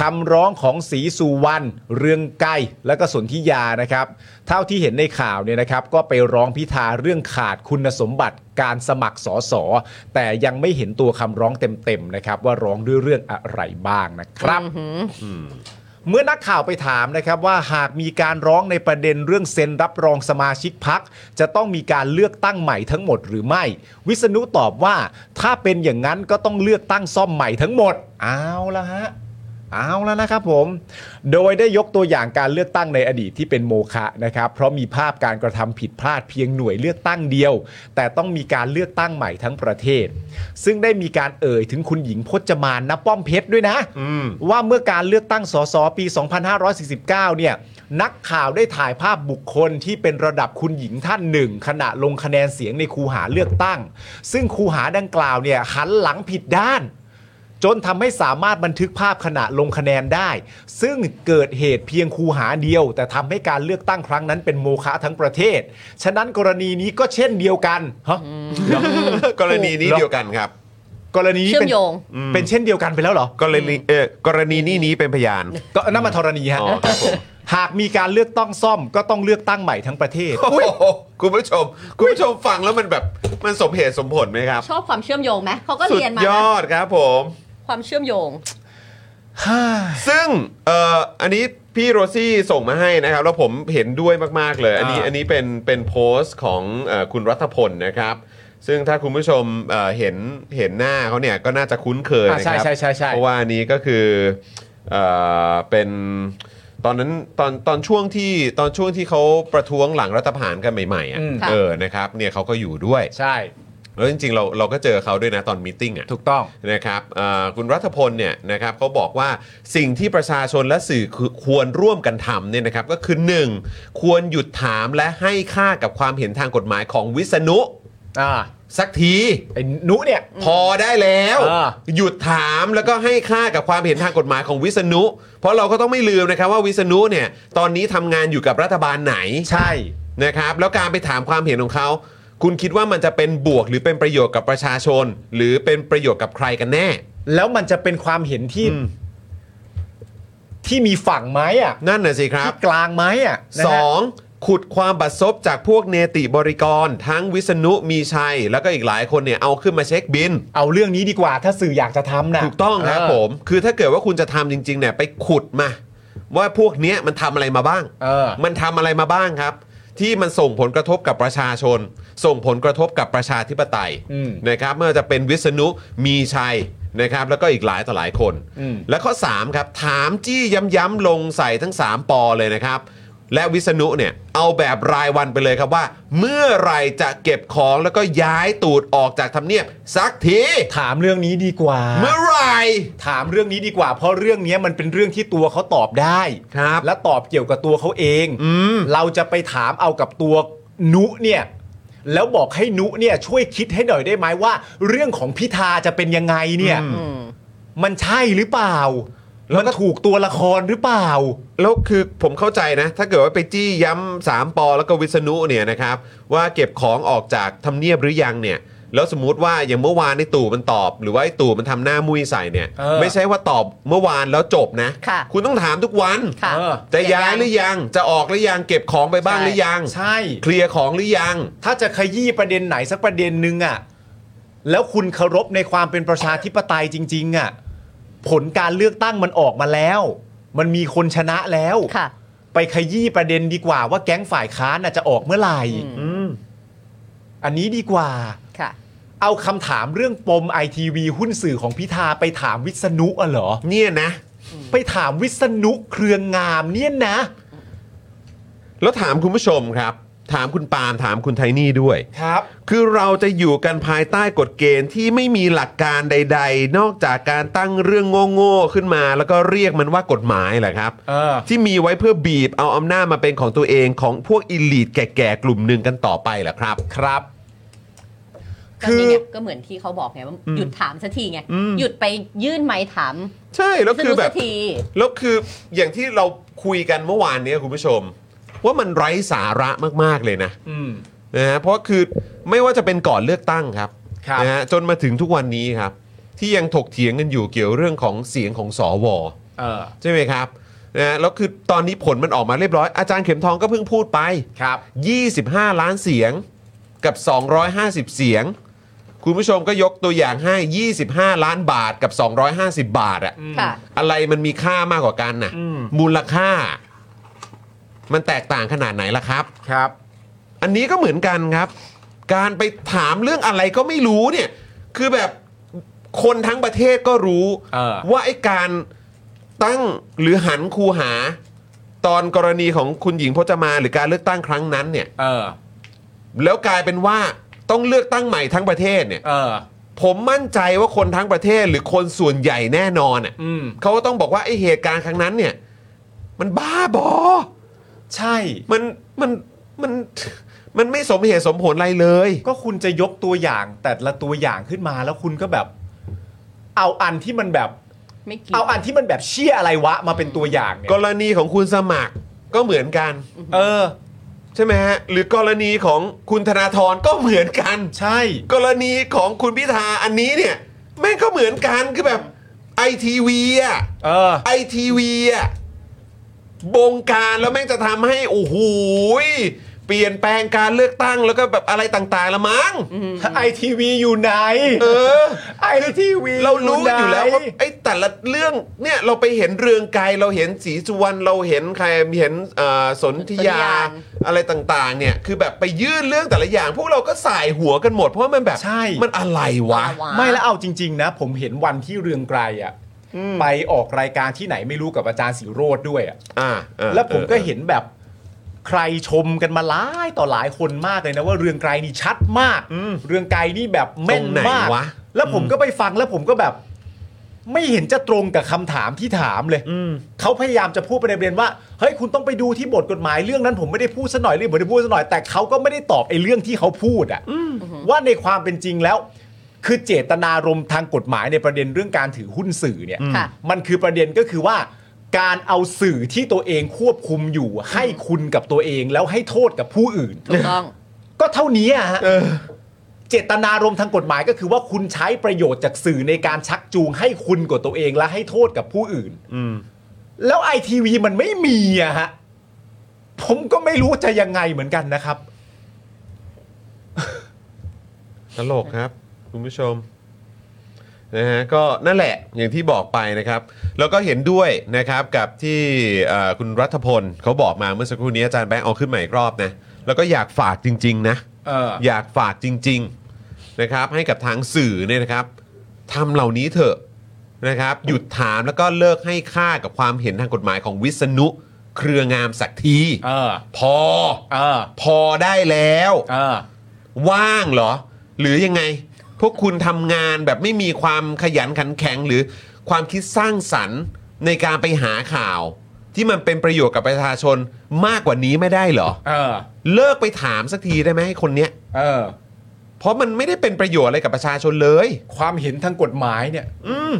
Speaker 3: คำร้องของสีสุวรรณเรื่องไกลและก็สนธิยานะครับ เท่าที่เห็นในข่าวเนี่ยนะครับ ก็ไปร้องพิธาเรื่องขาดคุณสมบัติการสมัครสอสอแต่ยังไม่เห็นตัวคำร้องเต็มๆนะครับ ว่าร้องด้วยเรื่องอะไรบ้างนะครับ เมื่อนักข่าวไปถามนะครับว่าหากมีการร้องในประเด็นเรื่องเซ็นรับรองสมาชิกพัก จะต้องมีการเลือกตั้งใหม่ทั้งหมดหรือไม่ วิษณุตอบว่า ถ้าเป็นอย่างนั้นก็ต้องเลือกตั้งซ่อมใหม่ทั้งหมด เอาละฮะ เอาแล้วนะครับผม โดยได้ยกตัวอย่างการเลือกตั้งในอดีตที่เป็นโมฆะนะครับ เพราะมีภาพการกระทำผิดพลาดเพียงหน่วยเลือกตั้งเดียว แต่ต้องมีการเลือกตั้งใหม่ทั้งประเทศ ซึ่งได้มีการเอ่ยถึงคุณหญิงพจมานนป้อมเพชรด้วยนะ
Speaker 1: อืม
Speaker 3: ว่าเมื่อการเลือกตั้งสสปี 2549 เนี่ย นักข่าวได้ถ่ายภาพบุคคลที่เป็นระดับคุณหญิงท่านหนึ่ง ขณะลงคะแนนเสียงในคูหาเลือกตั้ง ซึ่งคูหาดังกล่าวเนี่ยหันหลังผิดด้าน จนทำให้สามารถบันทึกภาพขณะลงคะแนนได้ ซึ่งเกิดเหตุเพียงคูหาเดียว แต่ทำให้การเลือกตั้งครั้งนั้นเป็นโมฆะทั้งประเทศ ฉะนั้นกรณีนี้ก็เช่นเดียวกันฮะ
Speaker 1: กรณีนี้เดียวกันครับ
Speaker 3: กรณีนี้
Speaker 2: เชื่อ
Speaker 3: เป็
Speaker 2: ม
Speaker 3: น
Speaker 2: โยง
Speaker 3: เป็นเช่นเดียวกันไปแล้วเหรอ
Speaker 1: กรณีเออกรณีนี้นี้เป็นพยาน
Speaker 3: ก็นั่นมาธรณีฮะ
Speaker 1: อ๋อครับผม
Speaker 3: หากมีการเลือกตั้งซ่อมก็ต้องเลือกตั้งใหม่ทั้งประเทศ
Speaker 1: โอ้โหคุณผู้ชม คุณผู้ชมฟังแล้วมันแบบมันสมเหตุสมผลไหมครับ
Speaker 2: ชอบความเชื่อมโยงไหมเขาก็
Speaker 1: สุด
Speaker 2: เรียนมาย นะ
Speaker 1: อดครับผม
Speaker 2: ความเชื่อมโยง
Speaker 1: ซึ่งเอ่ออันนี้พี่โรซี่ส่งมาให้นะครับ แล้วผมเห็นด้วยมาก ๆ เลย อันนี้
Speaker 3: อ่า
Speaker 1: อันนี้เป็นเป็นโพสต์ของเอ่อคุณรัฐพลนะครับ ซึ่งถ้าคุณผู้ชมเอ่อเห็นเห็นหน้าเขาเนี่ยก็น่าจะคุ้นเคย
Speaker 3: อ่า
Speaker 1: นะ
Speaker 3: ใช่
Speaker 1: ครับ
Speaker 3: ใช่ใช่ใช่
Speaker 1: เพราะว่าอันนี้ก็คือเอ่อเป็นตอนนั้นตอนตอนช่วงที่ตอนช่วงที่เขาประท้วงหลังรัฐประหารกันใหม่ๆอ่ะ
Speaker 3: อืม
Speaker 1: เออนะครับเนี่ยเขาก็อยู่ด้วย
Speaker 3: ใช่
Speaker 1: แล้วจริงๆเราเราก็เจอเขาด้วยนะตอนมีตติ้งอ่ะ
Speaker 3: ถูกต้อง
Speaker 1: นะครับเอ่อคุณรัฐพลเนี่ยนะครับเขาบอกว่าสิ่งที่ประชาชนและสื่อคือควรร่วมกันทำเนี่ยนะครับก็คือ 1. ควรหยุดถามและให้ค่ากับความเห็นทางกฎหมายของวิษณุ
Speaker 3: อ่า
Speaker 1: สักที
Speaker 3: ไอ้นุเนี่ย
Speaker 1: พอได้แล้ว
Speaker 3: อ่า
Speaker 1: หยุดถามแล้วก็ให้ค่ากับความเห็นทางกฎหมายของวิษณุ เพราะเราก็ต้องไม่ลืมนะครับว่าวิษณุเนี่ยตอนนี้ทำงานอยู่กับรัฐบาลไหน
Speaker 3: ใช่
Speaker 1: นะครับแล้วการไปถามความเห็นของเขา คุณคิดว่ามันจะเป็นบวกหรือเป็นประโยชน์กับประชาชน หรือเป็นประโยชน์กับใครกันแน่
Speaker 3: แล้วมันจะเป็นความเห็นที่
Speaker 1: อืม
Speaker 3: ที่มีฝั่งไหมอ่ะ
Speaker 1: นั่นน่ะสิครับ
Speaker 3: ที่กลางไหมอ่ะนะฮะ
Speaker 1: สองขุดความบัดซบจากพวกเนติบริกร ทั้งวิษณุมีชัย แล้วก็อีกหลายคนเนี่ยเอาขึ้นมาเช็คบิน
Speaker 3: เอาเรื่องนี้ดีกว่าถ้าสื่ออยากจะทำนะ
Speaker 1: ถูกต้องครับ
Speaker 3: เ
Speaker 1: ผม คือถ้าเกิดว่าคุณจะทำจริงๆเนี่ยไปขุดมา ว่าพวกเนี้ยมันทำอะไรมาบ้าง
Speaker 3: เออ
Speaker 1: มันทำอะไรมาบ้างครับ ที่มันส่งผลกระทบกับประชาชน ส่งผลกระทบกับประชาธิปไตย
Speaker 3: อืม
Speaker 1: นะครับไม่ว่าจะเป็นวิษณุมีชัยนะครับ แล้วก็อีกหลายต่อหลายคน
Speaker 3: อืม
Speaker 1: และข้อ 3 ครับ ถามจี้ย้ำๆลงใส่ทั้ง 3ปอเลยนะครับ และวิษณุเนี่ย เอาแบบรายวันไปเลยครับว่า เมื่อไหรจะเก็บของแล้วก็ย้ายตูดออกจากทำเนียบสักที
Speaker 3: ถามเรื่องนี้ดีกว่า
Speaker 1: เมื่อไหร
Speaker 3: ถามเรื่องนี้ดีกว่า เพราะเรื่องนี้มันเป็นเรื่องที่ตัวเขาตอบได้
Speaker 1: ครับ
Speaker 3: และตอบเกี่ยวกับตัวเขาเอง
Speaker 1: อืม
Speaker 3: เราจะไปถามเอากับตัวนุเนี่ย แล้วบอกให้นุเนี่ยช่วยคิดให้หน่อยได้ไหมว่า เรื่องของพิธาจะเป็นยังไงเนี่ย มันใช่หรือเปล่า แล้วมันถูกตัวละครหรือเปล่า
Speaker 1: แล้วคือผมเข้าใจนะ ถ้าเกิดว่าไปจี้ย้ำสามปอแล้วก็วิษณุเนี่ยนะครับ ว่าเก็บของออกจากทำเนียบหรือยังเนี่ย แล้วสมมติว่าอย่างเมื่อวานในตู่มันตอบ หรือว่าไอ้ตู่มันทำหน้ามุยใส่เนี่ย
Speaker 3: เออ
Speaker 1: ไม่ใช่ว่าตอบเมื่อวานแล้วจบนะ
Speaker 2: ค่ะ
Speaker 1: ณต้องถามทุกวัน
Speaker 2: ค่ะ
Speaker 3: เออ
Speaker 1: จะย้ายหรือยังจะออกหรือยังเก็บของไปบ้าง
Speaker 2: ใช่
Speaker 1: หรือยัง
Speaker 3: ใช่
Speaker 1: เคลียร์ของหรือยัง
Speaker 3: ถ้าจะขยี้ประเด็นไหนสักประเด็นหนึ่งอะ่ะ แล้วคุณเคารพในความเป็นประชาธิปไตยจริง ๆอะ่ะ ผลการเลือกตั้งมันออกมาแล้ว มันมีคนชนะแล้ว
Speaker 2: ค่ะ
Speaker 3: ไปขยี้ประเด็นดีกว่าว่าแก๊งฝ่ายค้านน่ะจะออกเมื่อไหร่อืมอันนี้ดีกว่า
Speaker 2: ค่ะ
Speaker 3: เอาคำถามเรื่องปมไอทีวีหุ้นสื่อของพิธาไปถามวิษณุอ่ะเหรอ
Speaker 1: เนี่ยนะ
Speaker 3: ไปถามวิษณุเครืองงามเนี่ยนะ
Speaker 1: แล้วถามคุณผู้ชมครับ ถามคุณปาล์มถามคุณไทนี่ด้วย
Speaker 3: ครับ
Speaker 1: คือเราจะอยู่กันภายใต้กฎเกณฑ์ที่ไม่มีหลักการใด ๆ นอกจากการตั้งเรื่องโง่ๆขึ้นมา แล้วก็เรียกมันว่ากฎหมายแหละครับ
Speaker 3: เออ
Speaker 1: ที่มีไว้เพื่อบีบเอาอำนาจมาเป็นของตัวเองของพวกอิลีทแก่ๆ กลุ่มหนึ่งกันต่อไปแหละครับ
Speaker 3: ครับ
Speaker 2: คื
Speaker 3: คืออ
Speaker 2: ก็เหมือนที่เขาบอกไงว่าหยุดถามสักทีไง หยุดไปยื่นไม้ถาม
Speaker 1: ใช่แล้วคือแบบ
Speaker 2: สักที
Speaker 1: แล้วคืออย่างที่เราคุยกันเมื่อวานเนี้ยคุณผู้ชม ว่ามันไร้สาระมากๆเลยนะ
Speaker 3: อืม
Speaker 1: นะฮะเพราะคือไม่ว่าจะเป็นก่อนเลือกตั้งครับ
Speaker 3: ครับ
Speaker 1: นะฮะจนมาถึงทุกวันนี้ครับ ที่ยังถกเถียงกันอยู่เกี่ยวเรื่องของเสียงของสว
Speaker 3: เออ
Speaker 1: ใช่ไหมครับนะฮะแล้วคือตอนนี้ผลมันออกมาเรียบร้อยอาจารย์เข็มทองก็เพิ่งพูดไป
Speaker 3: ครับ
Speaker 1: 25 ล้านเสียงกับ 250 เสียง คุณผู้ชมก็ยกตัวอย่างให้ 25 ล้านบาทกับ 250 บาทอะ
Speaker 2: ค่ะ
Speaker 1: อะไรมันมีค่ามากกว่ากันน่ะ
Speaker 3: อืม
Speaker 1: มูลค่า มันแตกต่างขนาดไหนล่ะครับ
Speaker 3: ครับ
Speaker 1: อันนี้ก็เหมือนกันครับ การไปถามเรื่องอะไรก็ไม่รู้เนี่ย คือแบบคนทั้งประเทศก็รู้
Speaker 3: เออ
Speaker 1: ว่าไอ้การ ตั้งหรือหันคูหา ตอนกรณีของคุณหญิงพจมานหรือการเลือกตั้งครั้งนั้นเนี่ย
Speaker 3: เออ
Speaker 1: แล้วกลายเป็นว่าต้องเลือกตั้งใหม่ทั้งประเทศเนี่ย
Speaker 3: เออ
Speaker 1: ผมมั่นใจว่าคนทั้งประเทศหรือคนส่วนใหญ่แน่นอนอ่ะ
Speaker 3: อืม
Speaker 1: เขาก็ต้องบอกว่าไอเหตุการณ์ครั้งนั้นเนี่ย มันบ้าบอ
Speaker 3: ใช่
Speaker 1: มันมันมันมันไม่สมเหตุสมผลอะไรเลย
Speaker 3: ก็คุณจะยกตัวอย่างแต่ละตัวอย่างขึ้นมาแล้วคุณก็แบบ เอาอันที่มันแบบ
Speaker 2: ไม่เกี่ย
Speaker 3: เอา
Speaker 2: ว
Speaker 3: อันที่มันแบบเชี่ยอะไรวะมาเป็นตัวอย่างเนี่ย
Speaker 1: กรณีของคุณสมัครก็เหมือนกัน
Speaker 3: เออ
Speaker 1: ใช่ไหมฮะ หรือกรณีของคุณธนาธรก็เหมือนกัน
Speaker 3: ใช่
Speaker 1: กรณีของคุณพิธาอันนี้เนี่ยแม่งก็เหมือนกันคือแบบไอทีวีอ่ะ
Speaker 3: เออ
Speaker 1: ไอทีวีอ่ะบงการแล้วแม่งจะทำให้ โอ้โหยเปลี่ยนแปลงการเลือกตั้งแล้วก็แบบอะไรต่างๆละมั้ง
Speaker 3: ไอทีวีอยู่ไหน
Speaker 1: เออ
Speaker 3: ไอทีวี
Speaker 1: เรารู้กันอยู่แล้วว่า
Speaker 3: ไหน
Speaker 1: ไอ้แต่ละเรื่องเนี่ยเราไปเห็นเรืองไกรเราเห็นสีสุวรรณเราเห็นใครเห็นเอ่อสนธิยาอะไรต่างๆ เนี่ย คือแบบไปยื่นเรื่องแต่ละอย่าง พวกเราก็สายหัวกันหมด เพราะมันแบบ
Speaker 3: ใช่
Speaker 1: มันอะไรวะ
Speaker 3: ไม่แล้วเอาจริง ๆ นะ ผมเห็นวันที่เรืองไกรอ่ะไปออกรายการที่ไหนไม่รู้กับอาจารย์สีโรดด้วยอ่ะ
Speaker 1: อ่าเออ
Speaker 3: แล้วผมก็
Speaker 1: ออ
Speaker 3: เห็นแบบใครชมกันมาหลายต่อหลายคนมากเลยนะว่าเรืองไกรนี่ชัดมากเรืองไกรนี่แบบแม่นมา
Speaker 1: ต
Speaker 3: ก
Speaker 1: รงไหวะ
Speaker 3: แล้วผมก็ไปฟังแล้วผมก็แบบ ไม่เห็นจะตรงกับคำถามที่ถามเลยเขาพยายามจะพูดประเด็นว่าเฮ้ยคุณต้องไปดูที่บทกฎหมายเรื่องนั้นผมไม่ได้พูดซะหน่อยเรื่องผมไม่ได้พูดซะหน่อยแต่เขาก็ไม่ได้ตอบไอ้เรื่องที่เขาพูดอะว่าในความเป็นจริงแล้ว คือเจตนารมณ์ทางกฎหมายในประเด็นเรื่องการถือหุ้นสื่อเนี่ย
Speaker 2: ค่ะ
Speaker 3: มันคือประเด็นก็คือว่า การเอาสื่อที่ตัวเองควบคุมอยู่ ให้คุณกับตัวเองแล้วให้โทษกับผู้อื่น
Speaker 2: ถูกต้อง
Speaker 3: ก็เท่านี้อะฮะเจตนารมณ์ทางกฎหมายก็คือว่าคุณใช้ประโยชน์จากสื่อในการชักจูงให้คุณกับตัวเองและให้โทษกับผู้อื่นแล้วไอทีวีมันไม่มีอะฮะ ผมก็ไม่รู้จะยังไงเหมือนกันนะครับ
Speaker 1: ตลกครับคุณผู้ชมนะฮะก็นั่นแหละอย่างที่บอกไปนะครับ แล้วก็เห็นด้วยนะครับกับที่เอ่อคุณรัฐพลเขาบอกมาเมื่อสักครู่นี้อาจารย์แบงค์เอาขึ้นใหม่อีกรอบนะแล้วก็อยากฝากจริง ๆ นะ
Speaker 3: เออ
Speaker 1: อยากฝากจริง ๆนะครับ ให้กับทางสื่อเนี่ยนะครับทำเหล่านี้เถอะนะครับ หยุดถามแล้วก็เลิกให้ค่ากับความเห็นทางกฎหมายของวิษณุเครืองามสักที
Speaker 3: เออ
Speaker 1: พอ
Speaker 3: เออ
Speaker 1: พอได้แล้ว
Speaker 3: เออ
Speaker 1: ว่างเหรอ หรือยังไง พวกคุณทำงานแบบไม่มีความขยันขันแข็งหรือความคิดสร้างสรรค์ในการไปหาข่าว ที่มันเป็นประโยชน์กับประชาชนมากกว่านี้ไม่ได้เหรอ
Speaker 3: เออ
Speaker 1: เลิกไปถามสักทีได้ไหมให้คนเนี้ย
Speaker 3: เออ
Speaker 1: เพราะมันไม่ได้เป็นประโยชน์อะไรกับประชาชนเลย
Speaker 3: ความเห็นทางกฎหมายเนี่ย
Speaker 1: อืม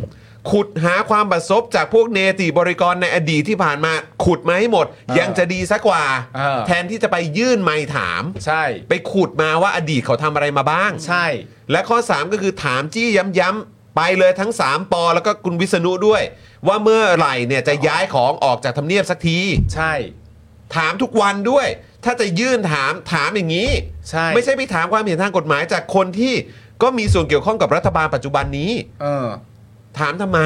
Speaker 1: ขุดหาความบัดซบจากพวกเนติบริกรในอดีตที่ผ่านมาขุดมาให้หมด ยังจะดีซะกว่า
Speaker 3: เออ
Speaker 1: แทนที่จะไปยื่นไม้ถาม
Speaker 3: ใช่
Speaker 1: ไปขุดมาว่าอดีตเขาทำอะไรมาบ้าง
Speaker 3: ใช่
Speaker 1: และข้อ 3 ก็คือถามจี้ย้ำๆไปเลยทั้ง 3ปอแล้วก็คุณวิษณุด้วย ว่าเมื่อไหร่เนี่ยจะย้ายของออกจากทำเนียบสักที
Speaker 3: ใช่
Speaker 1: ถามทุกวันด้วย ถ้าจะยื่นถามถามอย่างนี้
Speaker 3: ใช่
Speaker 1: ไม่ใช่ไปถามความเห็นทางกฎหมายจากคนที่ก็มีส่วนเกี่ยวข้องกับรัฐบาลปัจจุบันนี้
Speaker 3: เออ
Speaker 1: ถามทำไม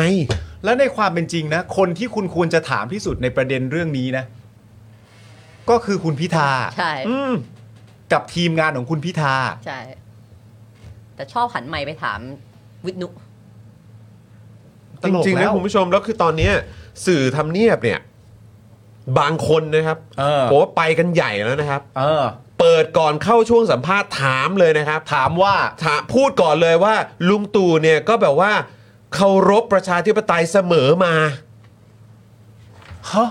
Speaker 3: และในความเป็นจริงนะ คนที่คุณควรจะถามที่สุดในประเด็นเรื่องนี้นะ ก็คือคุณพิธา
Speaker 2: ใช่
Speaker 1: อืม
Speaker 3: กับทีมงานของคุณพิธา
Speaker 2: ใช่ แต่ชอบหันไมค์ไปถามวิทนุ
Speaker 3: ต
Speaker 1: จ
Speaker 3: ลกแล้ว
Speaker 1: ริงๆนะคุณผู้ชมแล้วคือตอนเนี้ยสื่อทำเนียบเนี่ย บางคนนะครับ
Speaker 3: เออ
Speaker 1: ผมว่าไปกันใหญ่แล้วนะครับ
Speaker 3: เออ
Speaker 1: เปิดก่อนเข้าช่วงสัมภาษณ์ถามเลยนะครับ
Speaker 3: ถามว่า
Speaker 1: ถามพูดก่อนเลยว่าลุงตู่เนี่ยก็แบบว่าเคารพประชาธิปไตยเสมอมา
Speaker 3: ฮะ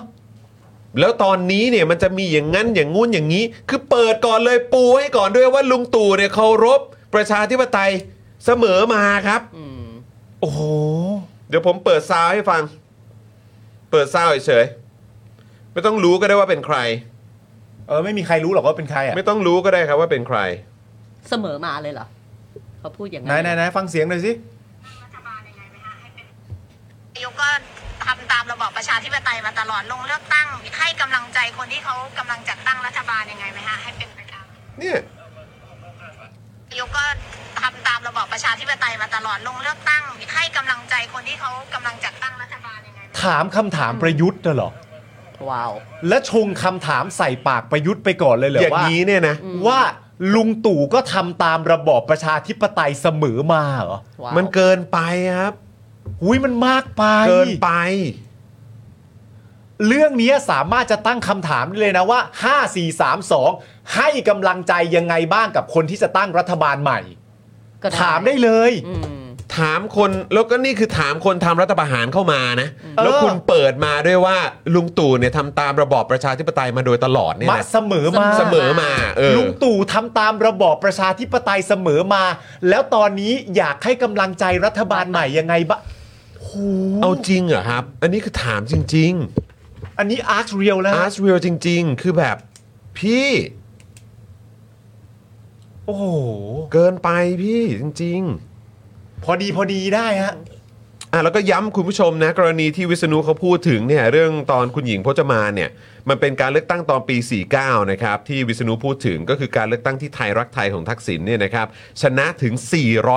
Speaker 1: แล้วตอนนี้เนี่ยมันจะมีอย่างนั้นอย่างงู้นอย่างนี้ คือเปิดก่อนเลยปูให้ก่อนด้วยว่าลุงตู่เนี่ยเคารพประชาธิปไตยเสมอมาครับ
Speaker 2: อืม
Speaker 3: โอ้โห
Speaker 1: เดี๋ยวผมเปิดซาวให้ฟัง เปิดซาวเฉยๆไม่ต้องรู้ก็ได้ว่าเป็นใคร
Speaker 3: เออ ไม่มีใครรู้หรอกว่าเป็นใครอ่ะ
Speaker 1: ไม่ต้องรู้ก็ได้ครับว่าเป็นใคร
Speaker 2: เสมอมาเลยเหรอเขาพูดอย่าง
Speaker 3: ไหนไหนไหนฟังเสียงหน่อยสิ
Speaker 5: นายกก็ทำตามระบอบประชาธิปไตยมาตลอดลงเลือกตั้ง ให้กำลังใจคนที่เขากำลังจัดตั้งรัฐบาลยังไงไหมฮะให้เป็นไปตาม
Speaker 1: เนี่ย
Speaker 5: นายกก็ทำตามระบอบประชาธิปไตยมาตลอดลงเลือกตั้ง ให้กำลังใจคนที่เขากำลังจัดตั้งรัฐบาลยังไง
Speaker 3: ถามคำถามประยุทธ์น่ะเหรอ
Speaker 2: ว้าว
Speaker 3: และชงคำถามใส่ปากประยุทธ์ไปก่อนเลยเหรอ
Speaker 1: อย่าง
Speaker 3: ว่า
Speaker 1: นี้เนี่ยนะ
Speaker 3: ว่าลุงตู่ก็ทำตามระบอบประชาธิปไตยเสมอมาเหรอ
Speaker 2: ว้าว
Speaker 1: มันเกินไปครับ
Speaker 3: หุยมันมากไป
Speaker 1: เกินไป
Speaker 3: เรื่องนี้สามารถจะตั้งคำถามได้เลยนะว่า 5 4 3 2 ให้กำลังใจยังไงบ้างกับคนที่จะตั้งรัฐบาลใหม่
Speaker 2: ก็
Speaker 3: ถามได้เลย
Speaker 2: อืม
Speaker 1: ถามคนแล้วก็นี่คือถามคนทำรัฐประหารเข้ามานะ
Speaker 3: เออ
Speaker 1: แล้วคุณเปิดมาด้วยว่าลุงตู่เนี่ยทำตามระบอบประชาธิปไตยมาโดยตลอดเนี่ย
Speaker 3: มา
Speaker 1: นะ
Speaker 3: เสมอมา
Speaker 1: เสมอมาเออ
Speaker 3: ลุงตู่ทำตามระบอบประชาธิปไตยเสมอมา แล้วตอนนี้อยากให้กำลังใจรัฐบาลใหม่ยังไงบ้าง
Speaker 1: เอาจริงเหรอครับ อันนี้คือถามจริง
Speaker 3: อันนี้อาร์ r เรียลแล้ว
Speaker 1: ๆ
Speaker 3: นะ
Speaker 1: อาร์ตเรียลจริง ๆ คือแบบพี่
Speaker 3: โอ้โห
Speaker 1: เกินไปพี่จริง ๆ
Speaker 3: พอดีพอดีได้ฮะ
Speaker 1: อ่ะแล้วก็ย้ำคุณผู้ชมนะกรณีที่วิษณุเขาพูดถึงเนี่ยเรื่องตอนคุณหญิงพจมานเนี่ยมันเป็นการเลือกตั้งตอนปี 49 นะครับที่วิษณุพูดถึงก็คือการเลือกตั้งที่ไทยรักไทยของทักษิณเนี่ยนะครับชนะถึง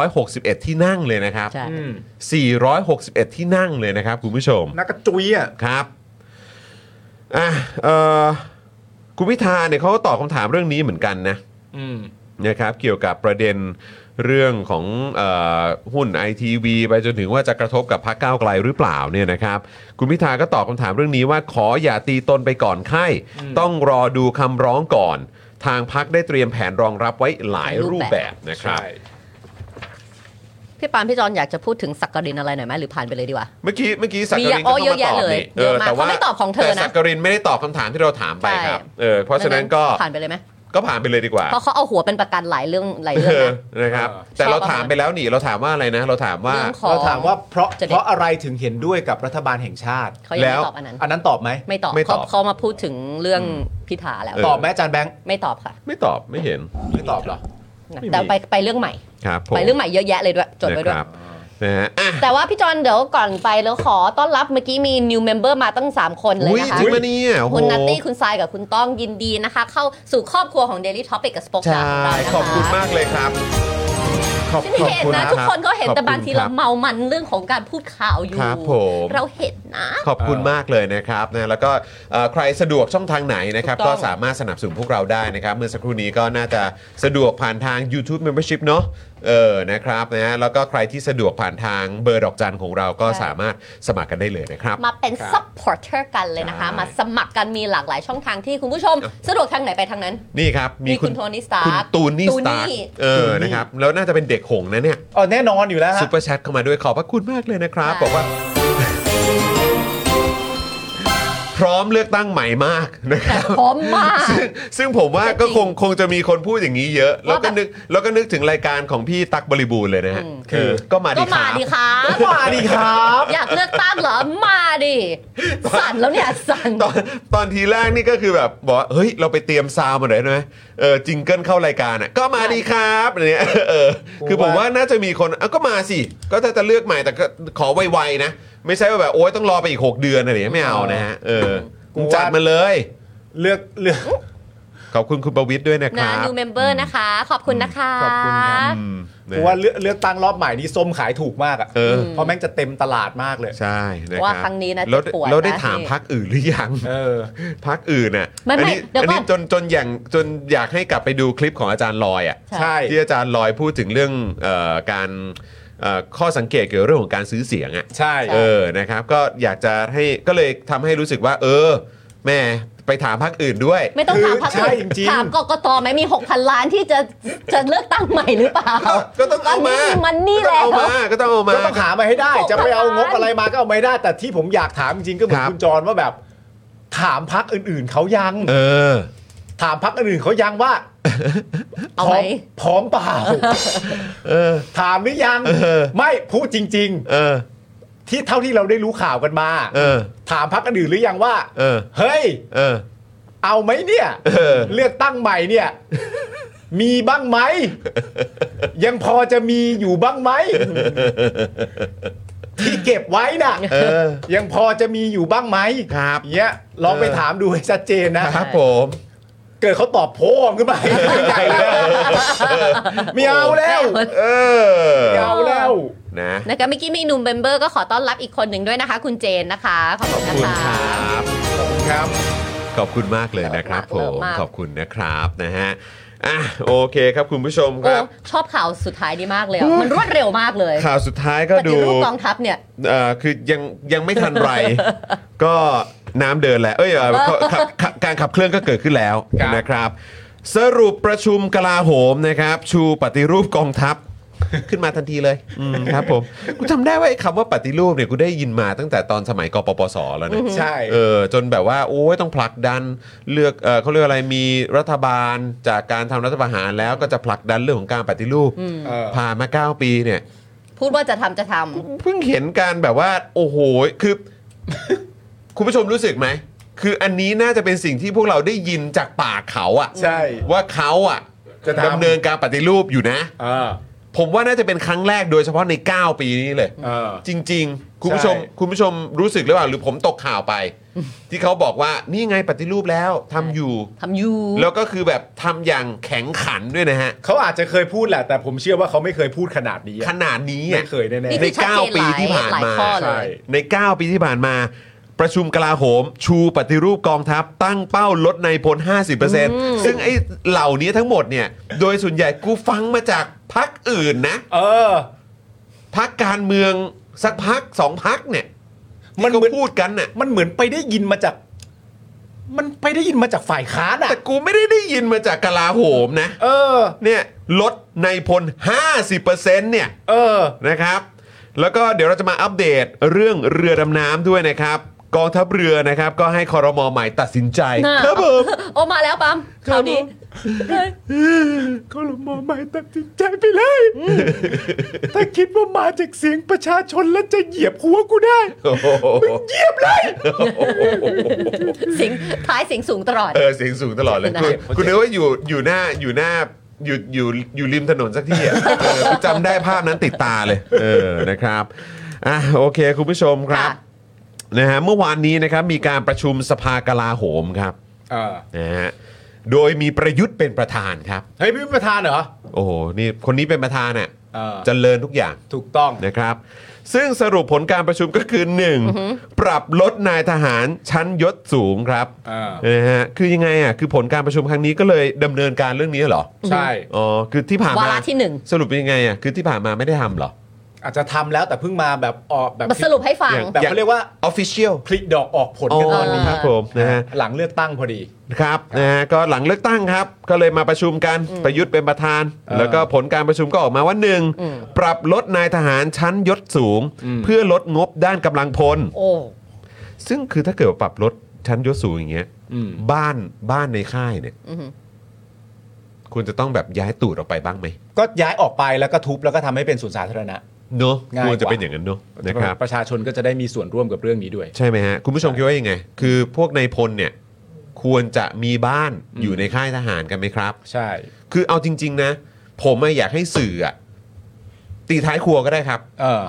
Speaker 1: 461 ที่นั่งเลยนะครับ
Speaker 2: ใช่
Speaker 1: 461 ที่นั่งเลยนะครับคุณผู้ชม
Speaker 3: นักกระจุยอ่ะ
Speaker 1: ครับอ่ะเอ่อคุณพิธาเนี่ยเขาก็ตอบคำถามเรื่องนี้เหมือนกันนะนะครับ เกี่ยวกับประเด็นเรื่องของเออหุ้นไอทีวีไปจนถึงว่าจะกระทบกับพรรคก้าวไกลหรือเปล่าเนี่ยนะครับ คุณพิธาก็ตอบคำถามเรื่องนี้ว่าขออย่าตีตนไปก่อนไข้ ต้องรอดูคำร้องก่อน ทางพักได้เตรียมแผนรองรับไว้หลายรูปแบบนะครับ
Speaker 2: พี่ปาล์มพี่จอนอยากจะพูดถึงสักกรินอะไรหน่อยไหมหรือผ่านไปเลยดีกว่า
Speaker 1: เมื่อกี้เมื่อกี้สักกริน
Speaker 2: มี
Speaker 1: ก็
Speaker 2: อ่ะ
Speaker 1: เข้า
Speaker 2: โอ้เยอะ
Speaker 1: มาต
Speaker 2: แยะ
Speaker 1: อบ
Speaker 2: เลย
Speaker 1: นี่เอ
Speaker 2: เย
Speaker 1: อ
Speaker 2: อะมาก
Speaker 1: แต่ว่า
Speaker 2: เขาไม่ตอบของเธอนะ
Speaker 1: แต่สักกรินไม่ได้ตอบคำถามที่เราถามไป
Speaker 2: ใช่
Speaker 1: ครับเออเพราะฉะนั้นก็
Speaker 2: ผ่านไปเลยไหม
Speaker 1: ก็ผ่านไปเลยดีกว่า
Speaker 2: เพราะเขาเอาหัวเป็นประกันหลายเรื่องหลายเรื่อง
Speaker 1: เออ
Speaker 2: นะ
Speaker 1: นะครับ
Speaker 3: เออ
Speaker 1: แต่
Speaker 2: ชอบ
Speaker 1: เราถาม
Speaker 2: มาก
Speaker 1: ไปแล้วนี่เราถามว่าอะไรนะ เราถามว่า
Speaker 2: เรื่องของ
Speaker 3: เราถามว่าเพราะ
Speaker 2: จะได้
Speaker 3: เพราะอะไรถึงเห็นด้วยกับรัฐบาลแห่งชาติ
Speaker 2: เขายัง
Speaker 1: แล้ว
Speaker 2: ไม่ตอบอันนั้น
Speaker 3: อันนั้นตอบไหม
Speaker 2: ไม่ตอบ
Speaker 1: ไม่ต
Speaker 2: เขา
Speaker 1: อบ
Speaker 2: เขามาพูดถึงเรื่องพิธาแล้ว
Speaker 1: เออ
Speaker 3: ตอบไหมอาจารย์แบงค์
Speaker 2: ไม่ตอบค่ะ
Speaker 1: ไม่ตอบไม่เห็น
Speaker 3: ไม่ตอบเหรอ
Speaker 2: นะแต่ไปไปเรื่องใหม่
Speaker 1: ครับผม
Speaker 2: ไปเรื่องใหม่เยอะแยะเลยด้วยจดไว้ด้วย
Speaker 1: นะครับนะฮะอ่ะ
Speaker 2: แต่ว่าพี่จอนเดี๋ยวก่อนไปแล้วขอต้อนรับเมื่อกี้มี new member มาตั้ง 3 คนเลย
Speaker 1: อุ้ย
Speaker 2: นะคะ
Speaker 1: จริงปะเนี่ยโอ้โห
Speaker 2: คุณนัตตี้คุณทรายกับคุณต้องยินดีนะคะ เข้าสู่ครอบครัวของ Daily Topic กับ Spoke
Speaker 1: ใช่
Speaker 2: ข
Speaker 1: ขอ
Speaker 2: องเรานะคะ
Speaker 1: บคุณมากเลยครับ ขอบ
Speaker 2: ฉันเห็นนะ ทุกคนก็เห็น
Speaker 1: ขอ
Speaker 2: แต่บางทีเรา
Speaker 1: ค
Speaker 2: เมามันเรื่องของการพูดข่าวอยู่
Speaker 1: ครับผม
Speaker 2: เราเห็นนะ
Speaker 1: ขอบคุณมากเลยนะครับนะแล้วก็เอ่อใครสะดวกช่องทางไหนนะครับ
Speaker 2: ถูกต้
Speaker 1: ก็
Speaker 2: อง
Speaker 1: สามารถสนับสนุนพวกเราได้นะครับ เมื่อสักครู่นี้ก็น่าจะสะดวกผ่านทาง YouTube Membership เนาะเออนะครับนะฮะแล้วก็ใครที่สะดวกผ่านทางเบอร์ดอกจันของเราก็
Speaker 2: ใช่
Speaker 1: สามารถสมัครกันได้เลยนะครับ
Speaker 2: มาเป็น
Speaker 1: ครับ
Speaker 2: supporter กันเลยนะคะ
Speaker 1: ใช่
Speaker 2: มาสมัครกันมีหลากหลายช่องทางที่คุณผู้ชม
Speaker 1: ครับ
Speaker 2: สะดวกทางไหนไปทางนั้น
Speaker 1: นี่ครับ
Speaker 2: มีคุณโทนี่สตาร์
Speaker 1: คุณตูนนี่สตาร์
Speaker 2: ตูนนี่
Speaker 1: เออนะครับแล้วน่าจะเป็นเด็กหงส์นะเนี่ย
Speaker 3: เออแน่นอนอยู่แล้วฮะ
Speaker 1: ซุปเปอร์แชทเข้ามาด้วยขอบพระคุณมากเลยนะครับ
Speaker 2: ใช่
Speaker 1: บอกว่า พร้อมเลือกตั้งใหม่มากนะครับ
Speaker 2: พร้อมมาก
Speaker 1: ซึ่งซึ่งผมว่าก็คงคงจะมีคนพูดอย่างนี้เยอะ แล้วก็
Speaker 2: ว่าแบบ
Speaker 1: นึกแล้วก็นึกถึงรายการของพี่ตักบริบูรณ์เลยนะฮะคือก็มาดี
Speaker 2: ก็
Speaker 1: ค
Speaker 2: มา
Speaker 1: รับ
Speaker 2: ดีค่ะ
Speaker 3: มาดีครับ
Speaker 2: อยากเลือกตั้งเหรอ มาดิสั่นแล้วเนี่ยสั่น
Speaker 1: ตอนตอนทีแรกนี่ก็คือแบบบอกว่าเฮ้ยเราไปเตรียมซาวมาหน่อยได้ไหมเออจิงเกิลเข้ารายการอ่ะก็มาดีครับอะไรเนี่ยเออคือผมว่าน่าจะมีคนอ่ะก็มาสิ ก็ถ้าจะเลือกใหม่แต่ก็ขอไวๆนะ ไม่ใช่ว่าแบบโอ๊ยต้องรอไปอีก 6 เดือนอะไรอย่างเงี้ยไม่เอานะฮะเออ
Speaker 3: กูว่า
Speaker 1: จัดมาเลย
Speaker 3: เลือกเลือก
Speaker 1: ขอบคุณคุณประวิทย์ด้วยนะค
Speaker 2: นะ
Speaker 1: รับ
Speaker 2: new member นะคะ ขอบคุณนะคะ
Speaker 3: ขอบคุณครับ
Speaker 1: อืมนะ
Speaker 3: กูว่าเลือกเลือกตั้งรอบใหม่นี่ส้มขายถูกมากอ่ะ
Speaker 1: เออ
Speaker 3: เพราะแม่งจะเต็มตลาดมากเลย
Speaker 1: ใช่นะ
Speaker 2: ว่า
Speaker 1: บ
Speaker 2: ครั้งนี้นะ
Speaker 1: แล้ว
Speaker 2: เจ็บปวด
Speaker 1: แล้วได้
Speaker 2: นะ
Speaker 1: ถาม
Speaker 2: นี่
Speaker 1: พักอื่นหรือยัง
Speaker 3: เออ
Speaker 1: พักอื่นน่ะ
Speaker 2: ไม่ไม่
Speaker 1: อันี้
Speaker 2: เดี๋ยว
Speaker 1: อันนี้
Speaker 2: ก่อน
Speaker 1: จนจนอย่างจนอยากให้กลับไปดูคลิปของอาจารย์ลอยอ่ะ
Speaker 2: ใช่
Speaker 3: ใช่
Speaker 1: ที่อาจารย์ลอยพูดถึงเรื่องเอ่อการเอ่อข้อสังเกตเกี่ยวกับเรื่องของการซื้อเสียงอ่ะ
Speaker 3: ใช่
Speaker 1: เออนะครับ ก็อยากจะให้ก็เลยทำให้รู้สึกว่า เออ แม่ไปถามพักอื่นด้วย
Speaker 2: ไม่ต้องถามพัก
Speaker 3: คือใช่
Speaker 2: อื่น
Speaker 3: จริงๆ
Speaker 2: ถามกกตไหมมี 6,000 ล้านที่จะจะเลือกตั้งใหม่หรือเปล่า
Speaker 1: ก็ต้องเอามา
Speaker 2: อันนี้มันนี่
Speaker 1: ก็
Speaker 2: แห
Speaker 1: ต้องเอา
Speaker 2: ล้ว
Speaker 1: มาก็ต้องเอามา
Speaker 3: ก็ต้องหามาให้ได้ จะไปเอางบ
Speaker 2: ประมาณ
Speaker 3: อะไรมาก็เอาไม่ได้ แต่ที่ผมอยากถามจริงๆก็เหมือ
Speaker 1: คน รับ
Speaker 3: คุณจรว่าแบบ ถามพักอื่นๆเขายัง
Speaker 1: เออ
Speaker 3: ถามพักอื่นๆเขายังว่า
Speaker 2: เอา
Speaker 3: พร้
Speaker 2: ไหม
Speaker 3: อมพร้อมเปล่า
Speaker 1: เออ
Speaker 3: ถามหรือยัง
Speaker 1: เออ
Speaker 3: ไม่พูดจริง
Speaker 1: เออ
Speaker 3: ๆ ที่เท่าที่เราได้รู้ข่าวกันมา
Speaker 1: เออ
Speaker 3: ถามพักอื่นหรือยังว่า
Speaker 1: เออ
Speaker 3: เฮ้ย
Speaker 1: เออ
Speaker 3: เอาไหมเนี่ย
Speaker 1: เออ
Speaker 3: เลือกตั้งใหม่เนี่ย มีบ้างไหม ยังพอจะมีอยู่บ้างไหม ที่เก็บไว้น่ะ
Speaker 1: เออ
Speaker 3: ยังพอจะมีอยู่บ้างไหม
Speaker 1: ครับ
Speaker 3: เนี้ยลองไปถามดูให้ชัดเจนนะ
Speaker 1: ครับผม
Speaker 3: เกิดเขาตอบโพมขึ้นมา ใหญ่เลยไมีเอาแล้ว
Speaker 1: เออ
Speaker 3: ไมีเอาแล้ว
Speaker 1: นะ
Speaker 2: นะคะเมื่อกี้มีหนุ่มเบมเบอร์ก็ขอต้อนรับอีกคนหนึ่งด้วยนะคะ คุณเจนนะคะ ขอบ
Speaker 1: ข
Speaker 2: คุ
Speaker 1: อ
Speaker 2: ณ
Speaker 1: บ
Speaker 2: นะ
Speaker 1: คุณค
Speaker 2: คะ
Speaker 1: รับ ขอบคุณครับ ขอบคุณมากเลยนะครับ
Speaker 2: ขอ
Speaker 1: ผ
Speaker 2: บคุณ
Speaker 1: ม
Speaker 2: มาก
Speaker 1: ขอบคุณนะครับนะฮะ อ่ะโอเคครับคุณผู้ชมค
Speaker 2: โอ้
Speaker 1: รับ
Speaker 2: ชอบข่าวสุดท้ายนี้มากเลยอะมันรวดเร็วมากเลย
Speaker 1: ข่าวสุดท้ายก็
Speaker 2: ปฏิ
Speaker 1: ดู
Speaker 2: รูปกองทัพเนี่ย
Speaker 1: เอ่อคือยังยังไม่ทันไร ก็ น้ำเดินแล้วเอ้ยเอ่อเขาขับขับการขับเคลื่อนก็เกิดขึ้นแล้ว
Speaker 3: ครับ
Speaker 1: นะครับ สรุปประชุมกลาโหมนะครับ ชูปฏิรูปกองทัพ ขึ้นมาทันทีเลยอืมครับ ผมกูจำได้ว่าไอ้คำว่าปฏิรูปเนี่ยกูได้ยินมาตั้งแต่ตอนสมัยกปปสแล้วนะ
Speaker 3: ใช่
Speaker 1: เออจนแบบว่าโอ้ยต้องผลักดันเลือกเออเขาเรียกอะไรมีรัฐบาลจากการทำรัฐประหารแล้วก็จะผลักดันเรื่องของการปฏิรูป
Speaker 3: เออ
Speaker 1: ผ่านมา 9 ปีเนี่ย
Speaker 2: พูดว่าจะทำจะทำ
Speaker 1: เพิ่งเห็นการแบบว่า โอ้โหคือ คุณผู้ชมรู้สึกไหม คืออันนี้น่าจะเป็นสิ่งที่พวกเราได้ยินจากปากเขาอะ
Speaker 3: ใช่
Speaker 1: ว่าเขาอะ
Speaker 3: จะทำ
Speaker 1: ดำเนินการปฏิรูปอยู่นะ
Speaker 3: เออ
Speaker 1: ผมว่าน่าจะเป็นครั้งแรกโดยเฉพาะใน 9 ปีนี้เลย
Speaker 3: เออ
Speaker 1: จริง ๆ คุณผู้ชม
Speaker 3: ใช่
Speaker 1: คุณผู้ชมรู้สึกหรือเปล่าหรือผมตกข่าวไป ที่เขาบอกว่านี่ไงปฏิรูปแล้วทำอยู่
Speaker 2: ทำอยู่
Speaker 1: แล้วก็คือแบบทำอย่างแข็งขันด้วยนะฮะ
Speaker 3: เขาอาจจะเคยพูดแหละ แต่ผมเชื่อว่าเขาไม่เคยพูดขนาดนี้อะ
Speaker 1: ขนาดนี้
Speaker 3: ไม่
Speaker 1: อะ
Speaker 3: เคยแน่
Speaker 2: นี่
Speaker 1: ใน
Speaker 2: คือชัดเจน
Speaker 1: เก้าปี
Speaker 2: หลาย
Speaker 1: ที่ผ่าน
Speaker 2: หลาย
Speaker 1: มา
Speaker 2: ข้อเล
Speaker 3: ใช่
Speaker 2: ย
Speaker 1: ใน 9 ปีที่ผ่านมา ประชุมกลาโหม ชูปฏิรูปกองทัพ ตั้งเป้าลดในายพล 50%ซึ่งไอ้เหล่านี้ทั้งหมดเนี่ย โดยส่วนใหญ่กูฟังมาจากพักอื่นนะ
Speaker 3: ๆเออ
Speaker 1: พักการเมืองสักพักสองพักเนี่ย
Speaker 3: มั
Speaker 1: มัน น
Speaker 3: เหมือน
Speaker 1: พูดกันน่ะ
Speaker 3: มันเหมือนไปได้ยินมาจาก มันไปได้ยินมาจากฝ่ายค้านอะ
Speaker 1: แต่กูไม่ได้ได้ยินมาจากกลาโหมนะ
Speaker 3: เออ
Speaker 1: เนี่ยลดในพล 50%เนี่ย
Speaker 3: เออ
Speaker 1: นะครับ แล้วก็เดี๋ยวเราจะมาอัปเดตเรื่องเรือดำน้ำด้วยนะครับ กองทัพเรือนะครับ ก็ให้คอรมอใหม่ตัดสินใจ
Speaker 2: น่ะ
Speaker 1: ครับผม
Speaker 2: โอมาแล้วปั๊มคราวนี้
Speaker 3: คอรมอใหม่ตัดสินใจไปเลย ถ้าคิดว่ามาจากเสียงประชาชนแล้วจะเหยียบหัวกูได้
Speaker 1: โอ้โห
Speaker 3: เหยียบเลย
Speaker 2: สิงท้ายสิงสูงตลอด
Speaker 1: เออเสียงสูงตลอดเลย คุณ
Speaker 3: เข้าใจ
Speaker 1: คุณนึกว่าอยู่อยู่หน้าอยู่หน้าอยู่อยู่อยู่ริมถนนสักที่อะเออจำได้ภาพนั้นติดตาเลย เออนะครับอ่ะโอเค คุณผู้ชมครับ
Speaker 2: ค่ะ
Speaker 1: นะฮะเมื่อวานนี้นะครับมีการประชุมสภากลาโหมครับ
Speaker 3: เออ
Speaker 1: นะฮะ โดยมีประยุทธ์เป็นประธานครับ
Speaker 3: เฮ้ยพี่ประธานเหรอ
Speaker 1: โอ้โห นี่คนนี้เป็นประธานอ่ะ
Speaker 3: เออ
Speaker 1: เจริญทุกอย่าง
Speaker 3: ถูกต้อง
Speaker 1: นะครับ ซึ่งสรุปผลการประชุมก็คือ 1. ปรับลดนายทหารชั้นยศสูงครับ
Speaker 3: เออ
Speaker 1: นะฮะ คือยังไงอ่ะ คือผลการประชุมครั้งนี้ก็เลยดำเนินการเรื่องนี้เหรอ
Speaker 3: ใช่
Speaker 1: อ๋อ คือที่ผ่าน
Speaker 2: วา
Speaker 1: มา
Speaker 2: ระที่หนึ่ง
Speaker 1: สรุปเป็นยังไงอ่ะ คือที่ผ่านมาไม่ได้ทำเหรอ
Speaker 3: อาจจะทำแล้วแต่เพิ่งมาแบบออกแบบ
Speaker 2: มาสรุปให้ฟัง
Speaker 3: แบบเขาเรียกว่า
Speaker 1: Official
Speaker 3: พลิกดอกออกผลกันตอนนี้
Speaker 1: ครับผมนะฮะ
Speaker 3: หลังเลือกตั้งพอดี
Speaker 1: ครับนะฮะก็หลังเลือกตั้งครับ ก็เลยมาประชุมกันประยุทธ์เป็นประธาน
Speaker 3: เออ
Speaker 1: แล้วก็ผลการประชุมก็ออกมาว่าหนึ่ง
Speaker 2: อืม
Speaker 1: ปรับลดนายทหารชั้นยศสูง
Speaker 3: อืม
Speaker 1: เพื่อลดงบด้านกำลังพล
Speaker 2: โอ้
Speaker 1: ซึ่งคือถ้าเกิดว่าปรับลดชั้นยศสูงอย่างเงี้ย
Speaker 3: อืม
Speaker 1: บ้านบ้านในค่ายเนี่ย
Speaker 2: อือหือ
Speaker 1: ควรจะต้องแบบย้ายตูดออกไปบ้างไหม
Speaker 3: ก็ย้ายออกไปแล้วก็ทุบแล้วก็ทำให้เป็นสวนสาธารณะ
Speaker 1: เนอะ
Speaker 3: ง่าย
Speaker 1: ค
Speaker 3: กว่า
Speaker 1: วรจะเป็นอย่างนั้นเนอะนะครับ
Speaker 3: ประชาชนก็จะได้มีส่วนร่วมกับเรื่องนี้ด้วย
Speaker 1: ใช่ไหมฮะคุณผู้ชมคิดว่ายังไง คือพวกนายพลเนี่ยควรจะมีบ้าน
Speaker 3: อืม
Speaker 1: อยู่ในค่ายทหารกันไหมครับ
Speaker 3: ใช่
Speaker 1: คือเอาจริง ๆ นะ ผมอะอยากให้สื่ออะตีท้ายครัวก็ได้ครับ
Speaker 3: เออ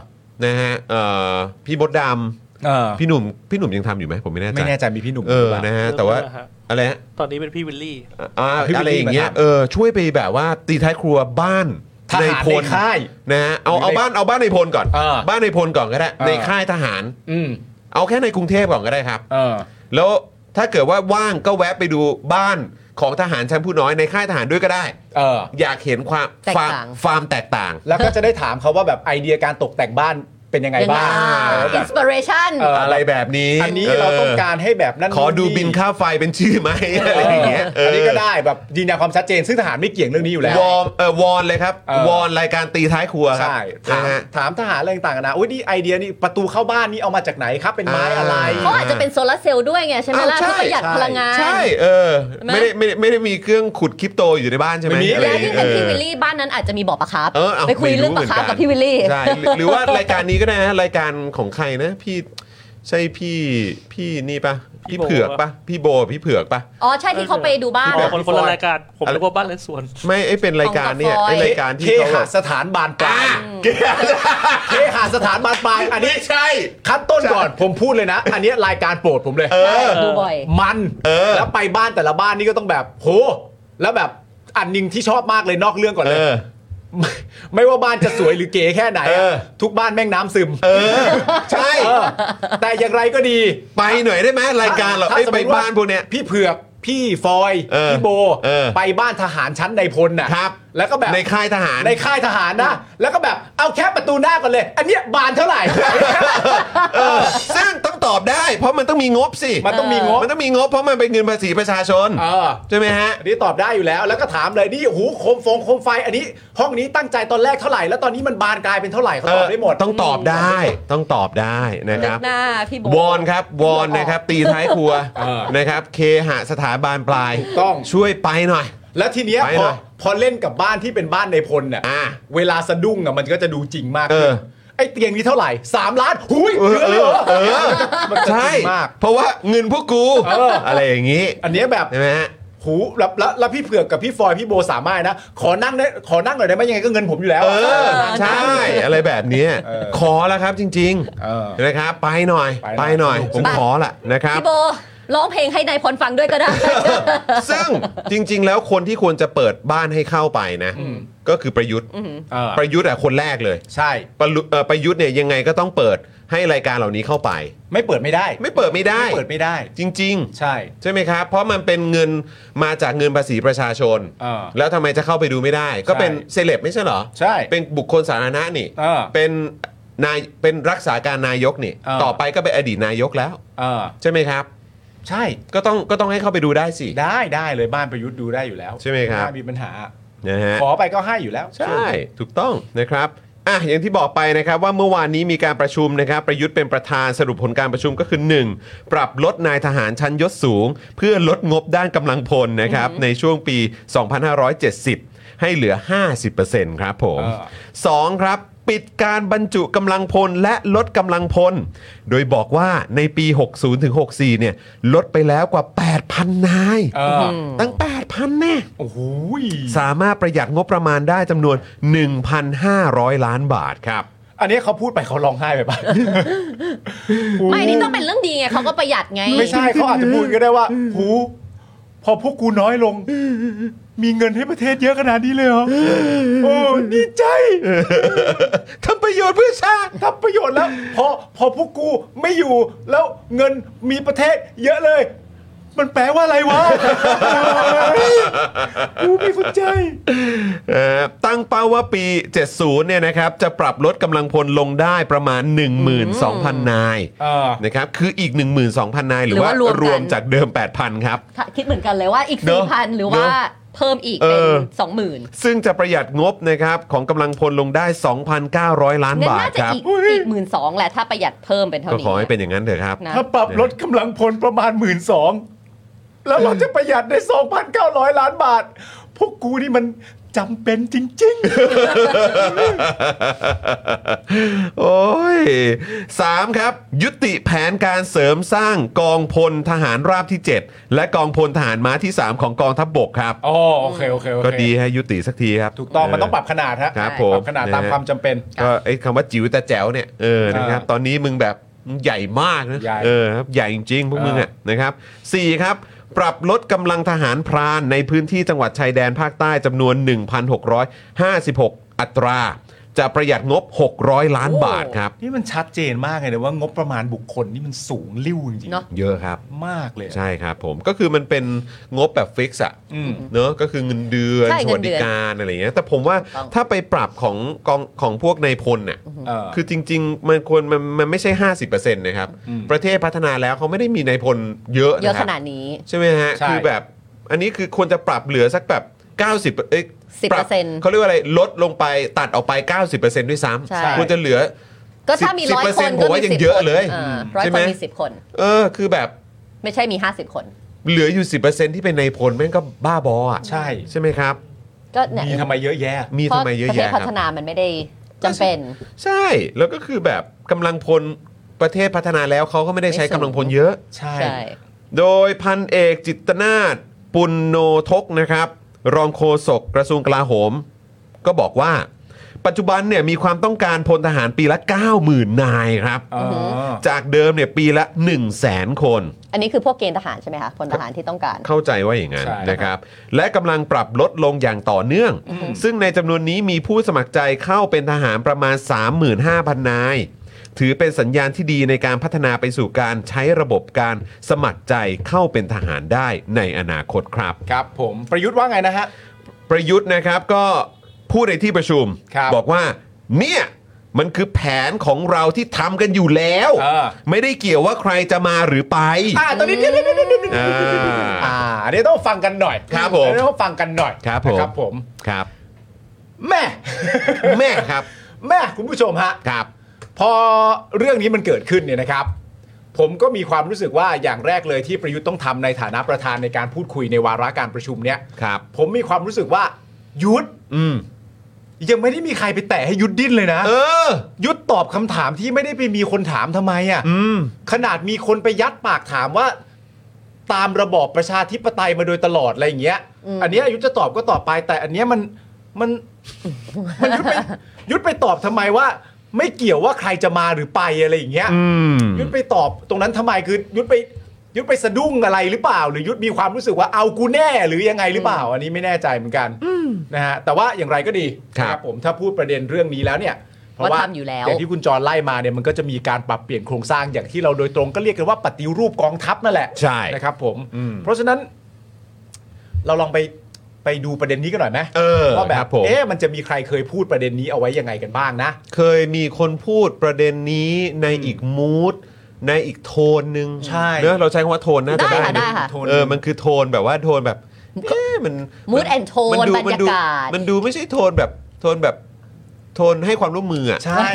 Speaker 1: นะฮะเอ่อพี่บดด
Speaker 3: เออ
Speaker 1: ำพี่หนุ่มพี่หนุ่มยังทำอยู่ไหมผมไม่แน่ใจ
Speaker 3: ไม่แน่ใจมีพี่หนุ่ม
Speaker 1: เออ
Speaker 3: หรือเปล่า
Speaker 1: นะฮะแต่ว่าอะไรฮะ
Speaker 6: ตอนนี้เป็นพี่วิลลี่
Speaker 1: อ่า
Speaker 3: พี่
Speaker 1: อะไรอย่างเงี้ย
Speaker 3: พี่หนุ่มมาทำ
Speaker 1: เออช่วยไปแบบว่าตีท้ายครัวบ้าน
Speaker 3: ทหารในค่าย
Speaker 1: นะฮะเอาเอา
Speaker 3: ใน
Speaker 1: บ้านเอาบ้านในพลก่อน
Speaker 3: เออ
Speaker 1: บ้านในพลก่อนก็ได้
Speaker 3: เออ
Speaker 1: ในค่ายทหาร
Speaker 3: อืม
Speaker 1: เอาแค่ในกรุงเทพก่อนก็ได้ครับ
Speaker 3: เออ
Speaker 1: แล้วถ้าเกิดว่าว่างก็แวะไปดูบ้านของทหารชั้นผู้น้อยในค่ายทหารด้วยก็ได้
Speaker 3: เออ
Speaker 1: อยากเห็นความ
Speaker 2: แตก
Speaker 1: ความ
Speaker 2: ต่าง
Speaker 1: ความแตกต่าง
Speaker 3: แล้วก็จะได้ถามเขาว่าแบบไอเดียการตกแต่งบ้านเป็นยังไง
Speaker 2: ยังไง
Speaker 3: บ้างเออแบ
Speaker 2: อิ
Speaker 3: บ
Speaker 2: นสปิเรชัน
Speaker 3: เอ
Speaker 1: อะไรแบบนี้
Speaker 3: อันนี้เราต้องการให้แบบนั้น
Speaker 1: ขอดูบินค่าไฟเป็นชื่อไหม อะไรอย่างเงี้ยเ
Speaker 3: อันนี้ก็ได้แบบยืนยันความชัดเจนซึ่งทหารไม่เกี่ยงเรื่องนี้อยู่แล้ว
Speaker 1: วอร์มเออวอนเลยครับ
Speaker 3: เออ
Speaker 1: วอนรายการตีท้ายครัวครับ
Speaker 3: ใช่ถาม
Speaker 1: นะฮะ
Speaker 3: ถามทหารอะไรต่างๆนะอุ้ยนี่ไอเดียนี่ประตูเข้าบ้านนี่เอามาจากไหนครับ เป็นไม้อะไร
Speaker 2: เขาอาจจะเป็นโซลาร์เซลล์ด้วยไง ใช่ไหมล่ะ
Speaker 1: อ้าวใช่
Speaker 2: เพื่อประหยัดพลังงาน
Speaker 1: ใช่เออ
Speaker 2: ใช่ไหม
Speaker 1: ไม่ได้ไม่ได้ไม่ได้มีเครื่องขุดคริปโตอยู่ในบ้านใช่ไหม
Speaker 3: ไม่มี
Speaker 1: อะไร
Speaker 2: แล้
Speaker 1: อ
Speaker 2: ว
Speaker 1: ย่าง
Speaker 2: ยิ่ง
Speaker 1: เงี้ยเอ
Speaker 2: เป็นพี่
Speaker 1: อ
Speaker 2: วิลลี่บ้านนั้นอาจจะมีบ่อปลาคาร์ฟ
Speaker 1: เออเอา
Speaker 2: ไปคุยเรื่องป
Speaker 1: ไม่รู้
Speaker 2: ลาคาร์ฟ
Speaker 1: เหมือนกัน
Speaker 2: กับพี่วิลลี่
Speaker 1: ใช่หรือหรือว่ารายการนี้ก็ได้นะรายการของใครนะพี่ใช่พี่พี่นี่ปะพี่เผือกปะพี่โบพี่เผือกปะ
Speaker 2: อ๋อ ใช่ที่เขาไปดูบ้าน
Speaker 6: อ๋อคนคนละรายการ ผม
Speaker 1: อะไร
Speaker 6: นึกว่าบ้านและสวน
Speaker 1: ไม่ไอเป็นรายการเนี่ย
Speaker 2: ของกับฟอย
Speaker 1: ไอรายการ
Speaker 3: เค
Speaker 1: ที่เขา
Speaker 3: หสถานบานปลา
Speaker 1: อ่ะ
Speaker 3: ย
Speaker 1: เกย์
Speaker 3: เคหสถานบานปลายอันนี้
Speaker 1: ไม่ใช่
Speaker 3: ขั้นต้นก่อนผมพูดเลยนะ อันนี้รายการโปรดผมเลย
Speaker 1: เออ
Speaker 2: ดูบ่อย
Speaker 3: มัน
Speaker 1: เออ
Speaker 3: แล้วไปบ้านแต่ละบ้านนี่ก็ต้องแบบโหแล้วแบบอันหนึงที่ชอบมากเลยนอกเรื่องก่อนเลย
Speaker 1: เออ
Speaker 3: ไม่ไม่ว่าบ้านจะสวยหรือเก๋แค่ไหนอะ
Speaker 1: เออ
Speaker 3: ทุกบ้านแม่งน้ำซึม
Speaker 1: เออ ใช่
Speaker 3: เออแต่อย่างไรก็ดี
Speaker 1: ไปหน่อยได้ไหมรายการเรา
Speaker 3: ถ้
Speaker 1: ไอ้
Speaker 3: สม
Speaker 1: ไป
Speaker 3: มุติ
Speaker 1: บ้านพวกเนี้ย
Speaker 3: พี่เผือก พี่ฟอย
Speaker 1: เออ
Speaker 3: พี่โบ
Speaker 1: เออ
Speaker 3: ไปบ้านทหารชั้นในพลน่ะ
Speaker 1: ครับ
Speaker 3: แล้วก็แบบ
Speaker 1: ในค่ายทหาร
Speaker 3: ในค่ายทหารนะ แล้วก็แบบเอาแคปประตูหน้าก่อนเลย อันเนี้ยบานเท่า ไหร่
Speaker 1: เออซึ่งต้องตอบได้ เพราะมันต้องมีงบสิ
Speaker 3: มันต้องมีงบ
Speaker 1: มันต้องมีงบเพราะมันเป็นเงินภาษีประชาชน
Speaker 3: เออ
Speaker 1: ใช่ไหมฮะ
Speaker 3: อันนี้ตอบได้อยู่แล้ว แล้วก็ถามเลยนี่หูโคมฟงโคมไฟ อันนี้ ห้องนี้ตั้งใจตอนแรกเท่าไหร่ แล้วตอนนี้มันบานกลายเป็นเท่าไหร่เขาตอบได้หมด
Speaker 1: ต้องตอบได้ ต้องตอบได้นะครับ
Speaker 2: หน้าพี่โบ
Speaker 1: วอนครับ วอนนะครับ ตีท้ายครัว
Speaker 3: เออ
Speaker 1: นะครับ เคหะสถาบานปลาย
Speaker 3: ถูกต้อง
Speaker 1: ช่วยไปหน่อย
Speaker 3: แล้วทีเนี้ย
Speaker 1: ไป
Speaker 3: พ
Speaker 1: หน่
Speaker 3: อ
Speaker 1: อย
Speaker 3: พอเล่นกับบ้านที่เป็นบ้านในพลเนี่ย
Speaker 1: อ่ะ
Speaker 3: เวลาสะดุ้งอ่ะมันก็จะดูจริงมาก
Speaker 1: เอ
Speaker 3: ขึ้
Speaker 1: อ
Speaker 3: นไอ้เตียงนี้เท่าไหร่ 3 ล้านหุย
Speaker 1: เออ
Speaker 3: เยอะ
Speaker 1: เอ
Speaker 3: เลย
Speaker 1: อเอ
Speaker 3: เหรอ
Speaker 1: อ
Speaker 3: มันจะ
Speaker 1: ใช่
Speaker 3: จริงมาก
Speaker 1: เพราะว่าเงินพวกกู
Speaker 3: เอออ
Speaker 1: อะไรอย่างนี้
Speaker 3: อันเนี้ยแบบ
Speaker 1: ใช่ไหมฮะ
Speaker 3: หูแล้วแล้วแล้วพี่เผือกกับพี่ฟอยพี่โบสามารถนะ ขอนั่งได้ขอนั่งหน่อยได้ไหมยังไงก็เงินผมอยู่แล้ว
Speaker 1: เออ ใช่อะไรแบบเนี้ย
Speaker 3: เออ
Speaker 1: ขอแล้วครับจริง
Speaker 3: เออ
Speaker 1: ๆ นะครับ ไปหน่อย
Speaker 3: ไป
Speaker 1: ไป
Speaker 3: ห
Speaker 1: ห
Speaker 3: น่
Speaker 1: น่
Speaker 3: อ
Speaker 1: อย ย ผม
Speaker 2: ไป
Speaker 1: ขอละนะครับ
Speaker 2: พี่โบร้องเพลงให้นายพลฟังด้วยก็ได้
Speaker 1: ซึ่งจริง ๆ แล้วคนที่ควรจะเปิดบ้านให้เข้าไปนะ
Speaker 3: อืม
Speaker 1: ก็คือประยุทธ์
Speaker 3: เออ
Speaker 1: ประยุทธ์อะคนแรกเลย
Speaker 3: ใช่
Speaker 1: ประลุเอ่อประยุทธ์เนี่ยยังไงก็ต้องเปิดให้รายการเหล่านี้เข้าไป
Speaker 3: ไม่เปิดไม่ได้
Speaker 1: ไม่เปิดไม่ได้
Speaker 3: เปิดไม่ได้
Speaker 1: จริง
Speaker 3: ใช่
Speaker 1: ๆ ใช่ไหมครับ เพราะมันเป็นเงินมาจากเงินภาษีประชาชน
Speaker 3: เออ
Speaker 1: แล้วทำไมจะเข้าไปดูไม่ได้ ก็เป็นเซเลบไม่ใช่เหรอ
Speaker 3: ใช่
Speaker 1: เป็นบุคคลสาธารณะนี่
Speaker 3: เออน
Speaker 1: นายเป็นรักษาการนายกนี่
Speaker 3: เออ
Speaker 1: ต่อไปก็เป็นอดีตนายกแล้ว
Speaker 3: เออ
Speaker 1: ใช่ไหมครับ
Speaker 3: ใช่
Speaker 1: ก็ต้องก็ต้องให้เข้าไปดูได้สิ
Speaker 3: ได้ได้เลยบ้านประยุทธ์ดูได้อยู่แล้ว
Speaker 1: ใช่ไหมครับ
Speaker 3: มีปัญหา
Speaker 1: นะฮะ
Speaker 3: ขอไปก็ให้อยู่แล้ว
Speaker 1: ใช่ถูกต้องนะครับอ่ะอย่างที่บอกไปนะครับว่าเมื่อวานนี้มีการประชุมนะครับ ประยุทธ์เป็นประธานสรุปผลการประชุมก็คือ 1. ปรับลดนายทหารชั้นยศสูง เพื่อลดงบด้านกำลังพลนะครับในช่วงปี 2570 ให้เหลือ 50%ครับผม 2. ครับ ปิดการบรรจุกำลังพลและลดกำลังพล โดยบอกว่าในปี 60-64 เนี่ยลดไปแล้วกว่า 8,000 นาย
Speaker 3: เออ
Speaker 1: ตั้ง 8,000แน่
Speaker 3: โอ้โห
Speaker 1: สามารถประหยัดงบประมาณได้จำนวน 1,500 ล้านบาทครับ
Speaker 3: อันนี้เขาพูดไปเขาร้องไห้ไปปะ
Speaker 2: ไม่นี่ต้องเป็นเรื่องดีไงเขาก็ประหยัดไง
Speaker 3: ไม่ใช่เขาอาจจะพูดก็ได้ว่า หู พอพวกกูน้อยลง มีเงินให้ประเทศเยอะขนาดนี้เลยเหรอ โอ้ดีใจ
Speaker 1: ทำประโยชน์เพื่อชาติ
Speaker 3: ทำประโยชน์แล้ว พอพอพวกกูไม่อยู่ แล้วเงินมีประเทศเยอะเลย มันแปลว่าอะไรวะเฮ้ยกูไม่เข้าใจ
Speaker 1: เอ่อตั้งเป้าว่าปี 70 เนี่ยนะครับ จะปรับลดกำลังพลลงได้ประมาณ 12,000 นาย
Speaker 3: เออ
Speaker 1: นะครับ คืออีก 12,000 นาย หรือ
Speaker 2: หรือ
Speaker 1: ว่า
Speaker 2: ว่าร
Speaker 1: ร
Speaker 2: วมกัน
Speaker 1: วมจากเดิม 8,000 ครับ
Speaker 2: คิดเหมือนกันเลยว่าอีก
Speaker 1: เน
Speaker 2: สี่
Speaker 1: อะ
Speaker 2: พันหรือว่า
Speaker 1: เนอะ
Speaker 2: เพิ่มอีกเป็น
Speaker 1: เออ
Speaker 2: สองหมื่น
Speaker 1: ซึ่งจะประหยัดงบนะครับ ของกำลังพลลงได้ 2,900 ล้าน
Speaker 2: งั้น
Speaker 1: บาท
Speaker 2: น่าจะ
Speaker 1: ครับ
Speaker 2: อีกอีกหมื่นสองแหละถ้าประหยัดเพิ่มเป็นเท่า
Speaker 1: ก็
Speaker 2: นี้
Speaker 1: ขอให้เป็นอย่างนั้นเถอะครับ
Speaker 2: นะ
Speaker 3: ถ้าปรับลดกำลังพลประมาณหมื่นสองแล้วเราจะประหยัดได้ 2,900 ล้านบาท พวกกูนี่มันจำเป็นจริง ๆ
Speaker 1: โอ้ยสามครับ ยุติแผนการเสริมสร้างกองพลทหารราบที่ 7 และกองพลทหารม้าที่ 3 ของกองทัพบบกครับ
Speaker 3: อ๋อโอเค โอเค โอเค
Speaker 1: ก็ดีฮะยุติสักทีครับ
Speaker 3: ถูกต้อง มันต้องปรับ
Speaker 1: เ
Speaker 3: ขนาดฮะ
Speaker 1: ครับ
Speaker 3: ใช่
Speaker 1: ผม
Speaker 3: ปรับขนาดตาม
Speaker 1: นะฮะ
Speaker 3: ความจำเป็น
Speaker 1: ก็ไอ้คำว่าจิ๋วแต่แจ๋วเนี่ยเออนะครับ
Speaker 3: อ่า
Speaker 1: ตอนนี้มึงแบบใหญ่มากนะ
Speaker 3: ใหญ่
Speaker 1: เออครับใหญ่จริงๆพวกมึงอ่ะนะครับสี่ครับ ปรับลดกำลังทหารพรานในพื้นที่จังหวัดชายแดนภาคใต้จำนวน 1,656 อัตรา จะประหยัดงบ 600 ล้าน
Speaker 3: โอ้
Speaker 1: บาทครับ
Speaker 3: นี่มันชัดเจนมากเลยนะว่างบประมาณบุคคลนี่มันสูงลิ่วจริงๆ
Speaker 2: เนาะ
Speaker 1: เยอะครับ
Speaker 3: มากเลย
Speaker 1: ใช่ครับผมก็คือมันเป็นงบแบบฟิกซ์อะ
Speaker 3: อืม
Speaker 1: เนอะก็คือเงินเดือน
Speaker 2: ใช่
Speaker 1: ส
Speaker 2: เงิ
Speaker 1: วัน ส
Speaker 2: เดื
Speaker 1: ดิ
Speaker 2: อน
Speaker 1: การอะไรอย่างเงี้ยแต่ผมว่าถ้าไปปรับของกองของพวกในายพลเนี่ย
Speaker 3: เออ
Speaker 1: คือจริง ๆ มันควรมันมันไม่ใช่ 50%นะครับ
Speaker 3: อืม
Speaker 1: ประเทศพัฒนาแล้วเขาไม่ได้มีในายพลเยอะ
Speaker 2: เยอะ
Speaker 1: นะค
Speaker 2: ข
Speaker 1: รับ
Speaker 2: นาดนี้
Speaker 1: ใช่ไหมฮะ
Speaker 3: ใช่
Speaker 1: คือแบบอันนี้คือควรจะปรับเหลือสักแบบ 90เอ้ย
Speaker 2: 10%
Speaker 1: ปรับเขาเรียกว่าอะไรลดลงไปตัดออกไป 90%ด้วยซ้
Speaker 2: ใช่
Speaker 1: ำควรจะเหลือ
Speaker 2: ก็ถ้ามีร้อยคน
Speaker 1: 10%
Speaker 2: ก็
Speaker 1: ผมว่า
Speaker 2: มี
Speaker 1: ยัง
Speaker 2: สิบ
Speaker 1: เยอะ
Speaker 2: คน
Speaker 1: เลย
Speaker 2: อ่าร้อย
Speaker 1: ใช่
Speaker 2: ค
Speaker 1: ไหม
Speaker 2: นมีสิบคน
Speaker 1: เออคือแบบ
Speaker 2: ไม่ใช่มีห้าสิบคน
Speaker 1: เหลืออยู่ 10%ที่เป็นในายพลแม่งก็บ้าบออ่ะ
Speaker 3: ใช่
Speaker 1: ใช่ไหมครับ
Speaker 2: ก็เนี่ย
Speaker 3: มีทำไมเยอะแยะ
Speaker 1: มี
Speaker 2: เพ
Speaker 1: ทำ
Speaker 2: ราะ
Speaker 1: ไมเยอะ
Speaker 2: ประเทศ
Speaker 1: แยะค
Speaker 2: พั
Speaker 1: รับ
Speaker 2: ฒนามันไม่ได้จำเป็น
Speaker 1: ใช่แล้วก็คือแบบกำลังพลประเทศพัฒนาแล้วเขาก็ไม่ได้ใช้
Speaker 2: ไม่สูง
Speaker 1: กำลังพลเยอะ
Speaker 3: ใช่
Speaker 2: ใช่
Speaker 1: โดยพันเอกจิตนาถปุณโนทกนะครับ รองโฆษกกระทรวงกลาโหม ก็บอกว่า ปัจจุบันเนี่ยมีความต้องการพลทหารปีละ 90,000 นายครับ
Speaker 3: อ๋อ
Speaker 1: จากเดิมเนี่ยปีละ 1 0 0 0 0 0 คน
Speaker 2: อันนี้คือพวกเกณฑ์ทหารใช่ไหมคะพลทหารที่ต้องการ
Speaker 1: เข้าใจว่าอย่างนั้นนะครับ และกำลังปรับลดลงอย่างต่อเนื่อง ซึ่งในจำนวนนี้มีผู้สมัครใจเข้าเป็นทหารประมาณ 35,000 นาย ถือเป็นสัญญาณที่ดีในการพัฒนาไปสู่การใช้ระบบการสมัครใจเข้าเป็นทหารได้ในอนาคตครับ
Speaker 3: ครับผมประยุทธ์ว่าไงนะฮะ
Speaker 1: ประยุทธ์นะครับก็พูดในที่ประชุม
Speaker 3: ครับ
Speaker 1: บอกว่าเนี่ยมันคือแผนของเราที่ทำกันอยู่แล้ว
Speaker 3: เออ
Speaker 1: ไม่ได้เกี่ยวว่าใครจะมาหรือไป
Speaker 3: อ่าตอนนี้เดี๋ยวเดี๋ยวเดี๋ยวเดี๋ยวเดี๋ยว
Speaker 1: อ่า
Speaker 3: อ่าอันนี้ต้องฟังกันหน่อย
Speaker 1: ครับผม
Speaker 3: อันนี้ต้องฟังกันหน่อย
Speaker 1: ครับผม
Speaker 3: นะครับผม
Speaker 1: ครับ
Speaker 3: แม่
Speaker 1: แม่ครับ
Speaker 3: แม่คุณผู้ชมฮะ
Speaker 1: ครับ
Speaker 3: พอเรื่องนี้มันเกิดขึ้นเนี่ยนะครับ ผมก็มีความรู้สึกว่าอย่างแรกเลยที่ประยุทธ์ต้องทำในฐานะประธานในการพูดคุยในวาระการประชุมเนี่ย
Speaker 1: ครับ
Speaker 3: ผมมีความรู้สึกว่ายุทธ
Speaker 1: อืม
Speaker 3: ยังไม่ได้มีใครไปแตะให้ยุทธดิ้นเลยนะ
Speaker 1: เออ
Speaker 3: ยุทธตอบคำถามที่ไม่ได้ไปมีคนถามทำไมอะ่ะ
Speaker 1: อืม
Speaker 3: ขนาดมีคนไปยัดปากถามว่า ตามระบอบประชาธิปไตยมาโดยตลอดอะไรอย่างเงี้ย อันเนี้ยยุทธจะตอบก็ตอบไป แต่อันเนี้ยมันมัน มันยุทธไปยุทธไปตอบทำไมว่า ไม่เกี่ยวว่าใครจะมาหรือไปอะไรอย่างเงี้ย
Speaker 1: อืม
Speaker 3: ยุทธไปตอบตรงนั้นทำไมคือยุทธไปยุทธไปสะดุ้งอะไรหรือเปล่า หรือยุทธมีความรู้สึกว่าเอากูแน่หรือยังไงหรือเปล่า อันนี้ไม่แน่ใจเหมือนกันนะฮะแต่ว่าอย่างไรก็ดี
Speaker 1: ครับ
Speaker 3: นะผมถ้าพูดประเด็นเรื่องนี้แล้วเนี่ยเพ
Speaker 2: ว่าทำอยู่แล้ว
Speaker 3: อย่างที่คุณจรไล่มาเนี่ยมันก็จะมีการปรับเปลี่ยนโครงสร้างอย่างที่เราโดยตรงก็เรียกกันว่าปฏิรูปกองทัพนั่นแหละ
Speaker 1: ใช่
Speaker 3: นะครับ ผม
Speaker 1: อืม
Speaker 3: เพราะฉะนั้น เราลองไปไปดูประเด็นนี้กันหน่อยไหม
Speaker 1: เออ
Speaker 3: ว่าแบ
Speaker 1: ครับ บผม
Speaker 3: เอ๊ะมันจะมีใครเคยพูดประเด็นนี้เอาไว้ยังไงกันบ้างนะ
Speaker 1: เคยมีคนพูดประเด็นนี้ในอีกมูดในอีกโทนหนึ่ง
Speaker 3: ใช่
Speaker 1: เนอะเราใช้คำว่าโทนน่าจะ
Speaker 2: ได้
Speaker 1: ได้
Speaker 2: ค่ะ
Speaker 1: น
Speaker 2: ได้ค่ะ
Speaker 3: โทน
Speaker 1: เออมันคือโทนแบบว่าโทนแบบเอ๊ะมัน
Speaker 2: mood and tone
Speaker 1: มันดู
Speaker 2: บรรยากาศ
Speaker 1: มันดูมันดูไม่ใช่โทนแบบโทนแบบโทนให้ความร่วมมืออ่ะ
Speaker 3: ใช่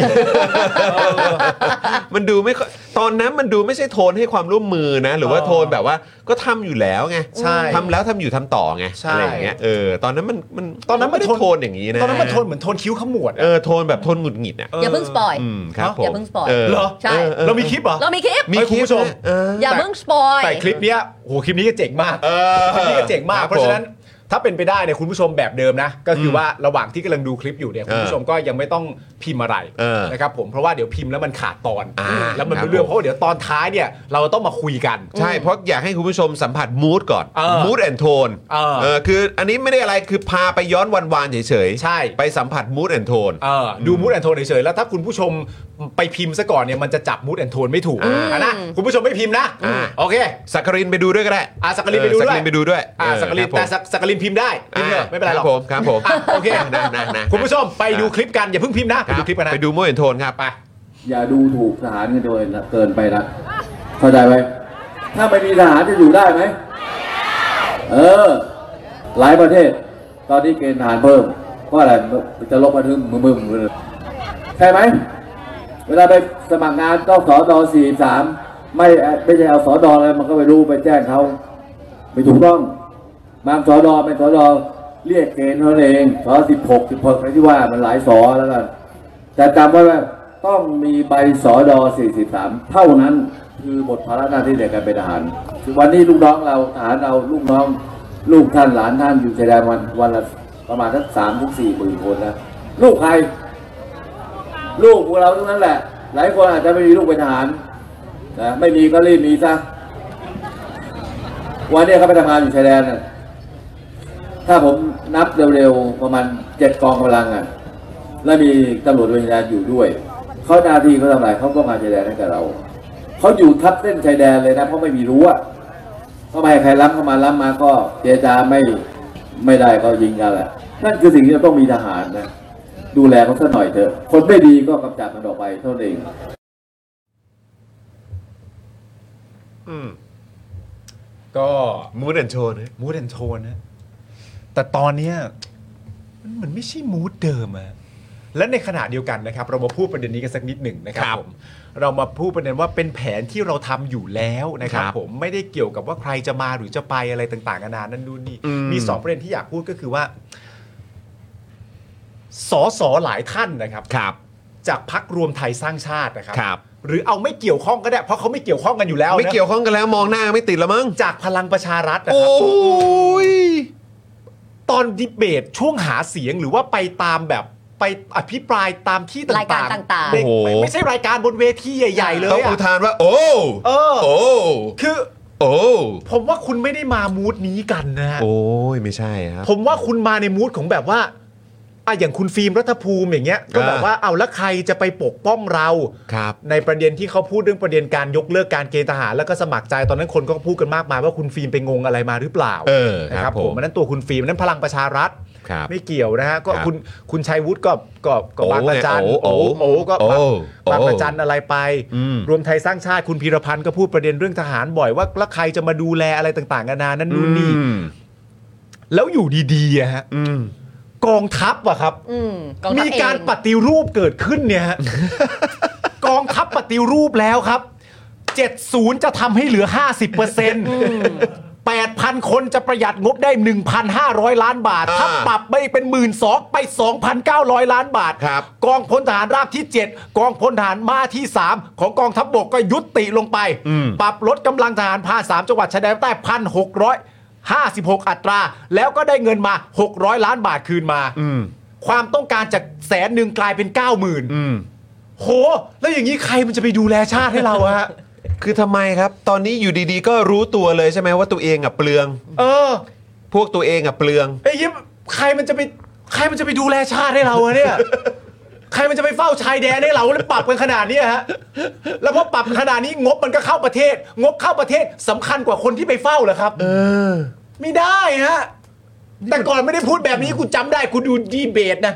Speaker 1: มันดูไม่ค่อยตอนนั้นมันดูไม่ใช่โทนให้ความร่วมมือนะ หรือว่า
Speaker 3: เออ
Speaker 1: โทนแบบว่าก็ทำอยู่แล้วไง
Speaker 3: ใช่
Speaker 1: ทำแล้วทำอยู่ทำต่อไง
Speaker 3: ใช่
Speaker 1: อะไรอย่างเงี้ยเออตอนนั้นมันมัน
Speaker 3: ตอนนั้นมัน
Speaker 1: ไม่ได้
Speaker 3: โทน
Speaker 1: โทนอย่างนี้นะ
Speaker 3: ตอนนั้นมันโทนเหมือนโทนคิ้วขมวด
Speaker 1: เอ
Speaker 3: อะ
Speaker 1: อโทนแบบโทนหงุดหงิดอ่ะ
Speaker 2: อย่าเพิ่งสปอย
Speaker 1: อืมครับผม
Speaker 2: อย่าเพิ่งสปอย
Speaker 1: เห
Speaker 3: เหรอ
Speaker 2: ใช่
Speaker 3: เรามีคลิปเหรอ
Speaker 2: เรามีคลิป
Speaker 1: มี
Speaker 3: เอ้ย
Speaker 1: คลิป
Speaker 3: คุณผู้ชม
Speaker 1: นะเออ
Speaker 2: อย่าเพิ่งสปอย
Speaker 3: แต่คลิปเนี้ยโหคลิปนี้ก็เจ๋งมาก
Speaker 1: เออ
Speaker 3: คลิปนี้ก็เจ๋งมาก
Speaker 1: คบ
Speaker 3: เพราะฉะนั้น
Speaker 1: ผม
Speaker 3: ถ้าเป็นไปได้เนี่ยคุณผู้ชมแบบเดิมนะ ก็คืออ
Speaker 1: ม
Speaker 3: ว่าระหว่างที่กำลังดูคลิปอยู่เนี่ยคุณผู้ชมก็ยังไม่ต้องพิมพ์อะไร
Speaker 1: เออ
Speaker 3: นะครับผมเพราะว่าเดี๋ยวพิมพ์แล้วมันขาดตอน
Speaker 1: อ่า
Speaker 3: แล้วมัน
Speaker 1: ค
Speaker 3: เป็
Speaker 1: รั
Speaker 3: น
Speaker 1: บ
Speaker 3: เรื่อ
Speaker 1: ผ
Speaker 3: ง
Speaker 1: ม
Speaker 3: เพราะว่าเดี๋ยวตอนท้ายเนี่ยเราต้องมาคุยกัน
Speaker 1: ใช่เพราะอยากให้คุณผู้ชมสัมผัสมูดก่อน
Speaker 3: เออ
Speaker 1: มูดแอนโทน
Speaker 3: เออ
Speaker 1: เออคืออันนี้ไม่ได้อะไรคือพาไปย้อนวันวานๆเฉยๆ
Speaker 3: ใช่
Speaker 1: ไปสัมผัสมูดแอนโทน
Speaker 3: เออดูมูดแอนโทนเฉยๆแล้วถ้าคุณผู้ชมไปพิมพ์ซะก่อนเนี่ยมันจะจับมูดแอนโทนไม่ถูกอ่ะนะคุณผู้ชมไม่พิมพ์นะ
Speaker 1: อ่า
Speaker 3: โอเค
Speaker 1: สักกรินไปดูด้วยก็ได้
Speaker 3: อ่ะสักกรินไปดู
Speaker 1: เออสัก
Speaker 3: ด้ว
Speaker 1: ก
Speaker 3: ย
Speaker 1: รินไปดูด้วย
Speaker 3: อ่าสักกลิน
Speaker 1: เออ
Speaker 3: แต่
Speaker 1: ค
Speaker 3: สั
Speaker 1: รับ
Speaker 3: กสักกลินพิมพ์ได้พิมพ์เถอะไม่เป็นไรหรอก
Speaker 1: ผมครับผม
Speaker 3: อ่ะโอเค
Speaker 1: นะนะนะ
Speaker 3: คุณผู้ชมไปดูคลิปกันอย่าเพิ่งพิมพ์นะไป
Speaker 1: รับ
Speaker 3: ดูคลิปกันนะ
Speaker 1: ไปดูมูดแอนโทนครับ
Speaker 3: ไป
Speaker 7: อย่าดูถูกทหารกันโดยเกินไปนะเข้าใจไหมถ้าไม่มีทหารจะอยู่ได้ไหมเออ หลายประเทศ ตอนนี้เกณฑ์ทหารเพิ่มเพราะอะไรจะลบมาถึงมึมๆเลยใช่ไหม เวลาไปสมัครงานต้องสอดอสี่สามไม่ไม่ใช่เอาสอดออะไรมันก็ไปรู้ไปแจ้งเขาไม่ถูกต้อง บางสอดอเป็นสอดอเรียกเกณฑ์เท่านั้นเองสอสิบหกสิบหกอะไรที่ว่ามันหลายสอแล้วกันแต่จำไว้ว่าต้องมีใบสอดอสี่สิบสามเท่านั้นคือบทภาระหน้าที่ในการเป็นทหารวันนี้ลูกน้องเราทหารเราลูกน้อง ลูกท่านหลานท่านอยู่ชายแดนวันวันละประมาณสักสามถึงสี่หมื่นคนนะลูกใคร ลูกของเราทั้งนั้นแหละ หลายคนอาจจะไม่มีลูกเป็นทหารนะไม่มีก็รีบมีซะ วันนี้เขาไปทำงานอยู่ชายแดนน่ะถ้าผมนับเร็วๆ ประมาณเจ็ดกองกำลังอ่ะ แล้วมีตำรวจเวรชายแดนอยู่ด้วย เขาหน้าที่เขาทำอะไรเขาก็มาชายแดนให้กับเรา เขาอยู่ทับเส้นชายแดนเลยนะ เพราะไม่มีรั้วก็ไม่ให้ใครล้ำเข้ามาล้ำมาก็เจรจาไม่ไม่ได้ก็ยิงกันแหละ นั่นคือสิ่งที่เราต้องมีทหารนะ ดูแลเขาสักหน่อยเถอะ คนไม่ดีก็กำจัดมันออกไปเท่านั้นเอง
Speaker 3: ก็
Speaker 1: มูดแอนโทน
Speaker 3: มูดแอนโทนนะแต่ตอนเนี้ยมันเหมือนไม่ใช่มูดเดิมอะและในขณะเดียวกันนะครับ เรามาพูดประเด็นนี้กันสักนิดหนึ่งนะครับผมเรามาพูดประเด็นว่าเป็นแผนที่เราทำอยู่แล้วนะครับ ผมไม่ได้เกี่ยวกับว่าใครจะมาหรือจะไปอะไรต่างๆนานานั่นนู่นนี่มีสองประเด็นที่อยากพูดก็คือว่าสอสอหลายท่านนะครับ
Speaker 1: ครับ
Speaker 3: จากพักรวมไทยสร้างชาตินะครั
Speaker 1: ครับ
Speaker 3: หรือเอาไม่เกี่ยวข้องก็ได้เพราะเขาไม่เกี่ยวข้องกันอยู่แล้วนะ
Speaker 1: ไม่เกี่ยวข้องกันแล้วมองหน้าไม่ติดละมั้ง
Speaker 3: จากพลังประชารัฐนะค
Speaker 1: โอ้
Speaker 3: รับ
Speaker 1: ย
Speaker 3: ตอนดีเบตช่วงหาเสียงหรือว่าไปตามแบบไปอภิปรายตามที่ต่างๆ
Speaker 2: รายการต่าง
Speaker 1: โอ้
Speaker 3: ไม่
Speaker 1: โห
Speaker 3: ไม่ใช่รายการบนเวทีใหญ่ ๆ เลย
Speaker 1: ต้องอุ
Speaker 3: อะ
Speaker 1: ทานว่า โอ้
Speaker 3: เออ
Speaker 1: โอ้
Speaker 3: คือ
Speaker 1: โอ้
Speaker 3: ผมว่าคุณไม่ได้มามูดนี้กันนะฮะ
Speaker 1: โอ้ยไม่ใช่ครับ
Speaker 3: ผมว่าคุณมาในมูดของแบบว่าอะอย่างคุณฟิล์มรัฐภูมิอย่างเงี้ย ก็แบบว่าเอาแล้วใครจะไปปกป้องเรา
Speaker 1: ครับ
Speaker 3: ในประเด็นที่เขาพูดเรื่องประเด็นการยกเลิกการเกณฑ์ทหารแล้วก็สมัครใจตอนนั้นคนก็พูดกันมากมายว่าคุณฟิล์มไปงงอะไรมาหรือเปล่า
Speaker 1: เออ
Speaker 3: นะครับ
Speaker 1: ผม
Speaker 3: ผมอันนั้นตัวคุณฟิล์มอันนั้นพลังประชารัฐ
Speaker 1: ครับ
Speaker 3: ไม่เกี่ยวนะฮะก็
Speaker 1: ครับ
Speaker 3: คุณคุณชัยวุฒิก็ก็ก็
Speaker 1: โอ้
Speaker 3: บางประจัน
Speaker 1: ไงโอ้
Speaker 3: โอ้โอ้ก็
Speaker 1: โอ้
Speaker 3: บาง
Speaker 1: โอ้
Speaker 3: บางประจันอะไรไป
Speaker 1: อืม
Speaker 3: รวมไทยสร้างชาติคุณพีรพันธ์ก็พูดประเด็นเรื่องทหารบ่อยว่าแล้วใครจะมาดูแลอะไรต่างๆกันานานั่นนู่นนี่
Speaker 1: อืม
Speaker 3: แล้วอยู่ดีๆอะฮะกองทัพอะครับ
Speaker 2: อืมกองทัพ
Speaker 3: มี
Speaker 2: เอง
Speaker 3: การปฏิรูปเกิดขึ้นเนี่ยฮะ กองทัพปฏิรูปแล้วครับ 70 จะทำให้เหลือ 50เปอร์เซ็นต์8,000 คนจะประหยัดงบได้ 1,500 ล้านบาท
Speaker 1: อ่า
Speaker 3: ถ้าปรับไปเป็น 1 2ื่นไป 2,900 ล้านบาท
Speaker 1: ครับ
Speaker 3: กองพลทหารราบที่ 7 กองพลทหารมาที่ 3 ของกองทัพบกก็ยุติลงไป ปรับลดกำลังทหารพาสามจังหวัดชายแดนใต้พันหกร้อยห้าสิบหกอัตรา แล้วก็ได้เงินมา 600 ล้านบาทคืนมา ความต้องการจากแสนหนึ่งกลายเป็น 9 0,000ื่นโห แล้วอย่างนี้ใครมันจะไปดูแลชาติให้เราอะฮะ
Speaker 1: คือทำไมครับ ตอนนี้อยู่ดีๆ ก็รู้ตัวเลยใช่ไหมว่าตัวเองอ่ะเปลือง
Speaker 3: เออ
Speaker 1: พวกตัวเองอ่ะเปลือง
Speaker 3: ไอ้ยิ้มใครมันจะไปใครมันจะไปดูแลชาติให้เราอะเนี่ย ใครมันจะไปเฝ้าชายแดนให้เราแล้วปรับกันขนาดเนี้ยฮะแล้วพอปรับขนาดนี้งบมันก็เข้าประเทศ งบเข้าประเทศสำคัญกว่าคนที่ไปเฝ้าเหรอครับ เออ ไม่ได้ฮะแต่ก่อนไม่ได้พูดแบบนี้กูจำได้กูดูดีเบตนะ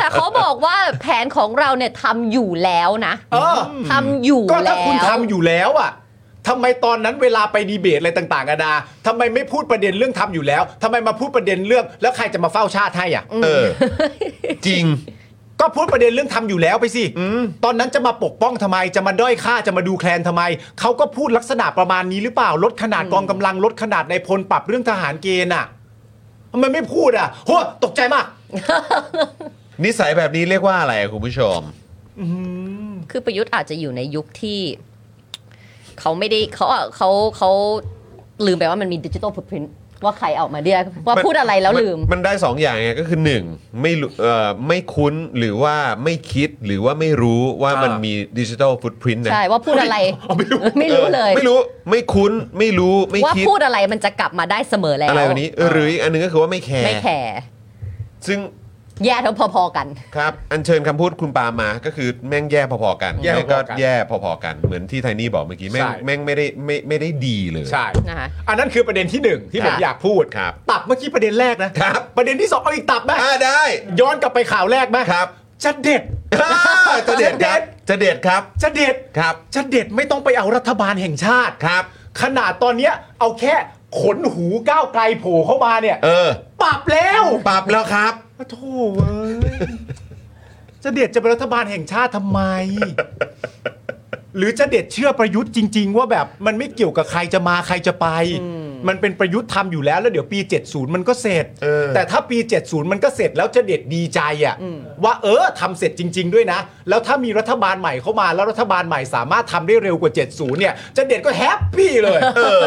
Speaker 2: แต่เขาบอกว่าแผนของเราเนี่ยทำอยู่แล้วนะ
Speaker 3: เออ
Speaker 2: ทำอยู่
Speaker 3: ก็
Speaker 2: แล้
Speaker 3: ถ้าคุณทำ
Speaker 2: ว
Speaker 3: อยู่แล้วอ่ะทำไมตอนนั้นเวลาไปดีเบตอะไรต่างๆกันาทำไมไม่พูดประเด็นเรื่องทำอยู่แล้วทำไมมาพูดประเด็นเรื่อง แล้วใครจะมาเฝ้าชาติให้อ่ะ
Speaker 1: เออ จริง
Speaker 3: ก็พูดประเด็นเรื่องทำอยู่แล้วไปสิ ตอนนั้นจะมาปกป้องทำไม จะมาด้อยค่า จะมาดูแคลนทำไม เขาก็พูดลักษณะประมาณนี้หรือเปล่า ลดขนาดกองกำลัง ลดขนาดในายพลปรับเรื่องทหารเกณฑ์อ่ะทำไมไม่พูดอ่ะโหตกใจมาก
Speaker 1: นิสัยแบบนี้เรียกว่าอะไรอะคุณผู้ชม
Speaker 2: คือประยุทธ์อาจจะอยู่ในยุคที่ เขาไม่ได้เขาอ่ะเขาเขาลืมไปว่ามันมีดิจิตอล o o t p พิ n t ว่าใครออกมาเรียกว่าม
Speaker 1: น
Speaker 2: พูดอะไรแล้วลืม
Speaker 1: นมันได้สองอย่างไงก็คือหนึ่งไม่รู้เอ่อไม่คุ้นหรือว่าไม่คิดหรือว่าไม่รู้ว่า
Speaker 3: อ่ามั
Speaker 1: มันมีดิจิทัลฟุตพิ้นนะ
Speaker 2: ใช่ว่าพูดอะไร ไม่รู้เลย
Speaker 1: ไม่รู้ไม่คุ้นไม่รู้ไม่
Speaker 2: ว่า
Speaker 1: คิด
Speaker 2: พูดอะไรมันจะกลับมาได้เสมอแล้ว
Speaker 1: อะไรแบบนี้เออหรืออีกอันหนึงก็คือว่าไม่แคร์
Speaker 2: ไม่แคร์
Speaker 1: ซึ่ง
Speaker 2: แย่เท่าพอๆกัน
Speaker 1: ครับอัญเชิญคำพูดคุณปามาก็คือแม่งแย่พอๆกัน
Speaker 3: แย่พอ
Speaker 1: แม่
Speaker 3: ๆกัน
Speaker 1: งก็แย่พอๆกันเหมือนที่ไทนี่บอกเมื่อกี้แม่ง
Speaker 3: ใช่
Speaker 1: แม่งไม่ได้ไม่ไม่ได้ดีเลย
Speaker 3: ใช่
Speaker 2: นะคะ
Speaker 3: อันนั้นคือประเด็นที่หนึ่งที่ผม
Speaker 2: ครับ
Speaker 3: อยากพูด
Speaker 1: ครับ
Speaker 3: ตับเมื่อกี้ประเด็นแรกนะครับ ประเด็นที่สองเอาอีกตับไหม
Speaker 1: อ่าได้
Speaker 3: ย้อนกลับไปข่าวแรกไหม
Speaker 1: ครับ
Speaker 3: จะเด็ด
Speaker 1: อ่าจะเด็ดครับจะเด็ดครับ
Speaker 3: จะเด็ด
Speaker 1: ครับ
Speaker 3: จะเด็ดไม่ต้องไปเอารัฐบาลแห่งชาติ
Speaker 1: ครับ
Speaker 3: ขนาดตอนเนี้ยเอาแค่ขนหูก้าวไกลโผล่เข้ามาเนี่ย
Speaker 1: เออ
Speaker 3: ปรับแล้ว
Speaker 1: ปรับแล้วครับ
Speaker 3: โอ้โถเว้ย จะเด็ดจะเป็นรัฐบาลแห่งชาติทำไม หรือจะเด็ดเชื่อประยุทธ์จริง ๆ ว่าแบบมันไม่เกี่ยวกับใครจะมาใครจะไป มันเป็นประยุทธ์ทำอยู่แล้ว แล้วเดี๋ยวปี 70 มันก็เสร็จ
Speaker 1: เออ
Speaker 3: แต่ถ้าปี 70 มันก็เสร็จแล้วจะเด็ดดีใจอะ่ะว่าเออทำเสร็จจริง ๆ ด้วยนะ แล้วถ้ามีรัฐบาลใหม่เข้ามาแล้วรัฐบาลใหม่สามารถทำได้เร็วกว่า 70 เนี่ยจะเด็ดก็แฮปปี้เลย
Speaker 1: เออ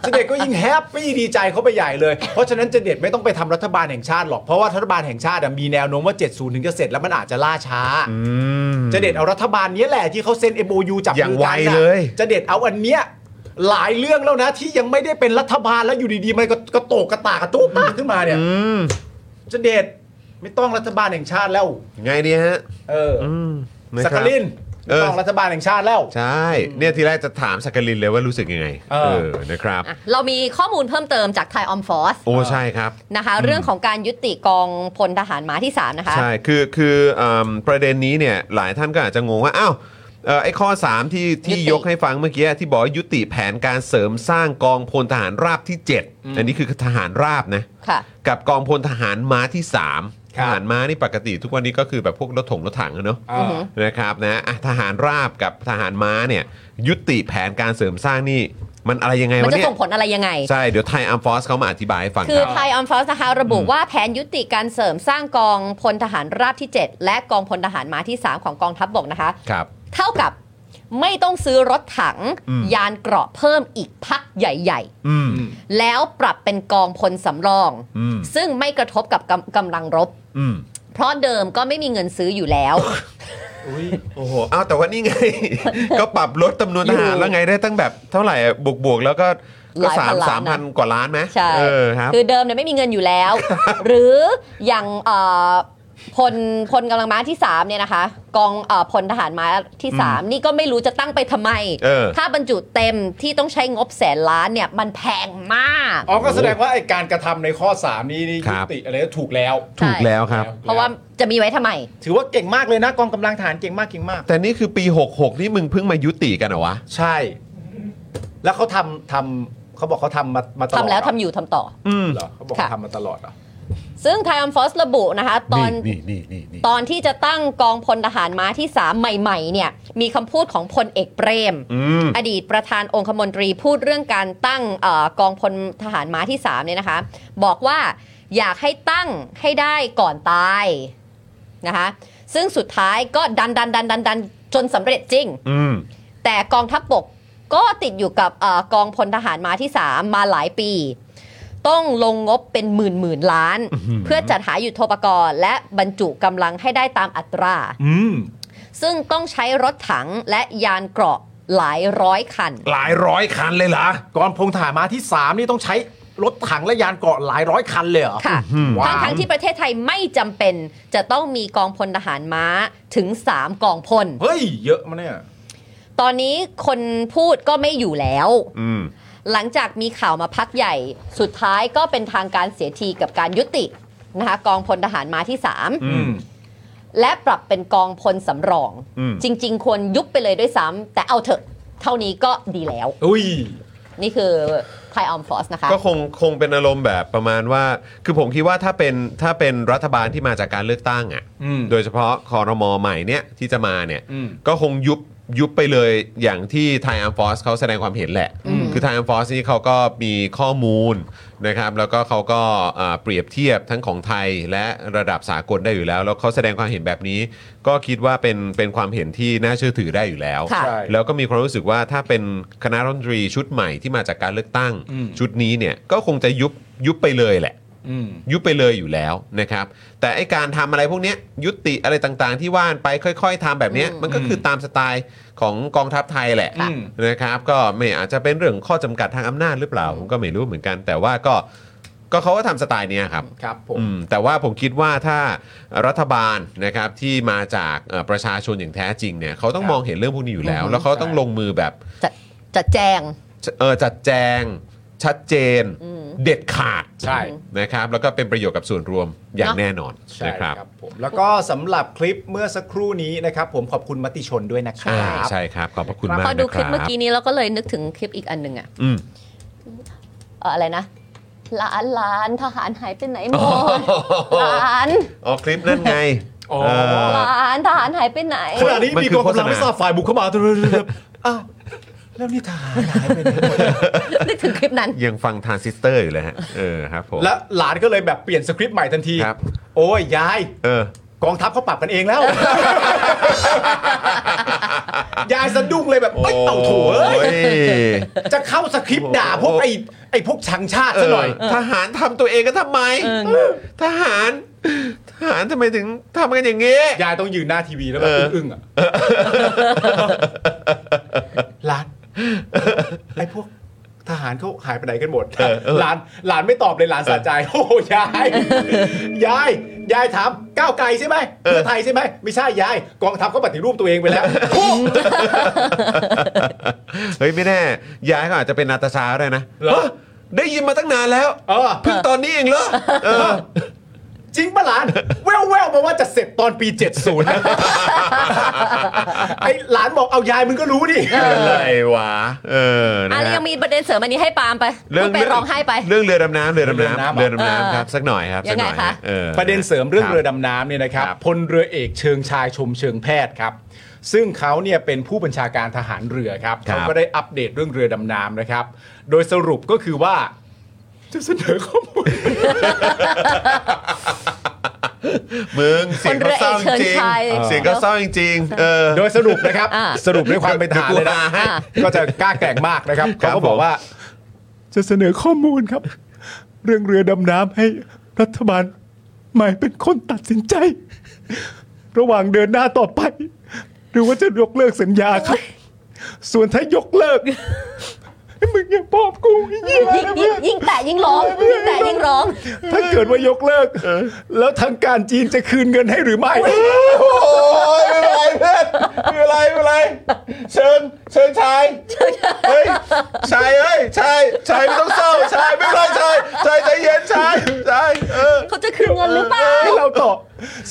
Speaker 3: เจเด็ดก็ยิ่งแฮปปี้ดีใจเขาไปใหญ่เลย เพราะฉะนั้นเจเด็ดไม่ต้องไปทำรัฐบาลแห่งชาติหรอก เพราะว่ารัฐบาลแห่งชาติอะมีแนวโน้มว่า 70 ถึงจะเสร็จแล้วมันอาจจะล่าช้าเจเด็ดเอารัฐบาลเนี้ยแหละที่เขาเซ็น MOU จับ
Speaker 1: อย่าง
Speaker 3: มื
Speaker 1: ไว
Speaker 3: กัะ
Speaker 1: เลย
Speaker 3: เจเด็ดเอาอันเนี้ยหลายเรื่องแล้วนะที่ยังไม่ได้เป็นรัฐบาลแล้วอยู่ดีๆมันก็กระโตกกระตากกระตุ๊กตากขึ้นมาเนี่ยเจเด็ดไม่ต้องรัฐบาลแห่งชาติแล้ว
Speaker 1: ไงดีฮะ
Speaker 3: เอออ
Speaker 1: นะ
Speaker 3: สัก
Speaker 1: ครับ
Speaker 3: กะลินไม่ต้อง
Speaker 1: เออ
Speaker 3: รัฐบาลแห่งชาติแล้ว
Speaker 1: ใช่ เนี่ยทีแรกจะถามสักกลินเลยว่ารู้สึกยังไง
Speaker 3: เออ
Speaker 1: เออ นะครับ
Speaker 2: อ่ะเรามีข้อมูลเพิ่มเติมจากไทยออมฟอส
Speaker 1: โอ้ใช่ครับ
Speaker 2: นะคะ เรื่องของการยุติกองพลทหารม้าที่ 3 นะคะ
Speaker 1: ใช่ คือ คืออำประเด็นนี้เนี่ย หลายท่านก็อาจจะงงว่า อ้าวเอ่อไอ้ข้อ 3 ที่ ที่
Speaker 2: ยุติ
Speaker 1: ยกให้ฟังเมื่อกี้ ที่บอกว่ายุติแผนการเสริมสร้างกองพลทหารราบที่ 7 อันนี้คือทหารราบนะ
Speaker 2: ค่ะ
Speaker 1: กับกองพลทหารม้าที่ 3ท
Speaker 3: ครับ
Speaker 1: หารม้านี่ปกติทุกวันนี้ก็คือแบบพวกรถถงรถถังอะเนาะ
Speaker 3: อ่า
Speaker 1: นะครับนะอ่ะทหารราบกับทหารม้าเนี่ยยุติแผนการเสริมสร้างนี่ มันอะไรยังไง
Speaker 2: มัน
Speaker 1: วะ
Speaker 2: จะ
Speaker 1: เนี่ย
Speaker 2: ส่งผลอะไรยังไง
Speaker 1: ใช่เดี๋ยวไทยอัมฟอสเขามาอธิบายให้ฟัง
Speaker 2: คือ
Speaker 1: ครับ
Speaker 2: ไทยออนฟอสนะคะระบุว่าแผนยุติการเสริมสร้างกองพลทหารราบที่ 7 และกองพลทหารม้าที่ 3 ของกองทัพบบกนะคะ
Speaker 1: ครับ
Speaker 2: เท่ากับไม่ต้องซื้อรถถัง ยานเกราะเพิ่มอีกพักใหญ่
Speaker 1: อืม
Speaker 2: ๆ แล้วปรับเป็นกองพลสำรอง
Speaker 1: อืม
Speaker 2: ซึ่งไม่กระทบกับกำกำลังรบ
Speaker 1: อืม
Speaker 2: เพราะเดิมก็ไม่มีเงินซื้ออยู่แล้ว
Speaker 1: โอ้โหอ้าวแต่ว่า นี่ไง ก็ปรับลดจำนวนทหารแล้วไงได้ตั้งแบบเท่าไหร่บวกบวกๆแล้วก็ก็
Speaker 2: หลาย
Speaker 1: สา
Speaker 2: พั
Speaker 1: มสา
Speaker 2: นล้านนะ
Speaker 1: มพันกว่าล้านไหม
Speaker 2: ใช่
Speaker 1: เออครับ
Speaker 2: อเดิมเนี่ยไม่มีเงินอยู่แล้ว หรืออย่างเอ่อ พลพลกำลังม้าที่3เนี่ยนะคะ กองเออพลทหารม้าที่ 3 นี่ก็ไม่รู้จะตั้งไปทำไม
Speaker 1: เออ
Speaker 2: ถ้าบรรจุเต็มที่ต้องใช้งบแสนล้านเนี่ย มันแพงมาก
Speaker 3: อ๋อก็แสดงว่าไอการกระทำในข้อ 3 นี้นี่
Speaker 1: ครั
Speaker 3: ยุ
Speaker 1: บ
Speaker 3: ติอะไรก็ถูกแล้ว
Speaker 1: ถูกแล้วครับ
Speaker 2: เพราะว่าจะมีไว้ทำไม
Speaker 3: ถือว่าเก่งมากเลยนะกองกำลังฐานเก่งมากเก่งมาก
Speaker 1: แต่นี่คือปี 66 นี่มึงเพิ่งมายุติกันเหรอวะ
Speaker 3: ใช่ แล้วเขาทำทำเขาบอกเขาทำมามาตลอด
Speaker 2: ทำแล้ว
Speaker 3: เหร
Speaker 2: ทำอยู่ทำต่อ
Speaker 1: อืม
Speaker 3: เหรอเขาบอก
Speaker 2: ค่ะ
Speaker 3: ทำมาตลอดเหรอ
Speaker 2: ซึ่งไทอัมฟอสระบุนะคะ ตอน
Speaker 8: นี่นี่นี่นี่
Speaker 2: ตอนที่จะตั้งกองพลทหารม้าที่ 3 ใหม่ ๆ เนี่ย มีคำพูดของพลเอกเปรม
Speaker 1: อืม
Speaker 2: อดีตประธานองคมนตรีพูดเรื่องการตั้งเออกองพลทหารม้าที่3เนี่ยนะคะ บอกว่าอยากให้ตั้งให้ได้ก่อนตายนะคะซึ่งสุดท้ายก็ดันดันดันดันดันจนสำเร็จจริง
Speaker 1: อืม
Speaker 2: แต่กองทัพบกก็ติดอยู่กับเออกองพลทหารมาที่ 3 มาหลายปี ต้องลงงบเป็นหมื่นหมื่นล้าน
Speaker 1: อื้อหือ
Speaker 2: เพื่อจัดหายุทโธปกรณ์ และบรรจุกำลังให้ได้ตามอัตรา
Speaker 3: อืม
Speaker 2: ซึ่งต้องใช้รถถังและยานเกราะหลายร้อยคัน
Speaker 1: หลายร้อยคันเลยเหรอ
Speaker 3: กองพงฐานมาที่ 3 นี่ต้องใช้รถถังและยานเกราะหลายร้อยคันเลยเหรอ
Speaker 2: ค่ะ
Speaker 1: อื้อหือ
Speaker 3: ว้า
Speaker 2: ทั้
Speaker 3: ว
Speaker 2: งทั้งๆที่ประเทศไทยไม่จำเป็นจะต้องมีกองพลทหารม้าถึง 3 กองพล
Speaker 3: เฮ้ย เยอะมาเนี่ย
Speaker 2: ตอนนี้คนพูดก็ไม่อยู่แล้ว
Speaker 1: อืม
Speaker 2: หลังจากมีข่าวมาพักใหญ่ สุดท้ายก็เป็นทางการเสียทีกับการยุตินะคะกองพลทหารม้าที่
Speaker 1: อืม
Speaker 2: 3 และปรับเป็นกองพลสำรอง
Speaker 1: อืม
Speaker 2: จริง ๆ ควรยุบไปเลยด้วยซ้ำแต่เอาเถอะเท่านี้ก็ดีแล้ว
Speaker 3: อุ้ย
Speaker 2: นี่คือไทออมฟอสนะคะ
Speaker 1: ก็คงคงเป็นอารมณ์แบบประมาณว่า คือผมคิดว่าถ้าเป็นถ้าเป็นรัฐบาลที่มาจากการเลือกตั้งอ่ะ
Speaker 3: อืม
Speaker 1: โดยเฉพาะคอรมอใหม่เนี่ยที่จะมาเนี่ย
Speaker 3: อืม
Speaker 1: ก็คงยุบยุบไปเลยอย่างที่ไทอัมฟอสเขาแสดงความเห็นแหละ คือไทอัมฟอสนี่เขาก็มีข้อมูลนะครับ แล้วก็เขาก็เอ่อเปรียบเทียบทั้งของไทยและระดับสากลได้อยู่แล้ว แล้วเขาแสดงความเห็นแบบนี้ ก็คิดว่าเป็นเป็นความเห็นที่น่าเชื่อถือได้อยู่แล้ว
Speaker 2: ค่ะ
Speaker 3: ใช่
Speaker 1: แล้วก็มีความรู้สึกว่าถ้าเป็นคณะรัฐมนตรีชุดใหม่ที่มาจากการเลือกตั้ง
Speaker 3: อืม
Speaker 1: ชุดนี้เนี่ยก็คงจะยุบยุบไปเลยแหละ
Speaker 3: อืม
Speaker 1: ยุบไปเลยอยู่แล้วนะครับ แต่ไอการทำอะไรพวกเนี้ยยุติอะไรต่างๆ ที่ว่านไปค่อย ๆทำแบบเนี้ย
Speaker 2: อืม
Speaker 1: มันก็คือตามสไตล์ของกองทัพไทยแหละ
Speaker 3: ค่ะ
Speaker 1: นะครับ ก็ไม่อาจจะเป็นเรื่องข้อจำกัดทางอำนาจหรือเปล่าผมก็ไม่รู้เหมือนกัน แต่ว่าก็ก็เขาก็ทำสไตล์เนี้ยครับ
Speaker 3: ครับผม
Speaker 1: อืมแต่ว่าผมคิดว่าถ้ารัฐบาลนะครับที่มาจากเอ่อประชาชนอย่างแท้จริงเนี่ยเขาต้อง
Speaker 3: ครับ
Speaker 1: มองเห็นเรื่องพวกนี้อยู่แล้ว
Speaker 3: อืม
Speaker 1: แล้วเขาต้อง
Speaker 3: ใช่
Speaker 1: ลงมือแบบ
Speaker 2: จะจะแจง
Speaker 1: เอ่อจัดแจง ชัดเจน
Speaker 2: อืม
Speaker 1: เด็ดขาด
Speaker 3: ใช่
Speaker 1: นะครับ แล้วก็เป็นประโยชน์กับส่วนรวมอย่าง
Speaker 2: เนอะ
Speaker 1: แน่นอน
Speaker 3: ใช่
Speaker 1: นะครับ
Speaker 3: ครับผม แล้วก็สำหรับคลิปเมื่อสักครู่นี้นะครับ ผมขอบคุณมติชนด้วยนะครั
Speaker 1: อ่า
Speaker 3: บ
Speaker 1: ใช่ครับ ขอบพระคุณ
Speaker 3: ครับ
Speaker 1: มาก
Speaker 2: พอ
Speaker 1: นะ
Speaker 2: ดูค
Speaker 1: ค
Speaker 2: ลิป
Speaker 1: รับ
Speaker 2: เมื่อกี้นี้เราก็เลยนึกถึงคลิปอีกอันหนึ่งอะ
Speaker 1: อืม
Speaker 2: เอ่ออะไรนะล้านล้านทหารหายไปไหนหม
Speaker 1: อ๋อ
Speaker 2: ดล้าน
Speaker 1: อ๋อคลิปนั่นไง
Speaker 3: อ๋อ
Speaker 1: เอ
Speaker 2: ล้านทหารหายไปไหน
Speaker 3: ขณะนี้
Speaker 1: มัน
Speaker 3: มี
Speaker 1: คื
Speaker 3: ก
Speaker 1: อ
Speaker 3: องกำลัง
Speaker 1: โฆษณา
Speaker 3: ไม่ทราบฝ่ายบุกเข้ามา อ้าวแล้วนี่ทหารหายไปไหนหมด
Speaker 2: นึกถึงคลิปนั้น
Speaker 1: ยังฟังทรานซิสเตอร์อยู่เลยฮะเออครับผม
Speaker 3: และหลานก็เลยแบบเปลี่ยนสคริปต์ใหม่ทันที
Speaker 1: ครับ
Speaker 3: โอ้ย ยาย
Speaker 1: เออ
Speaker 3: กองทัพเขาปรับกันเอง แล้ว ยายสะดุ้งเลยแบบเอ้ยเอาโถเอ้ย
Speaker 1: โอ้ย
Speaker 3: จะเข้าสคริปต์ด่าพวกไอ้ไอ้พวกชังชาติซะหน่อย
Speaker 1: เทหารทำตัวเองก็ทำไม
Speaker 2: เออ
Speaker 1: ทหาร ทหารทำไมถึงทำกันอย่างนี้
Speaker 3: ยายต้องยืนหน้าทีวีแล้วแบบ
Speaker 1: เอออึ้
Speaker 3: อึ้งๆอ่ะหลาน ไอ้พวกทหารเขาหายไปไหนกันหมดหลานหลานไม่ตอบเลยหลานสะใจ โอ้โหยาย ยาย ยายถามก้าวไกลใช่ไหมเพื่อไทยใช่ไหมไม่ใช่ยาย กองทัพเขาปฏิรูปตัวเองไปแล้ว
Speaker 1: เฮ้ยไม่แน่ ย้ายก็อาจจะเป็นนาตาชาได้นะ
Speaker 3: เหรอ
Speaker 1: ฮะได้ยินมาตั้งนานแล้ว
Speaker 3: เออ
Speaker 1: เพิ่งตอนนี้เองเหรอเออ
Speaker 3: จริงปะหลาน แว่วแววๆมาว่าจะเสร็จตอนปี 70นะไอหลานบอกเอายายมึงก็รู้ดิ
Speaker 1: อะไรวะเออนะ
Speaker 2: อ่ะแล้ว
Speaker 1: ฮะ
Speaker 2: ยังมีประเด็นเสริมอันนี้ให้ปาล์มไปพูดไปร้องไห้ไป
Speaker 1: เรื่องเรือดำน้ำเรือดำน้ำเรื
Speaker 3: เรื
Speaker 1: อ
Speaker 3: อ
Speaker 1: ดำ
Speaker 3: ดำน้ำ
Speaker 1: น้ำครับสักหน่อยครับสักหน่อย
Speaker 2: ยังไงคะ
Speaker 1: ออ
Speaker 3: ประเด็นเสริมเรื่องเรือดำน้ำเนี่ยนะครับ
Speaker 1: ครับ
Speaker 3: พลเรือเอกเชิงชายชมเชิงแพทย์ครับ ซึ่งเขาเนี่ยเป็นผู้บัญชาการทหารเรือครับ
Speaker 1: ครับ
Speaker 3: เขาก็ได้อัปเดตเรื่องเรือดำน้ำนะครับ โดยสรุปก็คือว่าจะเสนอข้อมูล
Speaker 1: มึงเสียงเขาเศร้าจริง
Speaker 2: คนเรือเอก
Speaker 1: ๆ
Speaker 2: เชิญชัย
Speaker 1: เสียงเขาเศร้าจริงๆเออ
Speaker 3: โดยสรุปนะครับ
Speaker 2: อ่า
Speaker 3: สรุปด้วยความเป็นทหารเลยนะ
Speaker 1: อ่า
Speaker 3: ก็จะกล้าแกร่งมากนะครับ
Speaker 1: ครับ
Speaker 3: เขาก็บอกว่า จะเสนอข้อมูลครับ เรื่องเรือดำน้ำให้รัฐบาลใหม่เป็นคนตัดสินใจ ระหว่างเดินหน้าต่อไป หรือว่าจะยกเลิกสัญญาครับ ส่วนถ้ายกเลิก มึงอย่าปอบกูไอ้เหี้ย
Speaker 2: ยิ่งยิ่งยิ่งแตะยิ่งร้องยิ่งแตะยิ่งร้อง
Speaker 3: ถ้าเกิดว่ายกเลิก แล้วทางการจีนจะคืนเงินให้หรือไม่
Speaker 1: โอ้ยไม่เป็นไรเพื่อนไม่เป็นไรไม่เป็นไรเชิญเชิญชายเฮ้ยชายเอ้ยชายชายไม่ต้องเศร้าชายไม่เป็นไรชายชายใจเย็นชายชายเออ
Speaker 2: เขาจะคืนเงินหรือเปล่า
Speaker 3: ให้เราต่อ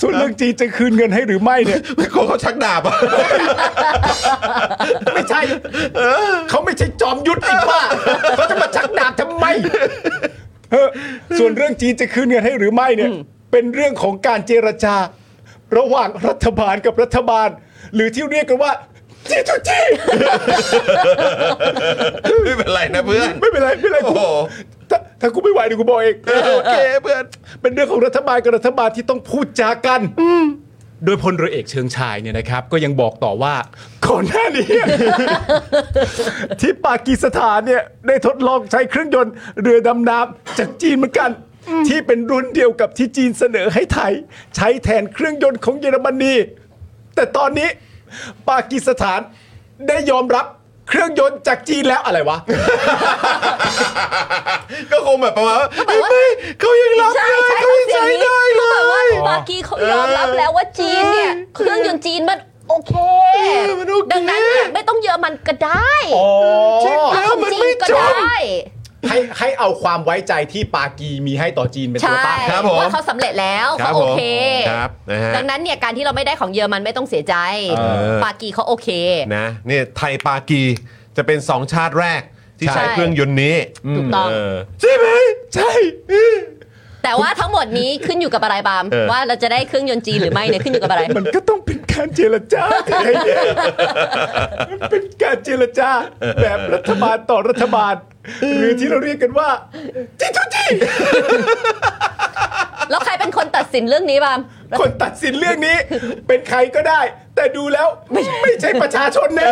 Speaker 3: ส่วนเรื่องจีนจะคืนเงินให้หรือไม่เนี่ย
Speaker 1: ไม่กลัวเขาชักดาบอ่ะ
Speaker 3: ไม่ใช่เขาไม่ใช่จอมยุทธไอ้บ้าเขาจะมาชักดาบ ทำไมเออส่วนเรื่องจีนจะคืนเงินให้หรือไม่เนี่ย เป็นเรื่องของการเจรจา ระหว่างรัฐบาลกับรัฐบาล หรือที่เรียกกันว่าจีจูจี
Speaker 1: ไม่เป็นไรนะเพื่อน
Speaker 3: ไม่เป็นไรไม่เป็นไร
Speaker 1: โอ้
Speaker 3: กู
Speaker 1: โห
Speaker 3: ถ้าถ้ากูไม่ไหวเดี๋ยวกูบอกเอง
Speaker 1: โอเคเพื่อน
Speaker 3: เป็นเรื่องของรัฐบาลกับรัฐบาลที่ต้องพูดจากัน โดยพลเรือเอกเชิงชายเนี่ยนะครับ ก็ยังบอกต่อว่าก่อนหน้านี้ ที่ปากีสถานเนี่ยได้ทดลองใช้เครื่องยนต์เรือดำน้ำจากจีนเหมือนกัน ที่เป็นรุ่นเดียวกับที่จีนเสนอให้ไทย ใช้แทนเครื่องยนต์ของเยอรมนีแต่ตอนนี้ปากีสถานได้ยอมรับเครื่องยนต์จากจีนแล้วอะไรวะ
Speaker 1: ก็คงแบบประมาณว่าไม่ไม่เขายังรับ
Speaker 2: ใช่
Speaker 1: ได้เขายัง
Speaker 2: ใช่เสี
Speaker 1: ใช้
Speaker 2: ยงนี้
Speaker 1: ได้เล
Speaker 2: เขาแบบว่าย ปากีเขายอมรับแล้วว่าจีนเนี่ยเครื่องยนต์จีนมันโอเค
Speaker 1: อมันโอเค
Speaker 2: ดังนั้นเนี่ยไม่ต้องเยอรมันก็ได้
Speaker 1: เช็คแล้วมัน
Speaker 2: จี
Speaker 1: ไม่
Speaker 2: นก็
Speaker 1: จบ
Speaker 2: ได้
Speaker 3: ให้ให้เอาความไว้ใจที่ปากีมีให้ต่อจีนเป็นตัว
Speaker 2: ใช่
Speaker 3: ตั้ง
Speaker 1: ครับผม
Speaker 2: ว่าเขาสำเร็จแล้ว
Speaker 1: รับ
Speaker 2: เขาโอ
Speaker 1: ผม
Speaker 2: เค
Speaker 1: ครับนะฮะ
Speaker 2: ดังนั้นเนี่ยการที่เราไม่ได้ของเยอรมันไม่ต้องเสียใจ
Speaker 1: อ
Speaker 2: ปากีเขาโอเค
Speaker 1: นะนี่ไทยปากีจะเป็น 2 ชาติแรกที่ใช้
Speaker 2: ใช่
Speaker 1: เครื่องยนต์นี้
Speaker 2: ถูกต้อง
Speaker 1: เใช่ไหมใช่
Speaker 2: แต่ว่าทั้งหมดนี้ขึ้นอยู่กับอะไรบาม
Speaker 1: เออ
Speaker 2: ว่าเราจะได้เครื่องยนต์จีนหรือไม่เนี่ยขึ้นอยู่กับอะไร
Speaker 3: มันก็ต้องเป็นการเจรจาที่ไอ้เนี่ยมันเป็นการเจรจาแบบรัฐบาลต่อรัฐบาล หรือที่เราเรียกกันว่าจิจุจิ
Speaker 2: แล้วใครเป็นคนตัดสินเรื่องนี้บาม
Speaker 3: คนตัดสินเรื่องนี้ เป็นใครก็ได้ แต่ดูแล้วไม่ใช่ประชาชนแน่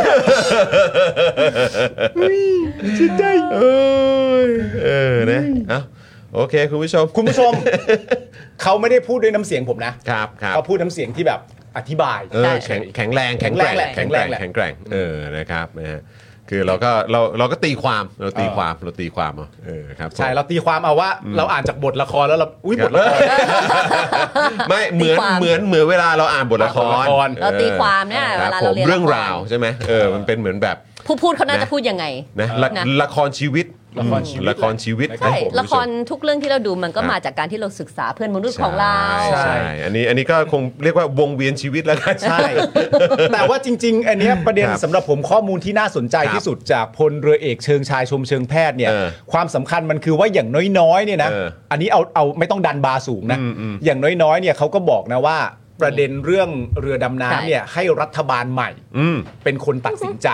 Speaker 3: จิตใจ
Speaker 1: เออเออนะเอ้าโอเค คุณผู้ชม
Speaker 3: คุณผู้ชม เขาไม่ได้พูดด้วยน้ำเสียงผมนะครับ
Speaker 1: ครับ
Speaker 3: เขาพูดน้ำเสียงที่แบบอธิบาย
Speaker 1: เออแข็งแข็งแรงแข็งแกร่ง
Speaker 3: แข็
Speaker 1: แข็ง
Speaker 3: ง
Speaker 1: แก
Speaker 3: แร
Speaker 1: ร่
Speaker 3: ง
Speaker 1: ง
Speaker 3: แหละ
Speaker 1: แข็งแกร่งเออนะครับนะฮะคือเราก็เราเราก็ตีความเราตีความเราตีความเอาเออครับผม
Speaker 3: ใช่เราตีความเอาว่า เราอ่านจากบทละครแล้วเราอุ้ยบทละคร
Speaker 1: ไม่เหมือน
Speaker 2: ตีความ
Speaker 1: เหมือนเหมือนเวลาเราอ่านบทละคร
Speaker 3: อ่านบทละคร
Speaker 2: เราตีความเนี่ย
Speaker 1: ออ
Speaker 2: เวลา
Speaker 1: คบ
Speaker 2: เราเรี
Speaker 1: ผ
Speaker 2: ยนละคร
Speaker 1: มเรื่องราวใช่ไหมเออมันเป็นเหมือนแบบ
Speaker 2: ผู้พูดเขาน่าจะพูดยังไง
Speaker 1: นะละ
Speaker 2: นะ
Speaker 1: ละครชีวิต
Speaker 3: ละครชีวิต
Speaker 1: ละครชีวิต
Speaker 2: ใช่
Speaker 1: นผม
Speaker 2: ละครทุกเรื่องที่เราดูมันก็มาจากการที่เราศึกษาเพื่อนมนุษย์ของเรา
Speaker 1: ใช่ใช่อันนี้อันนี้ก็คงเรียกว่าวงเวียนชีวิตแล้วกัน
Speaker 3: ใช่ แต่ว่าจริง ๆ อันเนี้ยประเด็น
Speaker 1: ครับ
Speaker 3: สำหรับผมข้อมูลที่น่าสนใจ
Speaker 1: ครับ
Speaker 3: ที่สุดจากพลเรือเอกเชิงชายชมเชิงแพทย์เนี่ย
Speaker 1: เออ
Speaker 3: ความสำคัญมันคือว่าอย่างน้อยๆเนี่ยนะ
Speaker 1: เออ
Speaker 3: อันนี้เอาเอาไม่ต้องดันบาร์สูงนะ
Speaker 1: อืมอืม
Speaker 3: อย่างน้อยๆเนี่ยเขาก็บอกนะว่า ประเด็นเรื่องเรือดำ
Speaker 2: ใช่
Speaker 3: น้ำเนี่ยให้รัฐบาลใหม่
Speaker 1: อืม
Speaker 3: เป็นคนตัดสินใจ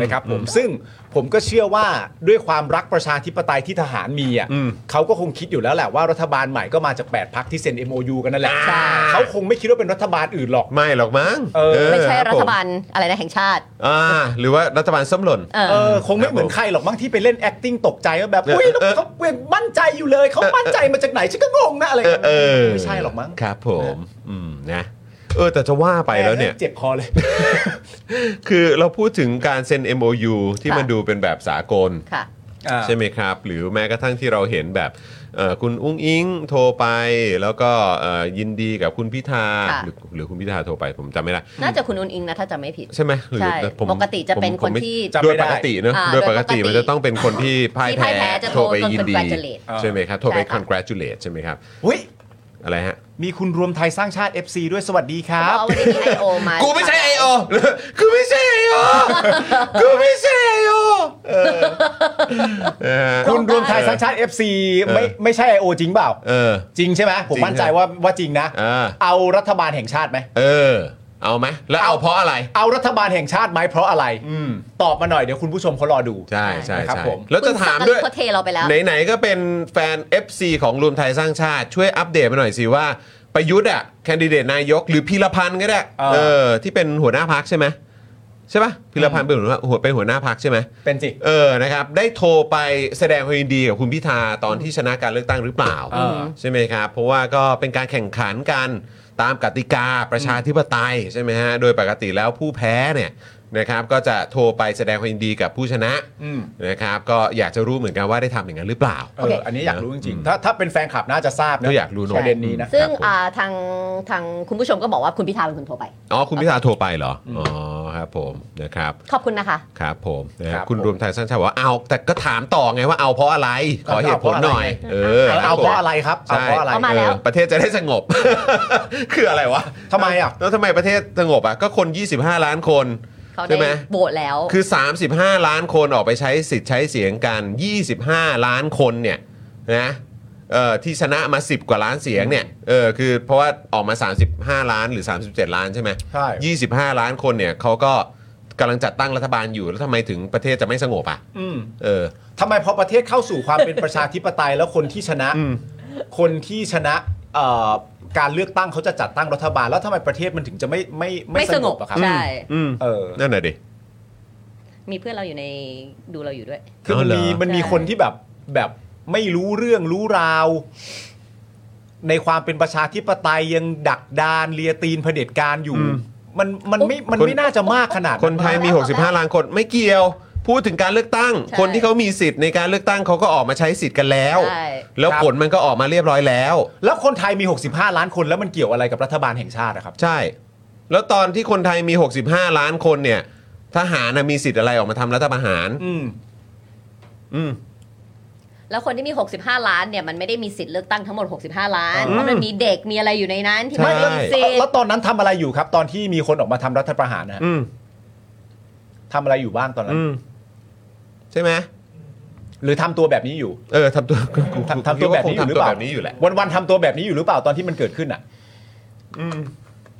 Speaker 3: นะครับผมซึ่งผมก็เชื่อว่าด้วยความรักประชาธิปไตยที่ทหารมีอ่ะ
Speaker 1: อืม
Speaker 3: เขาก็คงคิดอยู่แล้วแหละว่ารัฐบาลใหม่ก็มาจากแปดพักที่เซ็น MOU กันนั่นแหละ
Speaker 2: ใช่
Speaker 3: เขาคงไม่คิดว่าเป็นรัฐบาลอื่นหรอก
Speaker 1: ไม่หรอกมั้ง
Speaker 3: เออ
Speaker 1: เออ
Speaker 2: ไม่ใช่
Speaker 1: ค
Speaker 2: รั
Speaker 1: ผ
Speaker 2: ฐ
Speaker 1: ม
Speaker 2: บาลอะไรนะแห่งชาติ
Speaker 1: อ่าหรือว่ารัฐบาลส้มหล่น
Speaker 2: เออ
Speaker 3: เออคงไม่เหมือนใครหรอกมั้งที่ไปเล่น acting ตกใจว่าแบบ
Speaker 1: เออ
Speaker 3: อุ้ย
Speaker 1: เออ
Speaker 3: เขาเวยมั่นใจอยู่เลยเขามั่นใจมาจากไหนฉันก็งงนะอะไร
Speaker 1: เออเออ
Speaker 3: ไม่ใช่หรอกมั้ง
Speaker 1: ครับผมอืมนะเออแต่จะว่าไปแล้วเนี่ย
Speaker 3: เจ็บคอเลย
Speaker 1: คือเราพูดถึงการเซ็น MOU ที่
Speaker 2: ค่ะ
Speaker 1: มันดูเป็นแบบสากล
Speaker 2: ค่ะ
Speaker 1: ใช่ไหมครับ หรือแม้กระทั่งที่เราเห็นแบบเอ่อคุณอุ้งอิงโทรไป แล้วก็เอ่อยินดีกับคุณพิธา
Speaker 2: ค่ะ
Speaker 1: หรือหรือคุณพิธาโทรไปผมจำไม่ได้
Speaker 2: น่าจะคุณอุนอิงนะถ้าจะไม่ผิด
Speaker 1: ใช่ไหมหรือ
Speaker 2: ใช่
Speaker 1: ผม
Speaker 2: ปกติจะเป็น
Speaker 1: ผม
Speaker 2: ค
Speaker 1: ผ
Speaker 2: น
Speaker 1: มไม่
Speaker 2: ที่
Speaker 1: โดยปกติเนอะ
Speaker 2: อ่า
Speaker 1: โดยปกติ
Speaker 2: โดยปกติ
Speaker 1: มันจะต้องเป็นคนที่พ่าย
Speaker 2: ที่พ่ายแพ้
Speaker 1: แพ้
Speaker 2: จะ
Speaker 1: โทรไป
Speaker 2: โทร
Speaker 1: ยินดี
Speaker 2: congratulate
Speaker 1: ใช่ไหมครับโทรไป
Speaker 2: ใช่ค่ะ
Speaker 1: congratulate ใช่ไหมครับ
Speaker 3: อุ้ย
Speaker 1: อะไรฮะ
Speaker 3: มีคุณรวมไทยสร้างชาติ FC ด้วยสวัสดีค
Speaker 2: เพ
Speaker 3: รับ
Speaker 2: ราะว่าวันนี้มีไอโอมา
Speaker 1: กูไม่ใช่ไอโอกูไม่ใช่ไอ โอกูไม่ใช่ไอโอเออเออ
Speaker 3: คุณรวมไทยสร้างชาติ FC ไม่ไม่ใช่ IO จริงเปล่า
Speaker 1: เออ
Speaker 3: จริงใช่ไหมผม
Speaker 1: จริง
Speaker 3: มั่นใจ
Speaker 1: ครับ
Speaker 3: ว่าว่าจริงนะ
Speaker 1: อ่า
Speaker 3: เอารัฐบาลแห่งชาติไหม
Speaker 1: เออ เอาไหมแล้วเอาเพราะอะไร
Speaker 3: เอารัฐบาลแห่งชาติไหมเพราะอะไรตอบมาหน่อยเดี๋ยวคุณผู้ชมเขารอดู
Speaker 1: ใช่ใช่
Speaker 3: นะครับ
Speaker 1: ใช่
Speaker 3: ผม
Speaker 1: แล้วจะถามด้วย
Speaker 2: คุณสักกะลิดเขาเทเราไปแล้ว
Speaker 1: ไหนๆก็เป็นแฟน FC ของรวมไทยสร้างชาติ ช่วยอัปเดตมาหน่อยสิว่า ประยุทธ์อ่ะแคนดิเดตนายกหรือพีรพันธ์ก็ได้
Speaker 3: เออ
Speaker 1: เออที่เป็นหัวหน้าพักใช่ไหมใช่ปะพีรพันธ์เป็นหัวหน้าหัวเป็นหัวหน้าพักใช่ไหม
Speaker 3: เป็นสิ
Speaker 1: เออนะครับได้โทรไปแสดงความยินดีกับคุณพิธาตอนที่ชนะการเลือกตั้งหรือเปล่า
Speaker 3: เออ
Speaker 1: ใช่ไหมครับเพราะว่าก็เป็นการแข่งขันกัน ตามกติกาประชาธิปไตยใช่ไหมฮะ โดยปกติแล้วผู้แพ้เนี่ยนะครับก็จะโทรไปแสดงความยินดีกับผู้ชนะ
Speaker 3: อืม
Speaker 1: นะครับก็อยากจะรู้เหมือนกันว่าได้ทำอย่างนั้นหรือเปล่า
Speaker 3: เอออันนี้อยากรู้จริงๆ ถ้าถ้าเป็นแฟนคลับน่าจะทราบ
Speaker 1: ก็
Speaker 3: นะ
Speaker 1: อยากรู้เนอะ
Speaker 3: ประเด็นนี้นะ
Speaker 2: ซึ่งอ่าทางทางคุณผู้ชมก็บอกว่าคุณพิธาเป็นคนโทรไป
Speaker 1: อ๋อ คุณพิธาโทรไปเหรอ อ๋อครับผมนะครับ
Speaker 2: ขอบคุณนะคะ
Speaker 1: ครับผมนะครับ คุณรวมไทยสร้างชาติบอกว่าเอาแต่ก็ถามต่อไงว่าเอาเพราะอะไร ขอเหตุผลหน่อย เออ
Speaker 3: เอาเพราะอะไรครับเอา
Speaker 1: ใช่
Speaker 3: เพราะอะไร
Speaker 2: เอามาแล้ว
Speaker 1: เออประเทศจะได้สงบ คืออะไรวะ
Speaker 3: ทำไมอ่ะ
Speaker 1: แล้วทำไมประเทศสงบอ่ะ ก็คน 25 ล้านคน
Speaker 2: เขา
Speaker 1: ใช่
Speaker 2: ได้
Speaker 1: ไหม
Speaker 2: โบสแล้ว
Speaker 1: คือ 35 ล้านคนออกไปใช้สิทธิ์ใช้เสียงกัน 25 ล้านคนเนี่ยนะเออที่ชนะมา 10 กว่าล้านเสียงเนี่ยเออคือเพราะว่าออกมา 35 ล้านหรือ 37 ล้านใช่ไหม
Speaker 3: ใช่
Speaker 1: 25 ล้านคนเนี่ยเขาก็กำลังจัดตั้งรัฐบาลอยู่แล้วทำไมถึงประเทศจะไม่สงบอ่ะ
Speaker 3: อืม
Speaker 1: เออ
Speaker 3: ทำไมพอประเทศเข้าสู่ความเป็นประชาธิปไตยแล้วคนที่ชนะ คนที่ชนะเอ่อการเลือกตั้งเขาจะจัดตั้งรัฐบาล แล้วทำไมประเทศมันถึงจะไม่ไม่
Speaker 2: ไม่สงบ
Speaker 3: อะครับ
Speaker 2: ใช่
Speaker 1: อืม
Speaker 3: เออ
Speaker 1: นั่นน่ะดิ
Speaker 2: มีเพื่อนเราอยู่ในดูเราอยู่ด้วย
Speaker 3: คือมันมี
Speaker 1: อ๋อเหรอ
Speaker 3: มันมีคนที่แบบแบบไม่รู้เรื่องรู้ราว ในความเป็นประชาธิปไตยยังดักดานเลียตีนเผด็จการอยู่ มันมันไม่มันไม่น่าจะมากขนาด
Speaker 1: คนไทยมี 65 ล้านคนไม่เกี่ยว พูดถึงการเลือกตั้ง
Speaker 2: ใช่
Speaker 1: คนที่เขามีสิทธิ์ในการเลือกตั้งเขาก็ออกมาใช้สิทธิ์กันแล้ว
Speaker 2: ใช่
Speaker 1: แล้ว
Speaker 3: ครับ
Speaker 1: ผลมันก็ออกมาเรียบร้อยแล้ว
Speaker 3: แล้วคนไทยมี 65 ล้านคนแล้วมันเกี่ยวอะไรกับรัฐบาลแห่งชาติอะครับ
Speaker 1: ใช่ แล้วตอนที่คนไทยมี 65 ล้านคนเนี่ย ทหารน่ะมีสิทธิ์อะไรออกมาทำรัฐประหาร
Speaker 3: อืม
Speaker 1: อืม
Speaker 2: แล้วคนที่มี 65 ล้านเนี่ยมันไม่ได้มีสิทธิ์เลือกตั้งทั้งหมด 65 ล้าน
Speaker 3: อืม
Speaker 2: เพราะมันมีเด็กมีอะไรอยู่ในนั้นที่ไม่ได้มีสิทธิ์
Speaker 3: แล้วตอนนั้นทำอะไรอยู่ครับ ตอนที่มีคนออกมาทำรัฐประหารนะฮะ
Speaker 1: อืม
Speaker 3: ทำอะไรอยู่บ้างตอนนั้น
Speaker 1: อืม ใช่ไหม
Speaker 3: หรือทำตัวแบบนี้อยู่
Speaker 1: เออทำตัว
Speaker 3: ทำทำตัวแบบนี้อยู่หรือเปล่า
Speaker 1: ทำตัวแบบนี้อยู่แหละ
Speaker 3: วันวันๆทำตัวแบบนี้อยู่หรือเปล่าตอนที่มันเกิดขึ้นอ่ะ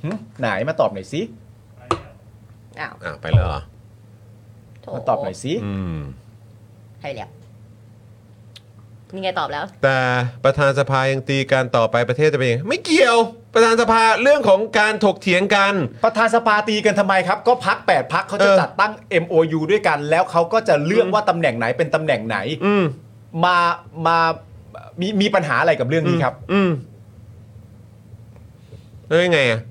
Speaker 3: หึไหนมาตอบหน่อยสิ
Speaker 2: อ้าว
Speaker 1: อ่ะ ไปเลยเหรอ
Speaker 2: โถ
Speaker 3: มาตอบหน่อยสิ
Speaker 1: อืม
Speaker 2: ใครเรียกนี่ไงตอบแล้ว
Speaker 1: แต่ประธานสภายังตีการต่อไปประเทศจะเป็นยังไงไม่เกี่ยว ประธานสภาเรื่องของการถกเถียงกัน
Speaker 3: ประธานสภาตีกันทำไมครับ ก็พักแปดพักเขาจะ
Speaker 1: เออ
Speaker 3: จัดตั้ง MOU ด้วยกัน แล้วเขาก็จะเลือกว่าตำแหน่งไหนเป็นตำแหน่งไหน
Speaker 1: อืม
Speaker 3: มามามีมีปัญหาอะไรกับเรื่องนี้ครับ
Speaker 1: อืมแล้วยังไงอ่ะ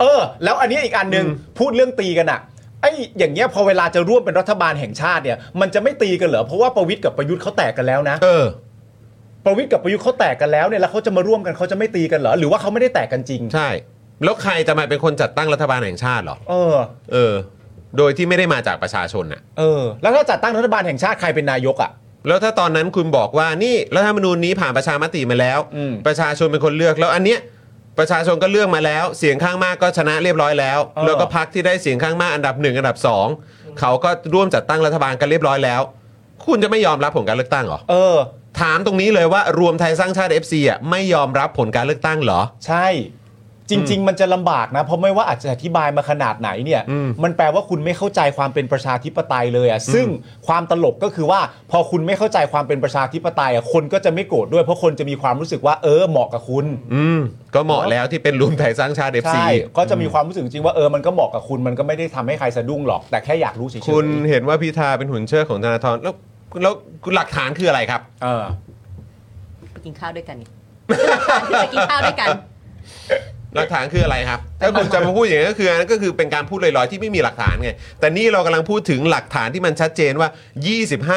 Speaker 3: เออ แล้วอันนี้อีกอันหนึ่ง
Speaker 1: อืม
Speaker 3: พูดเรื่องตีกันอะไอ้อย่างเงี้ยพอเวลาจะร่วมเป็นรัฐบาลแห่งชาติเนี่ย มันจะไม่ตีกันเหรอเพราะว่าประวิทย์กับประยุทธ์เขาแตกกันแล้วนะ
Speaker 1: เออ
Speaker 3: ประวิทย์กับประยุทธ์เขาแตกกันแล้วเนี่ยแล้วเขาจะมาร่วมกันเขาจะไม่ตีกันเหรอหรือว่าเขาไม่ได้แตกกันจริง
Speaker 1: ใช่ แล้วใครจะมาเป็นคนจัดตั้งรัฐบาลแห่งชาติเหรอ
Speaker 3: เออ
Speaker 1: เออ โดยที่ไม่ได้มาจากประชาชนน่ะ
Speaker 3: เออ แล้วถ้าจัดตั้งรัฐบาลแห่งชาติใครเป็นนายกอะ
Speaker 1: แล้วถ้าตอนนั้นคุณบอกว่านี่รัฐธรรมนูญนี้ผ่านประชามติมาแล้ว
Speaker 3: อืม
Speaker 1: ประชาชนเป็นคนเลือกแล้วอันเนี้ยประชาชนก็เลือกมาแล้ว เสียงข้างมากก็ชนะเรียบร้อยแล้ว
Speaker 3: เออ
Speaker 1: แล้วก็พักที่ได้เสียงข้างมากอันดับหนึ่งอันดับสองเขาก็ร่วมจัดตั้งรัฐบาลกันเรียบร้อยแล้ว คุณจะไม่ยอมรับผลการเลือกตั้งเหรอ
Speaker 3: เออ
Speaker 1: ถามตรงนี้เลยว่ารวมไทยสร้างชาติ FC อ่ะไม่ยอมรับผลการเลือกตั้งเหรอ
Speaker 3: ใช่ จริง ๆ มันจะลำบากนะ เพราะไม่ว่าอาจจะอธิบายมาขนาดไหนเนี่ย
Speaker 1: อืม
Speaker 3: นแปลว่าคุณไม่เข้าใจความเป็นประชาธิปไตยเลยอะ่ะซึ่งความตลกก็คือว่า พอคุณไม่เข้าใจความเป็นประชาธิปไตยอะ่ะคนก็จะไม่โกรธด้วยเพราะคนจะมีความรู้สึกว่าเออเหมาะกับคุณ
Speaker 1: อืมก็เหมาะแล้วที่เป็นรวมไทยสร้างชาติ FC
Speaker 3: ใช่ก็จะมีความรู้สึกจริงๆว่าเออมันก็เหมาะกับคุณมันก็ไม่ได้ทำให้ใครสะดุ้งหรอก แต่แค่อยากรู้เฉยๆ
Speaker 1: คุณเห็นว่าพิธาเป็นหุ่นเชิดของธนาธรแล้วแล้วหลักฐานคืออะไรครับ
Speaker 3: เออ
Speaker 2: ไปกินข้าวด้วยกันนี่ ไปกินข้าวด้วยกัน
Speaker 1: หลักฐานคืออะไรครับ ถ้าคุณจะมาพูดอย่างนั้นก็คืออันนั้นก็คือเป็นการพูดลอยๆที่ไม่มีหลักฐานไง แต่นี่เรากำลังพูดถึงหลักฐานที่มันชัดเจนว่า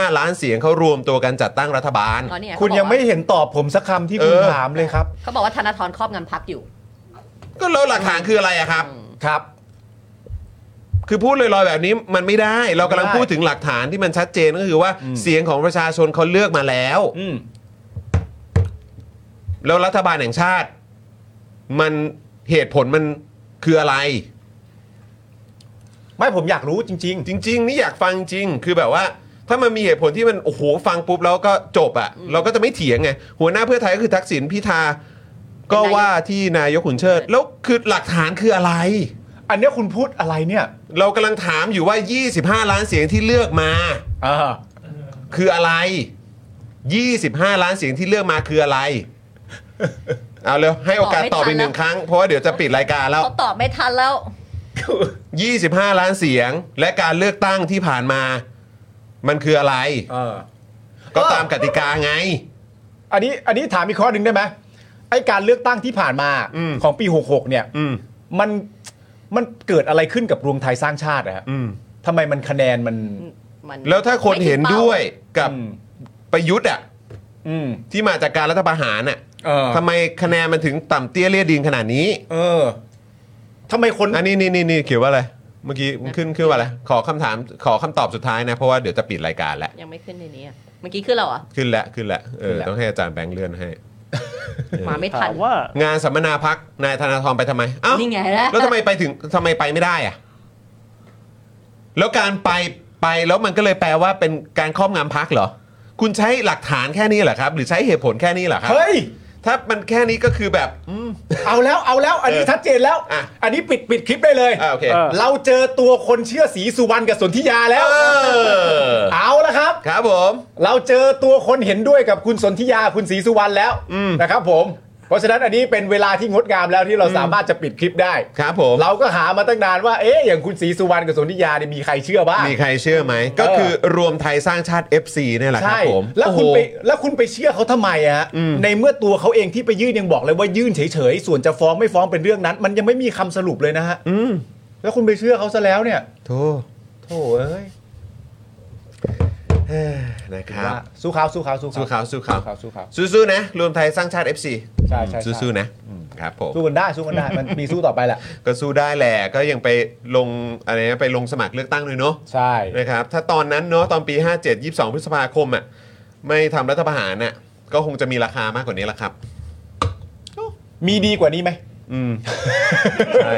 Speaker 1: 25 ล้านเสียงเขารวมตัวกันจัดตั้งรัฐบาล
Speaker 2: อ๋อเนี่ย
Speaker 3: คุณยังไม่
Speaker 2: เขาบอกว่
Speaker 3: เห็นตอบผมสักคำที่คุณ
Speaker 1: เออ
Speaker 3: ถามเลยครับ
Speaker 2: าเขาบอกว่าธนาธรครอบงำพักอยู่
Speaker 1: ก็แล้วหลักฐานคืออะไรอะครับ
Speaker 3: ครับ
Speaker 1: คือพูดลอยๆแบบนี้มันไม่ได้ เรากำลังพูดถึงหลักฐานที่มันชัดเจนก็คือว่า
Speaker 3: อืม
Speaker 1: เสียงของประชาชนเขาเลือกมาแล้ว
Speaker 3: อืม
Speaker 1: แล้วรัฐบาลแห่งชาติ มันเหตุผลมันคืออะไร
Speaker 3: ไม่ผมอยากรู้จริง
Speaker 1: จริงๆนี่อยากฟังจริงคือแบบว่า ถ้ามันมีเหตุผลที่มันโอ้โหฟังปุ๊บแล้วก็จบอะ่ะ เราก็จะไม่เถียงไง หัวหน้าเพื่อไทยก็คือทักษิณพิธา ก็ว่าที่นายกขุนเชิด แล้วคือหลักฐานคืออะไร
Speaker 3: ๆ อันเนี้ยคุณพูดอะไรเนี่ย
Speaker 1: เรากำลังถามอยู่ว่า 25 ล้านเสียงที่เลือกมา
Speaker 3: เออ
Speaker 1: คืออะไร 25 ล้านเสียงที่เลือกมาคืออะไร เอาเร็วให้โอกาสตอบอีกหนึ่งครั้งเพราะว่าเดี๋ยวจะปิดรายการแล้ว
Speaker 2: เขาตอบไม่ทันแล้ว
Speaker 1: 25 ล้านเสียงและการเลือกตั้งที่ผ่านมา มันคืออะไร
Speaker 3: เออ
Speaker 1: ก็ตามกติกาไง
Speaker 3: อันนี้อันนี้ถามอีกข้อหนึ่งได้ไหม ไอ้การเลือกตั้งที่ผ่านมาของปี 66 เนี่ยมันมันเกิดอะไรขึ้นกับรวมไทยสร้างชาติอะฮะทำไมมันคะแนนมัน
Speaker 2: มัน
Speaker 1: แล้วถ้าคนเห็นด้วยกับ
Speaker 3: อืม
Speaker 1: ประยุทธ์อ่ะ
Speaker 3: อืม
Speaker 1: ที่มาจากการรัฐประหารอ่ะ
Speaker 3: เออ
Speaker 1: ทำไมคะแนนมันถึงต่ำเตี้ยเลียดินขนาดนี้
Speaker 3: เออทำไมคน
Speaker 1: อันนี้นี่นี่นี่เขียนว่าอะไรเมื่อกี้ขึ้นขึ้นว่าอะไรขอคำถามขอคำตอบสุดท้ายนะ เพราะว่าเดี๋ยวจะปิดรายการแล้ว
Speaker 2: ยังไม่ขึ้นในนี้อะเมื่อกี้ขึ้นแล้วเหรอ
Speaker 1: ขึ้นแล้วขึ้นแล้วเออต้องให้อาจารย์แบงค์เลื่อนให้
Speaker 2: มาไม่ทัน
Speaker 6: ถามว่า
Speaker 1: งานสัมมนาพักนายธนาธรไปทำไมเอ้า
Speaker 2: นี่ไงแล้ว
Speaker 1: แล้วทำไมไปถึงทำไมไปไม่ได้อะแล้วการไปไปแล้วมันก็เลยแปลว่าเป็นการครอบงำพักเหรอ คุณใช้หลักฐานแค่นี้เหรอครับ หรือใช้เหตุผลแค่นี้เหรอครับ
Speaker 3: เฮ้ย
Speaker 1: ถ้ามันแค่นี้ก็คือแบบอืม
Speaker 3: เอาแล้วเอาแล้ว อันนี้
Speaker 1: เออ
Speaker 3: ชัดเจนแล้ว
Speaker 1: อ่ะ
Speaker 3: อันนี้ปิดปิดคลิปได้เลย
Speaker 1: อ่าโอเค
Speaker 6: เออ
Speaker 3: เราเจอตัวคนเชื่อสีสุวรรณกับสนธิยา
Speaker 1: เอ
Speaker 3: แล้ว
Speaker 1: อ
Speaker 3: เอาละครับ
Speaker 1: ครับผม
Speaker 3: เราเจอตัวคนเห็นด้วยกับคุณสนธิยาคุณศรีสุวรรณแล้วนะครับผม เพราะฉะนั้นอันนี้เป็นเวลาที่งดงามแล้วที่เราสามารถจะปิดคลิปได้
Speaker 1: ครับผม
Speaker 3: เราก็หามาตั้งนานว่า เอ๊ะ อย่างคุณศรีสุวรรณกับสนธิยาเนี่ยมีใครเชื่อบ้าง
Speaker 1: มีใครเชื่อไหม ก็คือรวมไทยสร้างชาติ FC เนี่ยแหละครับ
Speaker 3: ใช่
Speaker 1: ผม
Speaker 3: แล้วคุณ
Speaker 1: โอ้
Speaker 3: ไป
Speaker 1: โห
Speaker 3: แล้วคุณไปเชื่อเขาทำไมอะฮะในเมื่อตัวเขาเองที่ไปยื่นยังบอกเลยว่ายื่นเฉยๆ ส่วนจะฟ้องไม่ฟ้องเป็นเรื่องนั้น มันยังไม่มีคำสรุปเลยนะฮะแล้วคุณไปเชื่อเขาซะแล้วเนี่ย
Speaker 1: โถโถเอ้ยเอ้ยนะครับ
Speaker 3: สู้เขาสู้เขาสู้
Speaker 1: สู้
Speaker 3: เขา
Speaker 1: เขาสู้เขา
Speaker 3: เขาสู้เขา
Speaker 1: สู้ๆนะ รวมไทยสร้างชาติ FC
Speaker 3: ใช่ใช่ใช่
Speaker 1: สู้ๆนะครับผม
Speaker 3: สู้กันได้สู้กันได้ มันมีสู้ต่อไปแหละ
Speaker 1: ก็สู้ได้แหละ ก็ยังไปลงอะไรนะไปลงสมัครเลือกตั้งเลยเนาะ
Speaker 3: ใช่
Speaker 1: นะครับ ถ้าตอนนั้นเนาะตอนปี 57 22 พฤษภาคมอ่ะไม่ทำรัฐประหารน่ะก็คงจะมีราคามากกว่านี้ละครับ
Speaker 3: มีดีกว่านี้ไหม
Speaker 1: อืม ใช่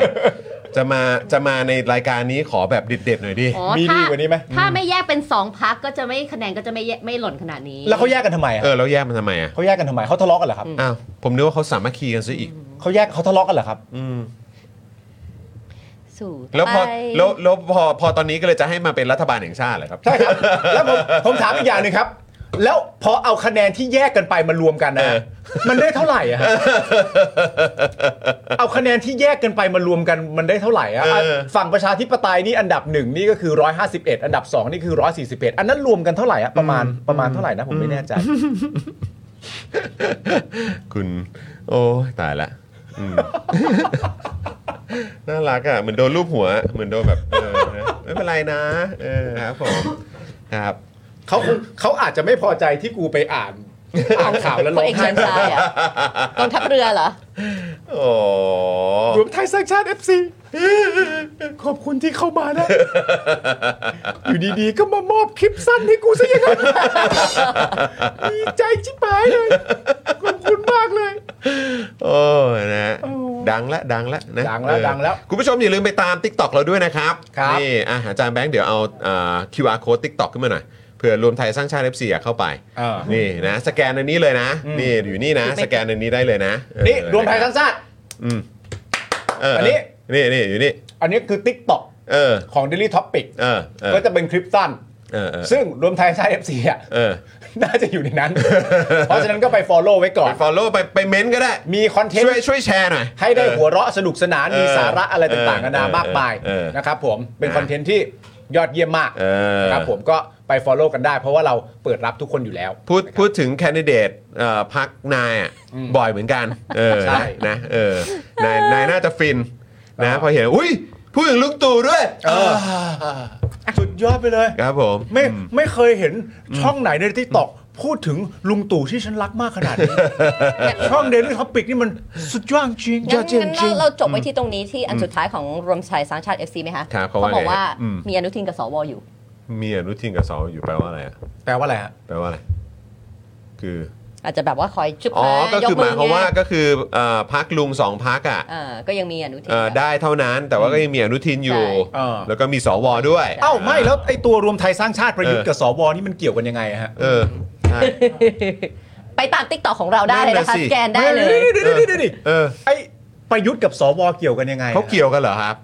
Speaker 1: จะมาจะมาในรายการนี้ขอแบบเด็ดๆหน่อยดิ
Speaker 2: อ๋อ
Speaker 3: มี
Speaker 2: ถ้
Speaker 3: ดีกว่านี้ไหม
Speaker 2: ถ้าไม่แยกเป็นสองพักก็จะไม่คะแนนก็จะไม่แยกไม่หล่นขนาดนี้
Speaker 3: แล้วเขาแยกกันทำไมอะ
Speaker 1: เออ แล้วแยกมันทำไมอ่ะ
Speaker 3: เขาแยกกันทำไมเขาทะเลาะกันเหรอครับ
Speaker 1: อ้าวผมนึกว่าเขาสามัคคีกันซะอีก
Speaker 3: เขาแยกเขาทะเลาะกันเหรอครับ
Speaker 1: อืม
Speaker 2: สู่
Speaker 1: แล้วพอ
Speaker 2: ไป
Speaker 1: แล้วแล้วพอพอตอนนี้ก็เลยจะให้มาเป็นรัฐบาลแห่งชาติเหรอครับ
Speaker 3: ใช่ครับ แล้วผมผมถามอีกอย่างหนึ่งครับ แล้วพอเอาคะแนนที่แยกกันไปมารวมกันนะ
Speaker 1: เออ
Speaker 3: มันได้เท่าไหร่อะฮะเอาคะแนนที่แยกกันไปมารวมกันมันได้เท่าไหร่อะ
Speaker 1: เออ
Speaker 3: ฝั่งประชาธิปไตยนี่อันดับหนึ่งนี่ก็คือ 151 อันดับสองนี่คือ 141 อันนั้นรวมกันเท่าไหร่อะประมาณประมาณเท่าไหร่นะผมไม่แน่ใจ
Speaker 1: คุณ โอ้ยตายละอืม น่ารักอ่ะ เหมือนโดนรูปหัว เหมือนโดนแบบเออนะไม่เป็นไรนะ เออครับผมครับ
Speaker 3: เขาคงเขาอาจจะไม่พอใจที่กูไปอ่านอ่านข่าวแล้วร้องไห้
Speaker 2: คนเอกชัยชายอะ กองทัพเรือเหรอ
Speaker 1: โอ้
Speaker 3: รวมไทยสร้างชาติ FC ขอบคุณที่เข้ามา นะ อยู่ดีๆ ก็มามอบคลิปสั้นให้กูซะอย่างนั้นดีใจชิบหายเลย ขอบคุณมากเลย
Speaker 1: โอ้นะฮะดังละดังละนะ
Speaker 3: ดัง
Speaker 1: เอ
Speaker 3: ละ
Speaker 1: อ
Speaker 3: ดังแล้ว
Speaker 1: คุณผู้ชมอย่าลืมไปตาม TikTok เราด้วยนะครับ
Speaker 3: ครับ
Speaker 1: นี่อ่ะอาจารย์แบงค์เดี๋ยวเอาอ่า QR code TikTok ขึ้นมาหน่อยเผื่อรวมไทยสร้างชาติ FC อยากเข้าไป นี่นะสแกนอันนี้เลยนะ นี่อยู่นี่นะ สแกนอันนี้ได้เลยนะเออ
Speaker 3: นี่รวมไทยสร้างชาติ
Speaker 1: อืมเอออั
Speaker 3: อันนี้
Speaker 1: นี่นี่อยู่นี่
Speaker 3: อันนี้คือ Tik t o k
Speaker 1: เออ
Speaker 3: ของ Daily Topic
Speaker 1: เออเออ
Speaker 3: ก็จะเป็นคลิปสั้น
Speaker 1: เออเออ
Speaker 3: ซึ่งรวมไทยสร้างชาติ FC อ่ะ
Speaker 1: เออ
Speaker 3: น่าจะอยู่ในนั้น เพราะฉะนั้นก็ไป follow ไว้ก่อ
Speaker 1: ไป
Speaker 3: น
Speaker 1: follow ไปไปเม้นต์ก็ได้
Speaker 3: มีคอนเทน
Speaker 1: ช่วย
Speaker 3: ต์
Speaker 1: ช่วยแชร์หน่อย
Speaker 3: ให้ได้หัวเราะสนุกสนานมี
Speaker 1: เออ
Speaker 3: สาระอะไรต่างๆ
Speaker 1: เออ
Speaker 3: นานา มากมาย
Speaker 1: เออ
Speaker 3: นะครับผมเป็น
Speaker 1: นะ
Speaker 3: คอนเทนต์ที่ยอดเยี่ยมมาก
Speaker 1: เออ
Speaker 3: ครับผมก็ไป Follow กันได้ เพราะว่าเราเปิดรับทุกคนอยู่แล้ว
Speaker 1: พูดพูดถึงแคนดิเดตเอ่อพักนายอ่ะบ่อยเหมือนกัน เออ
Speaker 3: ใช่
Speaker 1: นะเออนายนายน่าจะฟินนะพอเห็นอุ้ยพูดถึงลุงตู่ด้วย
Speaker 3: สุดยอดไปเลย
Speaker 1: ครับผม
Speaker 3: ไม่ไม่เคยเห็นช่องไหนในที่ตอกพูดถึงลุงตู่ที่ฉันรักมากขนาดนี้ ช่องเดลี่ท็อปิกนี่มันสุดยอดจริง
Speaker 2: งั้นงั้นเราเราจบไว้ที่ตรงนี้ที่อันสุดท้ายของรวมไทยสร้างชาติ FC ไหมคะ
Speaker 1: ครับเขาว่า
Speaker 2: เขาบอกว่า
Speaker 1: ไงอืม
Speaker 2: มีอนุทินกับสวอยู่
Speaker 1: มีอนุทินกับสออยู่แปลว่าอะไรอะ
Speaker 3: แปลว่าอะไรฮะ
Speaker 1: แปลว่าอะไรคือ
Speaker 2: อาจจะแบบว่าคอยชุบ
Speaker 1: อ๋อ ก็คือหมายความว่า
Speaker 2: ไง
Speaker 1: ก็คือเอ่อพักลุงสองพักอ่ะ
Speaker 2: เออก็ยังมีอนุทิน
Speaker 1: เอ่อได้เท่านั้น แต่ว่าก็ยังมีอนุทินอยู่
Speaker 2: ใช่
Speaker 3: เออ
Speaker 1: แล้วก็มีสวด้วย
Speaker 3: เอ้าไม่แล้วไอ้ตัวรวมไทยสร้างชาติประยุทธ์กับสวนี่มันเกี่ยวกันยังไงฮะ
Speaker 1: เออใช่
Speaker 2: ไปตามติ๊กต็อกของเราได้เลยนะ
Speaker 1: นั่นน่ะ
Speaker 2: คะ
Speaker 1: สิ
Speaker 2: สแกนได้เลย
Speaker 3: เดี๋ยวๆๆๆๆ
Speaker 1: เออ
Speaker 3: ไอ้ประยุทธ์กับสวเกี่ยวกันยังไงฮะ
Speaker 1: เขาเกี่ยวกันเหรอครับ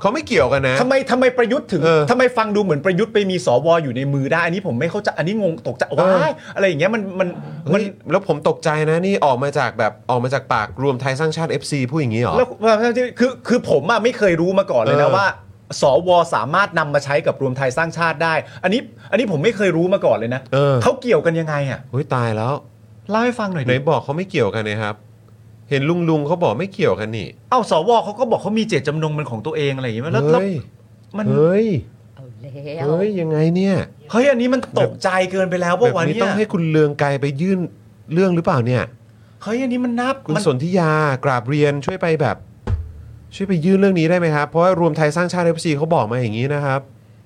Speaker 1: เขาไม่เกี่ยวกันนะ
Speaker 3: ทำไมทำไมประยุทธ์ถึง
Speaker 1: เออ
Speaker 3: ทำไมฟังดูเหมือนประยุทธ์ไปมีสวอยู่ในมือได้ อันนี้ผมไม่เข้าใจอันนี้งงตกใจ
Speaker 1: เออ
Speaker 3: ว้ายอะไรอย่างเงี้ยมันมันมั
Speaker 1: เฮ้
Speaker 3: น
Speaker 1: ยแล้วผมตกใจนะนี่ออกมาจากแบบออกมาจากปากรวมไทยสร้างชาติ FC พูดอย่างนี้เหรอ
Speaker 3: แล้วคือคือผมอะไม่เคยรู้มาก่อนเลยนะ
Speaker 1: เออ
Speaker 3: ว่าสวสามารถนำมาใช้กับรวมไทยสร้างชาติได้ อันนี้อันนี้ผมไม่เคยรู้มาก่อนเลยนะ
Speaker 1: เออ
Speaker 3: เขาเกี่ยวกันยังไงอ่ะ
Speaker 1: เฮ้ยตายแล้ว
Speaker 3: เล่าให้ฟังหน่อย
Speaker 1: ไหน
Speaker 3: ดิ
Speaker 1: บอกเขาไม่เกี่ยวกันนะครับ เห็นลุงลุงๆเขาบอกไม่เกี่ยวกันนี่
Speaker 3: เอ้าสวเขาก็บอกเขามีเจตจำนงเป็นของตัวเองอะไรอย่างเงี้ยแล้วแล้ว
Speaker 1: เฮ้ย
Speaker 3: มัน
Speaker 1: เฮ้ย
Speaker 2: เอาแล้ว
Speaker 1: เฮ้ย ยังไงเนี่ย
Speaker 3: เฮ้ยอันนี้มันตกใจเกินไปแล้ว
Speaker 1: แบ
Speaker 3: ว่า
Speaker 1: บ
Speaker 3: วัน
Speaker 1: นี้
Speaker 3: นี้
Speaker 1: ต้องให้คุณเลืองไกลไปยื่นเรื่องหรือเปล่าเนี่ย
Speaker 3: เฮ้ยอันนี้มันนับ
Speaker 1: คุณ
Speaker 3: มัน
Speaker 1: สนธิยากราบเรียนช่วยไปแบบ ช่วยไปยื่นเรื่องนี้ได้ไหมครับ เพราะว่ารวมไทยสร้างชาติเอฟซีเขาบอกมาอย่างนี้นะครับ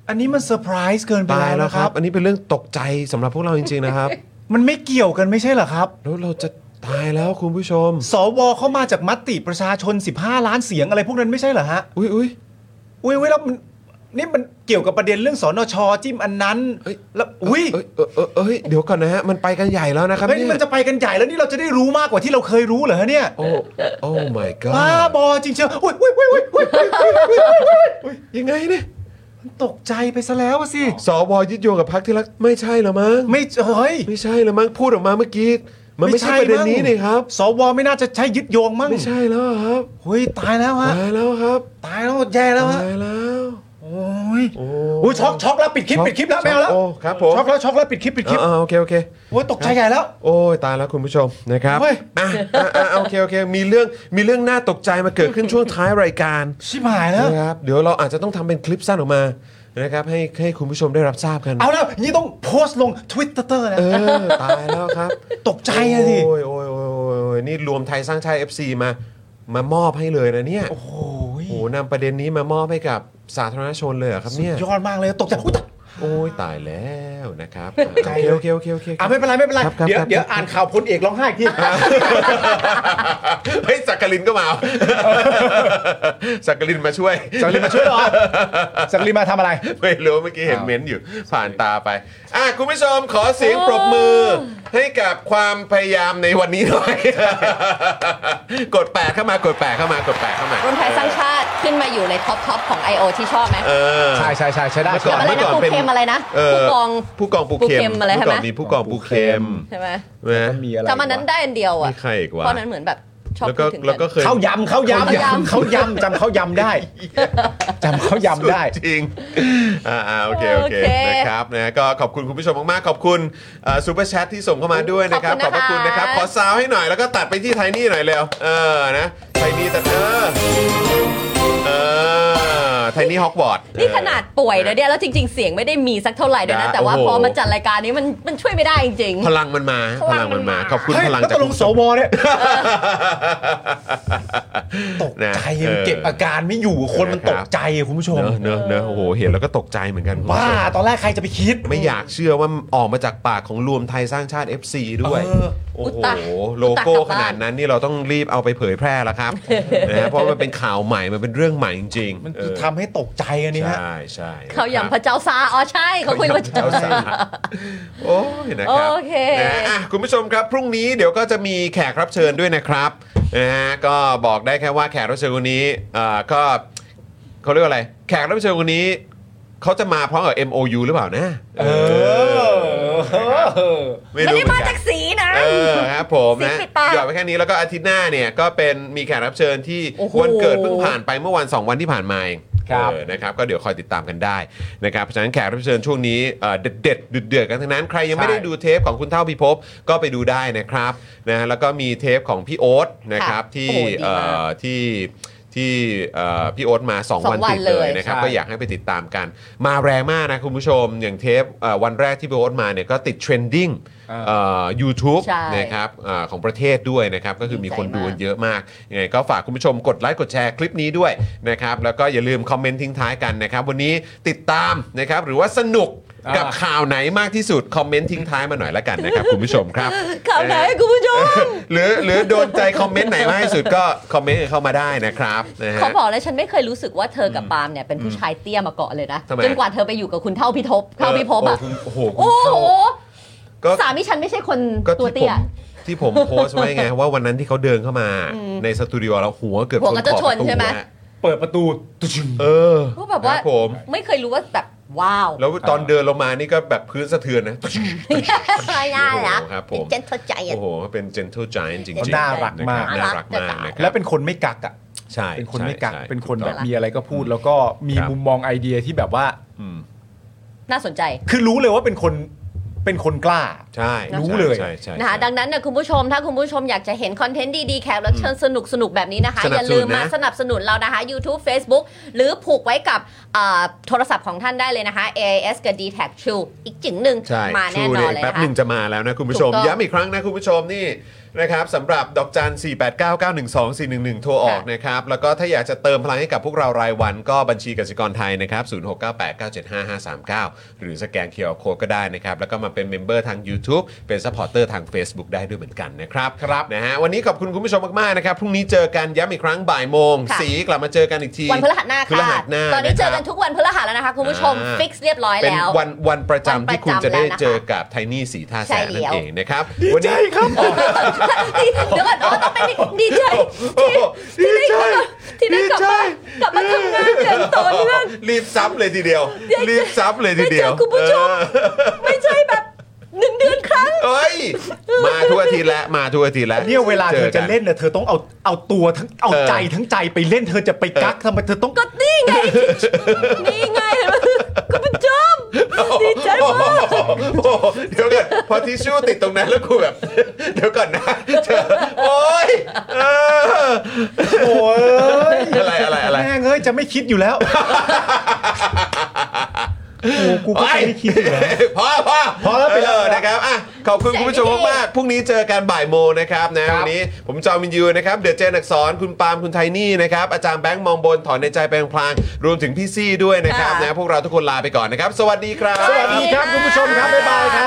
Speaker 3: อันนี้มันเซอร์ไพรส์เกินไป
Speaker 1: ตาย
Speaker 3: แล้ว
Speaker 1: แล้ว
Speaker 3: นะ
Speaker 1: ค
Speaker 3: ค
Speaker 1: รั
Speaker 3: รับ บ
Speaker 1: อันนี้เป็นเรื่องตกใจสำหรับพวกเราจริงๆ นะครับ
Speaker 3: มันไม่เกี่ยวกันไม่ใช่เหรอครับ
Speaker 1: แล้วเราจะตายแล้วคุณผู้ชม
Speaker 3: สวเขามาจากมติประชาชน 15 ล้านเสียงอะไรพวกนั้นไม่ใช่เหรอฮะ
Speaker 1: อุ้ยอุ้ย
Speaker 3: อุ้ยอุ้ยแล้วมันนี่มันเกี่ยวกับประเด็นเรื่องสนชจิ้มอันนั้น
Speaker 1: เอ้ย
Speaker 3: แล้วอุ้ย
Speaker 1: เอ้ยเอ้ยเอ้ยเอ้ยเดี๋ยวก่อนนะฮะมันไปกันใหญ่แล้วนะครับ
Speaker 3: เฮ้ย
Speaker 1: เนี่
Speaker 3: นี่
Speaker 1: ย
Speaker 3: มันจะไปกันใหญ่แล้วนี่เราจะได้รู้มากกว่าที่เราเคยรู้เหรอฮะเนี่ย
Speaker 1: โอ้โอ้ my
Speaker 3: บ้า
Speaker 1: god
Speaker 3: บอจริงเชียวอุ้ยอุ้ยอุ้ยอุ้ยอุ้ยอุ้ยอุ้ยอุ้ยอุ้ย
Speaker 1: ยังไงเนี่ย
Speaker 3: ตกใจไปซะแล้วอะสิ
Speaker 1: สวยึดโยงกับพรรคที่รักไม่ใช่เหรอมั้ง
Speaker 3: ไม่เฮ้ย
Speaker 1: ไม่ใช่เหรอมั้งพูดออกมาเมื่อกี้มันไม่ใช่ประเด็นนี้นี่ครับ
Speaker 3: สวไม่น่าจะใช้ยึดโยงมั้ง
Speaker 1: ไม่ใช่แล้วครับ
Speaker 3: เฮ้ยตายแล้วฮะ
Speaker 1: ตายแล้วครับ
Speaker 3: ตายแล้วแย่แล้วฮะ
Speaker 1: ตายแล้ว
Speaker 3: โอ้ย
Speaker 1: โอ้
Speaker 3: อุ้ยช็อกช็อกแล้วปิดคลิปปิดคลิปแล้วไม่เอาแล้ว
Speaker 1: โอ้ครับผม
Speaker 3: ช็อกแล้วช็อกแล้วปิดคลิปปิดคลิป
Speaker 1: อ่าๆโอเคโอเค
Speaker 3: โอ้ยตกใจใหญ่แล้ว
Speaker 1: โอ้ยตายแล้วคุณผู้ชมนะครับ
Speaker 3: เฮ้ย
Speaker 1: อ่ะอ่ะอ่ะโอเคโอเค มีเรื่องมีเรื่องน่าตกใจมาเกิดขึ้นช่วงท้ายรายการ
Speaker 3: ชิบหายแล้ว
Speaker 1: นะครับเดี๋ยวเราอาจจะต้องทำเป็นคลิปสั้นออกมานะครับให้ให้คุณผู้ชมได้รับทราบกัน
Speaker 3: เอาแล้วอย่างนี่ต้องโพสต์ลง Twitter นะ
Speaker 1: เออ ตายแล้วครับ
Speaker 3: ตกใจอะสิ
Speaker 1: โอ้ยโอ้ยโอ้ยโอ้ยโอ้ยนี่รวมไทยสร้างชาติ FC มามามอบให้เลยนะเนี่ย โอ้
Speaker 3: โอ้
Speaker 1: โ
Speaker 3: โห
Speaker 1: หนำประเด็นนี้มามอบให้กับสาธารณชนเลยเหรอครับเนี่ย
Speaker 3: ยอดมากเลยตกใจอุ๊ยตาย
Speaker 1: โอ้ยตายแล้วนะครับอ่ะโอเคโอเคโอเคโอเค
Speaker 3: อ่ะไม่เป็นไรไม่เป็นไร
Speaker 1: คบคบ
Speaker 3: เดี๋ยว
Speaker 1: ครับ
Speaker 3: เดี๋ยวอ่านข่าวพลเอกร้องไห้อีกที่
Speaker 1: เฮ้ยสักกลินก็มา สักกลินมาช่วย
Speaker 3: สักลินมาช่วยเหรอสักลินมาทำอะไร
Speaker 1: ไม่รู้เมื่อกี้เห็นเม้นต์อยู่ผ่านตาไป อ่ะคุณผู้ชมขอเสียงปรบมือ ให้กับความพยายามในวันนี้หน่อย กดแปะเข้ามากดแปะเข้ามากดแปะเข้ามาร
Speaker 2: วมไทยสร้างชาติขึ้นมาอยู่ในท็อปทอปของ I.O. ที่ชอบไหม
Speaker 1: เออ
Speaker 3: ใช่ใช่ใช่ใช้ได้
Speaker 1: เมื่อก่
Speaker 2: อะไรนะ
Speaker 1: เมื่อก่อน
Speaker 2: ปู
Speaker 1: เป็น
Speaker 2: เค็มอะไรนะ
Speaker 1: เอ
Speaker 2: ผู้กอง
Speaker 1: ผู้กองปูเข็
Speaker 2: ปูเข็
Speaker 1: ม
Speaker 2: มอะไรใช่ไหม
Speaker 1: เมื่อก่อนมีผู้กองปูเข็ม
Speaker 2: ใช่ไหม
Speaker 1: นะ
Speaker 3: มีอะไร
Speaker 2: จำมันนั้นได้อันเดียวอ่ะ
Speaker 1: มีใครอีกวะ
Speaker 2: เพราะนั้นเหมือนแบบชอบ
Speaker 1: แล้ว
Speaker 2: พู
Speaker 1: ก็
Speaker 2: ดถึง
Speaker 1: แล้ว
Speaker 2: กั
Speaker 1: ก็
Speaker 2: น
Speaker 1: เคย
Speaker 3: ข้าวยำข้าวย
Speaker 2: ข้าว
Speaker 3: ำ
Speaker 2: ยำ
Speaker 3: ข้าวยำจำข้าวยำได้ จำข้าวยำได้
Speaker 1: สุจริงอ่าอ่าโอเคโอเค
Speaker 2: โอเค
Speaker 1: นะครับนะก็ขอบคุณคุณผู้ชมมากๆขอบคุณซูเปอร์แชทที่ส่งเข้ามาด้วยนะครับข
Speaker 2: ข
Speaker 1: อ
Speaker 2: อ
Speaker 1: บบ พ
Speaker 2: คุณนะ
Speaker 1: ระคุณนะ
Speaker 2: คะ
Speaker 1: ครับขอซาวให้หน่อยแล้วก็ตัดไปที่ไทนี่หน่อยเร็วเออนะไทนี่ตัดเออเออไทนี่ฮอกวอตส์
Speaker 2: นี่ขนาดป่วยนะเนี่ยแล้วจริง ๆ เสียงไม่ได้มีสักเท่าไหร่ด้วยนะ
Speaker 1: นะ
Speaker 2: แต่ว่า
Speaker 1: โอ้โห
Speaker 2: พอมาจัดรายการนี้มันมันช่วยไม่ได้จริง
Speaker 1: พลังมันมาพ
Speaker 2: พลั
Speaker 1: ลัง
Speaker 2: งมั
Speaker 1: มัน
Speaker 2: น
Speaker 1: มา
Speaker 2: มา
Speaker 1: ขอบคุณ
Speaker 3: เฮ้ย
Speaker 1: พลัง
Speaker 3: แล้ว
Speaker 1: จาก
Speaker 3: ตกลงสวเนี่ยตก
Speaker 1: นะ
Speaker 3: ใจมันเก็บอาการไม่อยู่คนมันตกใจอะคุณผู้ชม
Speaker 1: เนอะเนอะเนอะโอ้โหเห็นแล้วก็ตกใจเหมือนกันคุณผู้
Speaker 3: บ้า
Speaker 1: ชม
Speaker 3: ตอนแรกใครจะไปคิด
Speaker 1: ไม่อยากเชื่อว่าออกมาจากปากของรวมไทยสร้างชาติ FC ด้วย
Speaker 3: เออ
Speaker 1: โอ้
Speaker 2: อุ
Speaker 1: โห
Speaker 2: ตะ
Speaker 1: โลโก้
Speaker 2: อุตะกลับ
Speaker 1: ข
Speaker 2: บ้าน
Speaker 1: นาดนั้นนี่เราต้องรีบเอาไปเผยแพร่แล้วครับ นะฮะเพราะมันเป็นข่าวใหม่ มันเป็นเรื่องใหม่จริงๆ
Speaker 3: มัน
Speaker 1: เออ
Speaker 3: ทำให้ตกใจอันนี้ฮะ
Speaker 1: ใช่ใช่
Speaker 2: เขาอย่างพระเจ้าซาอ๋อใช่เขาคุยกับพระเจ้า
Speaker 1: สาโอ้ยนะครับ
Speaker 2: โอเค
Speaker 1: นะฮะอ่ะคุณผู้ชมครับ พรุ่งนี้เดี๋ยวก็จะมีแขกรับเชิญด้วยนะครับนะฮะก็บอกได้แค่ว่าแขกรับเชิญคนนี้เอ่อก็เขาเรียกว่าอะไร แขกรับเชิญคนนี้เขาจะมาพร้อมกับ MOU หรือเปล่านะ
Speaker 3: เอ
Speaker 1: นะครับ
Speaker 3: อ
Speaker 2: ไม่ได้มาจากสีนะ
Speaker 1: เออครับผมนะ
Speaker 2: สีปิดปาก
Speaker 1: หยอดไปแค่นี้แล้วก็อาทิตย์หน้าเนี่ยก็เป็นมีแขกรับเชิญที่
Speaker 2: โอ้โห
Speaker 1: วันเกิดเพิ่งผ่านไปเมื่อวัน 2 วันที่ผ่านมาเอง
Speaker 3: ครับ
Speaker 1: เออนะครับก็เดี๋ยวคอยติดตามกันได้นะครับเพราะฉะนั้นแขกรับเชิญช่วงนี้เอ่อเด็ดๆเดือดๆกันทั้งนั้นใครยัง
Speaker 3: ใช่
Speaker 1: ไม่ได้ดูเทปของคุณเท่าพิภพก็ไปดูได้นะครับนะแล้วก็มีเทปของพี่โอ๊ตนะครับที่
Speaker 2: โอ้โหดีมาก
Speaker 1: เอ่อที่ที่เอ่อพี่โอ๊ตมา
Speaker 2: สอ
Speaker 1: 2
Speaker 2: ง
Speaker 1: วัน
Speaker 2: วัน
Speaker 1: ติดเลย
Speaker 2: เลย
Speaker 1: นะครับ
Speaker 3: ใช่
Speaker 1: ก็อยากให้ไปติดตามกัน มาแรงมากนะคุณผู้ชม อย่างเทปเอ่อวันแรกที่พี่โอ๊ตมาเนี่ยก็ติดเทรนดิ้ง ยูทูบ
Speaker 2: ใช่
Speaker 1: นะครับอ่าของประเทศด้วยนะครับ ก็คือมีคนดูกันเยอะมากยังไงก็ฝากคุณผู้ชมกดไลค์กดแชร์คลิปนี้ด้วยนะครับ แล้วก็อย่าลืมคอมเมนต์ทิ้งท้ายกันนะครับ วันนี้ติดตามนะครับ หรือว่าสนุกกับ
Speaker 3: อ่า
Speaker 1: ข่าวไหนมากที่สุด คอมเมนต์ทิ้งท้ายมาหน่อยละกันนะครับ คุณผู้ชมครับ
Speaker 2: ข่าวไหนคุณผู้ชม
Speaker 1: หรือหรือโดนใจคอมเมนต์ไหนมากที่สุดก็คอมเมนต์เข้ามาได้นะครับนะฮะ
Speaker 2: เขาบอกเลยฉันไม่เคยรู้สึกว่าเธอกับปาล์มเนี่ยเป็นผู้ชายเตี้ยมาก่อนเลยนะ
Speaker 1: ทำไม
Speaker 2: จนกว่าเธอไปอยู่กับคุณเท่าพิภพเท่าพิภพอ่ะ
Speaker 1: โอ้โหคุณ
Speaker 2: โอ้โห
Speaker 1: ก็
Speaker 2: สามีฉันไม่ใช่คน
Speaker 1: ก็
Speaker 2: ตัว
Speaker 1: ที่ผ
Speaker 2: เตี้
Speaker 1: ม
Speaker 2: ย
Speaker 1: ที่ผม โพสต์ไว้ไง ว่าวันนั้นที่เขาเดินเข้ามาในสตูดิโอแล้วหัวเกือบ
Speaker 2: หัวก็จะชนใช่ไหม
Speaker 1: ขอบประตูอะ
Speaker 3: เปิดประตูตุ๊ชิง
Speaker 1: เออ
Speaker 2: ก็แบบว่า
Speaker 1: ครัผม
Speaker 2: ไม่เคยรู้ว่าแบบว้าว
Speaker 1: แล้วตอนเดินลงมานี่ก็แบบพื้นสะเทือนนะ
Speaker 2: น่ารัก
Speaker 1: โอ้โหครับผม
Speaker 2: เป็นเจนเทใจอ่ะ
Speaker 1: โอ้โห เป็น gentle giant จริง
Speaker 3: เขา
Speaker 1: ๆ
Speaker 3: น่ารักมาก
Speaker 1: นะครับน่ารักมากนะครับ
Speaker 3: และเป็นคนไม่กักอ่ะ
Speaker 1: ใช่
Speaker 3: เป็นคนไม่กัก
Speaker 1: ใช่ใช่
Speaker 3: เป็นคนแบบ
Speaker 2: ถูกต้อง
Speaker 3: มีอะไรก็พูดแล้วก็มี
Speaker 1: ครับ
Speaker 3: มุมมองไอเดียที่แบบว่า
Speaker 1: อืม
Speaker 2: น่าสนใจ
Speaker 3: คือรู้เลยว่าเป็นคน เป็นคนกล้า
Speaker 1: ใช่
Speaker 3: รู้เลย
Speaker 1: ใช่ใช่
Speaker 2: นะคะ
Speaker 1: ใช่
Speaker 2: ดังนั้นนะคุณผู้ชมถ้าคุณผู้ชมอยากจะเห็นคอนเทนต์ดี ๆ แขกรับเชิญสนุกสนุกๆแบบนี้นะคะ
Speaker 1: สนั
Speaker 2: อบ ย่า
Speaker 1: สนุนนะ
Speaker 2: ลืมมาสนับสนุนเรานะคะ YouTube Facebook หรือผูกไว้กับเอ่อโทรศัพท์ของท่านได้เลยนะคะ AIS กับ d t a c t r u e อีกจึงหนึ่ง
Speaker 1: ใช่
Speaker 2: มาแน่นอนเลย
Speaker 1: แป๊บ
Speaker 2: นะคะ
Speaker 1: หนึ่งจะมาแล้วนะคุณผู้ชม
Speaker 2: ถูกต้อง
Speaker 1: ย้ำอีกครั้งนะคุณผู้ชมนี่นะครับสำหรับดอกจัน 4 8 9 9 1 2 4 1 1 โทรออก
Speaker 2: ค่ะ
Speaker 1: นะครับ แล้วก็ถ้าอยากจะเติมพลังให้กับพวกเรารายวันก็บัญชีกสิกรไทยนะครับ 0698975539 หรือสแกนเคอร์โคก็ได้นะครับ แล้วก็มาเป็นเมมเบอร์ทาง YouTube เป็นซัพพอร์เตอร์ทาง Facebook ได้ด้วยเหมือนกันนะครับ
Speaker 3: ครับ
Speaker 1: นะฮะวันนี้ขอบคุณคุณผู้ชมมากๆนะครับพรุ่งนี้เจอกันย้ำอีกครั้งบ่ายโมง
Speaker 2: ค่ะ
Speaker 1: สีกลับมาเจอกันอีกที
Speaker 2: วันพฤหัสหน้า
Speaker 1: พฤ
Speaker 2: ค่ะ
Speaker 1: หัสหน้า
Speaker 2: ตอนนี้เจอะ
Speaker 1: ค
Speaker 2: กั
Speaker 1: รั
Speaker 2: น
Speaker 1: บ
Speaker 2: ทุกวันพฤหัสแล้วนะคะคุณผู้ชม
Speaker 1: อ่า
Speaker 2: ฟิกเรียบร้อย
Speaker 1: เป็น
Speaker 2: แล้ว
Speaker 1: วันวันประจำที่คุณจะได้เจอกับไทนี่สีท่าแสนนั่นเองนะครับวันนี้ครับ
Speaker 2: เดี๋ยวก่อนอ๋อต้องเป็นดีใจที่ได้กลับมาที่ได้กลับมากลับมาทำงานอย่างต่อเนื่อง
Speaker 1: รีบซับเลยทีเดียว รีบซับเลยทีเดียว
Speaker 2: ไม่เจอคุณผู้ชม
Speaker 1: เออ
Speaker 2: ไม่ใช่แบบหนึ่งเดือนครั้ง
Speaker 1: เอ้ยมาทุกอาทิตย์แล้วมาทุกอาทิตย์แล้ว
Speaker 3: เนี่ยเวลาเธอจะเล่น
Speaker 1: จ
Speaker 3: เน่ยเธอต้องเอาเอาตัวทั้งเอา
Speaker 1: เออ
Speaker 3: ใจทั้งใจไปเล่นเธอจะไปกักทำไมเธอต้อง
Speaker 2: ก็นี่ไง นี่ไงเห็ นไหมคุณผู้ชมดีใจ
Speaker 1: กันโอ้โห
Speaker 2: มาก
Speaker 1: โอ้โหเดี๋ยวก่อนพอทิชชู่ติดตรงนั้นแล้วกูแบบ เดี๋ยวก่อนนะเธอโอ้ยเออ
Speaker 3: โอ้ย
Speaker 1: อะไรอะไรอะไร
Speaker 3: แม่งเอ้ยจะไม่คิด อยู่แล้วโอ้กูก็จะไม่คิดอยู่แล้ว
Speaker 1: พอพอ
Speaker 3: พอแล้วไปเลย
Speaker 1: เออนะครับอ่ะขอบคุณคุณผู้ชมมากๆพรุ่งนี้เจอกันบ่ายโมงนะครับนะวันนี้ผมจอมินยูนะครับเดือเจนอักสอนคุณปาล์มคุณไทนี่นะครับอาจารย์แบงค์มองบนถอนในใจแปลงพลางรวมถึงพี่ซี่ด้วยนะครับนะพวกเราทุกคนลาไปก่อนนะครับ สวัสดีครับ
Speaker 3: สวัสดีครับคุณผู้ชมครับบ๊ายบายครับ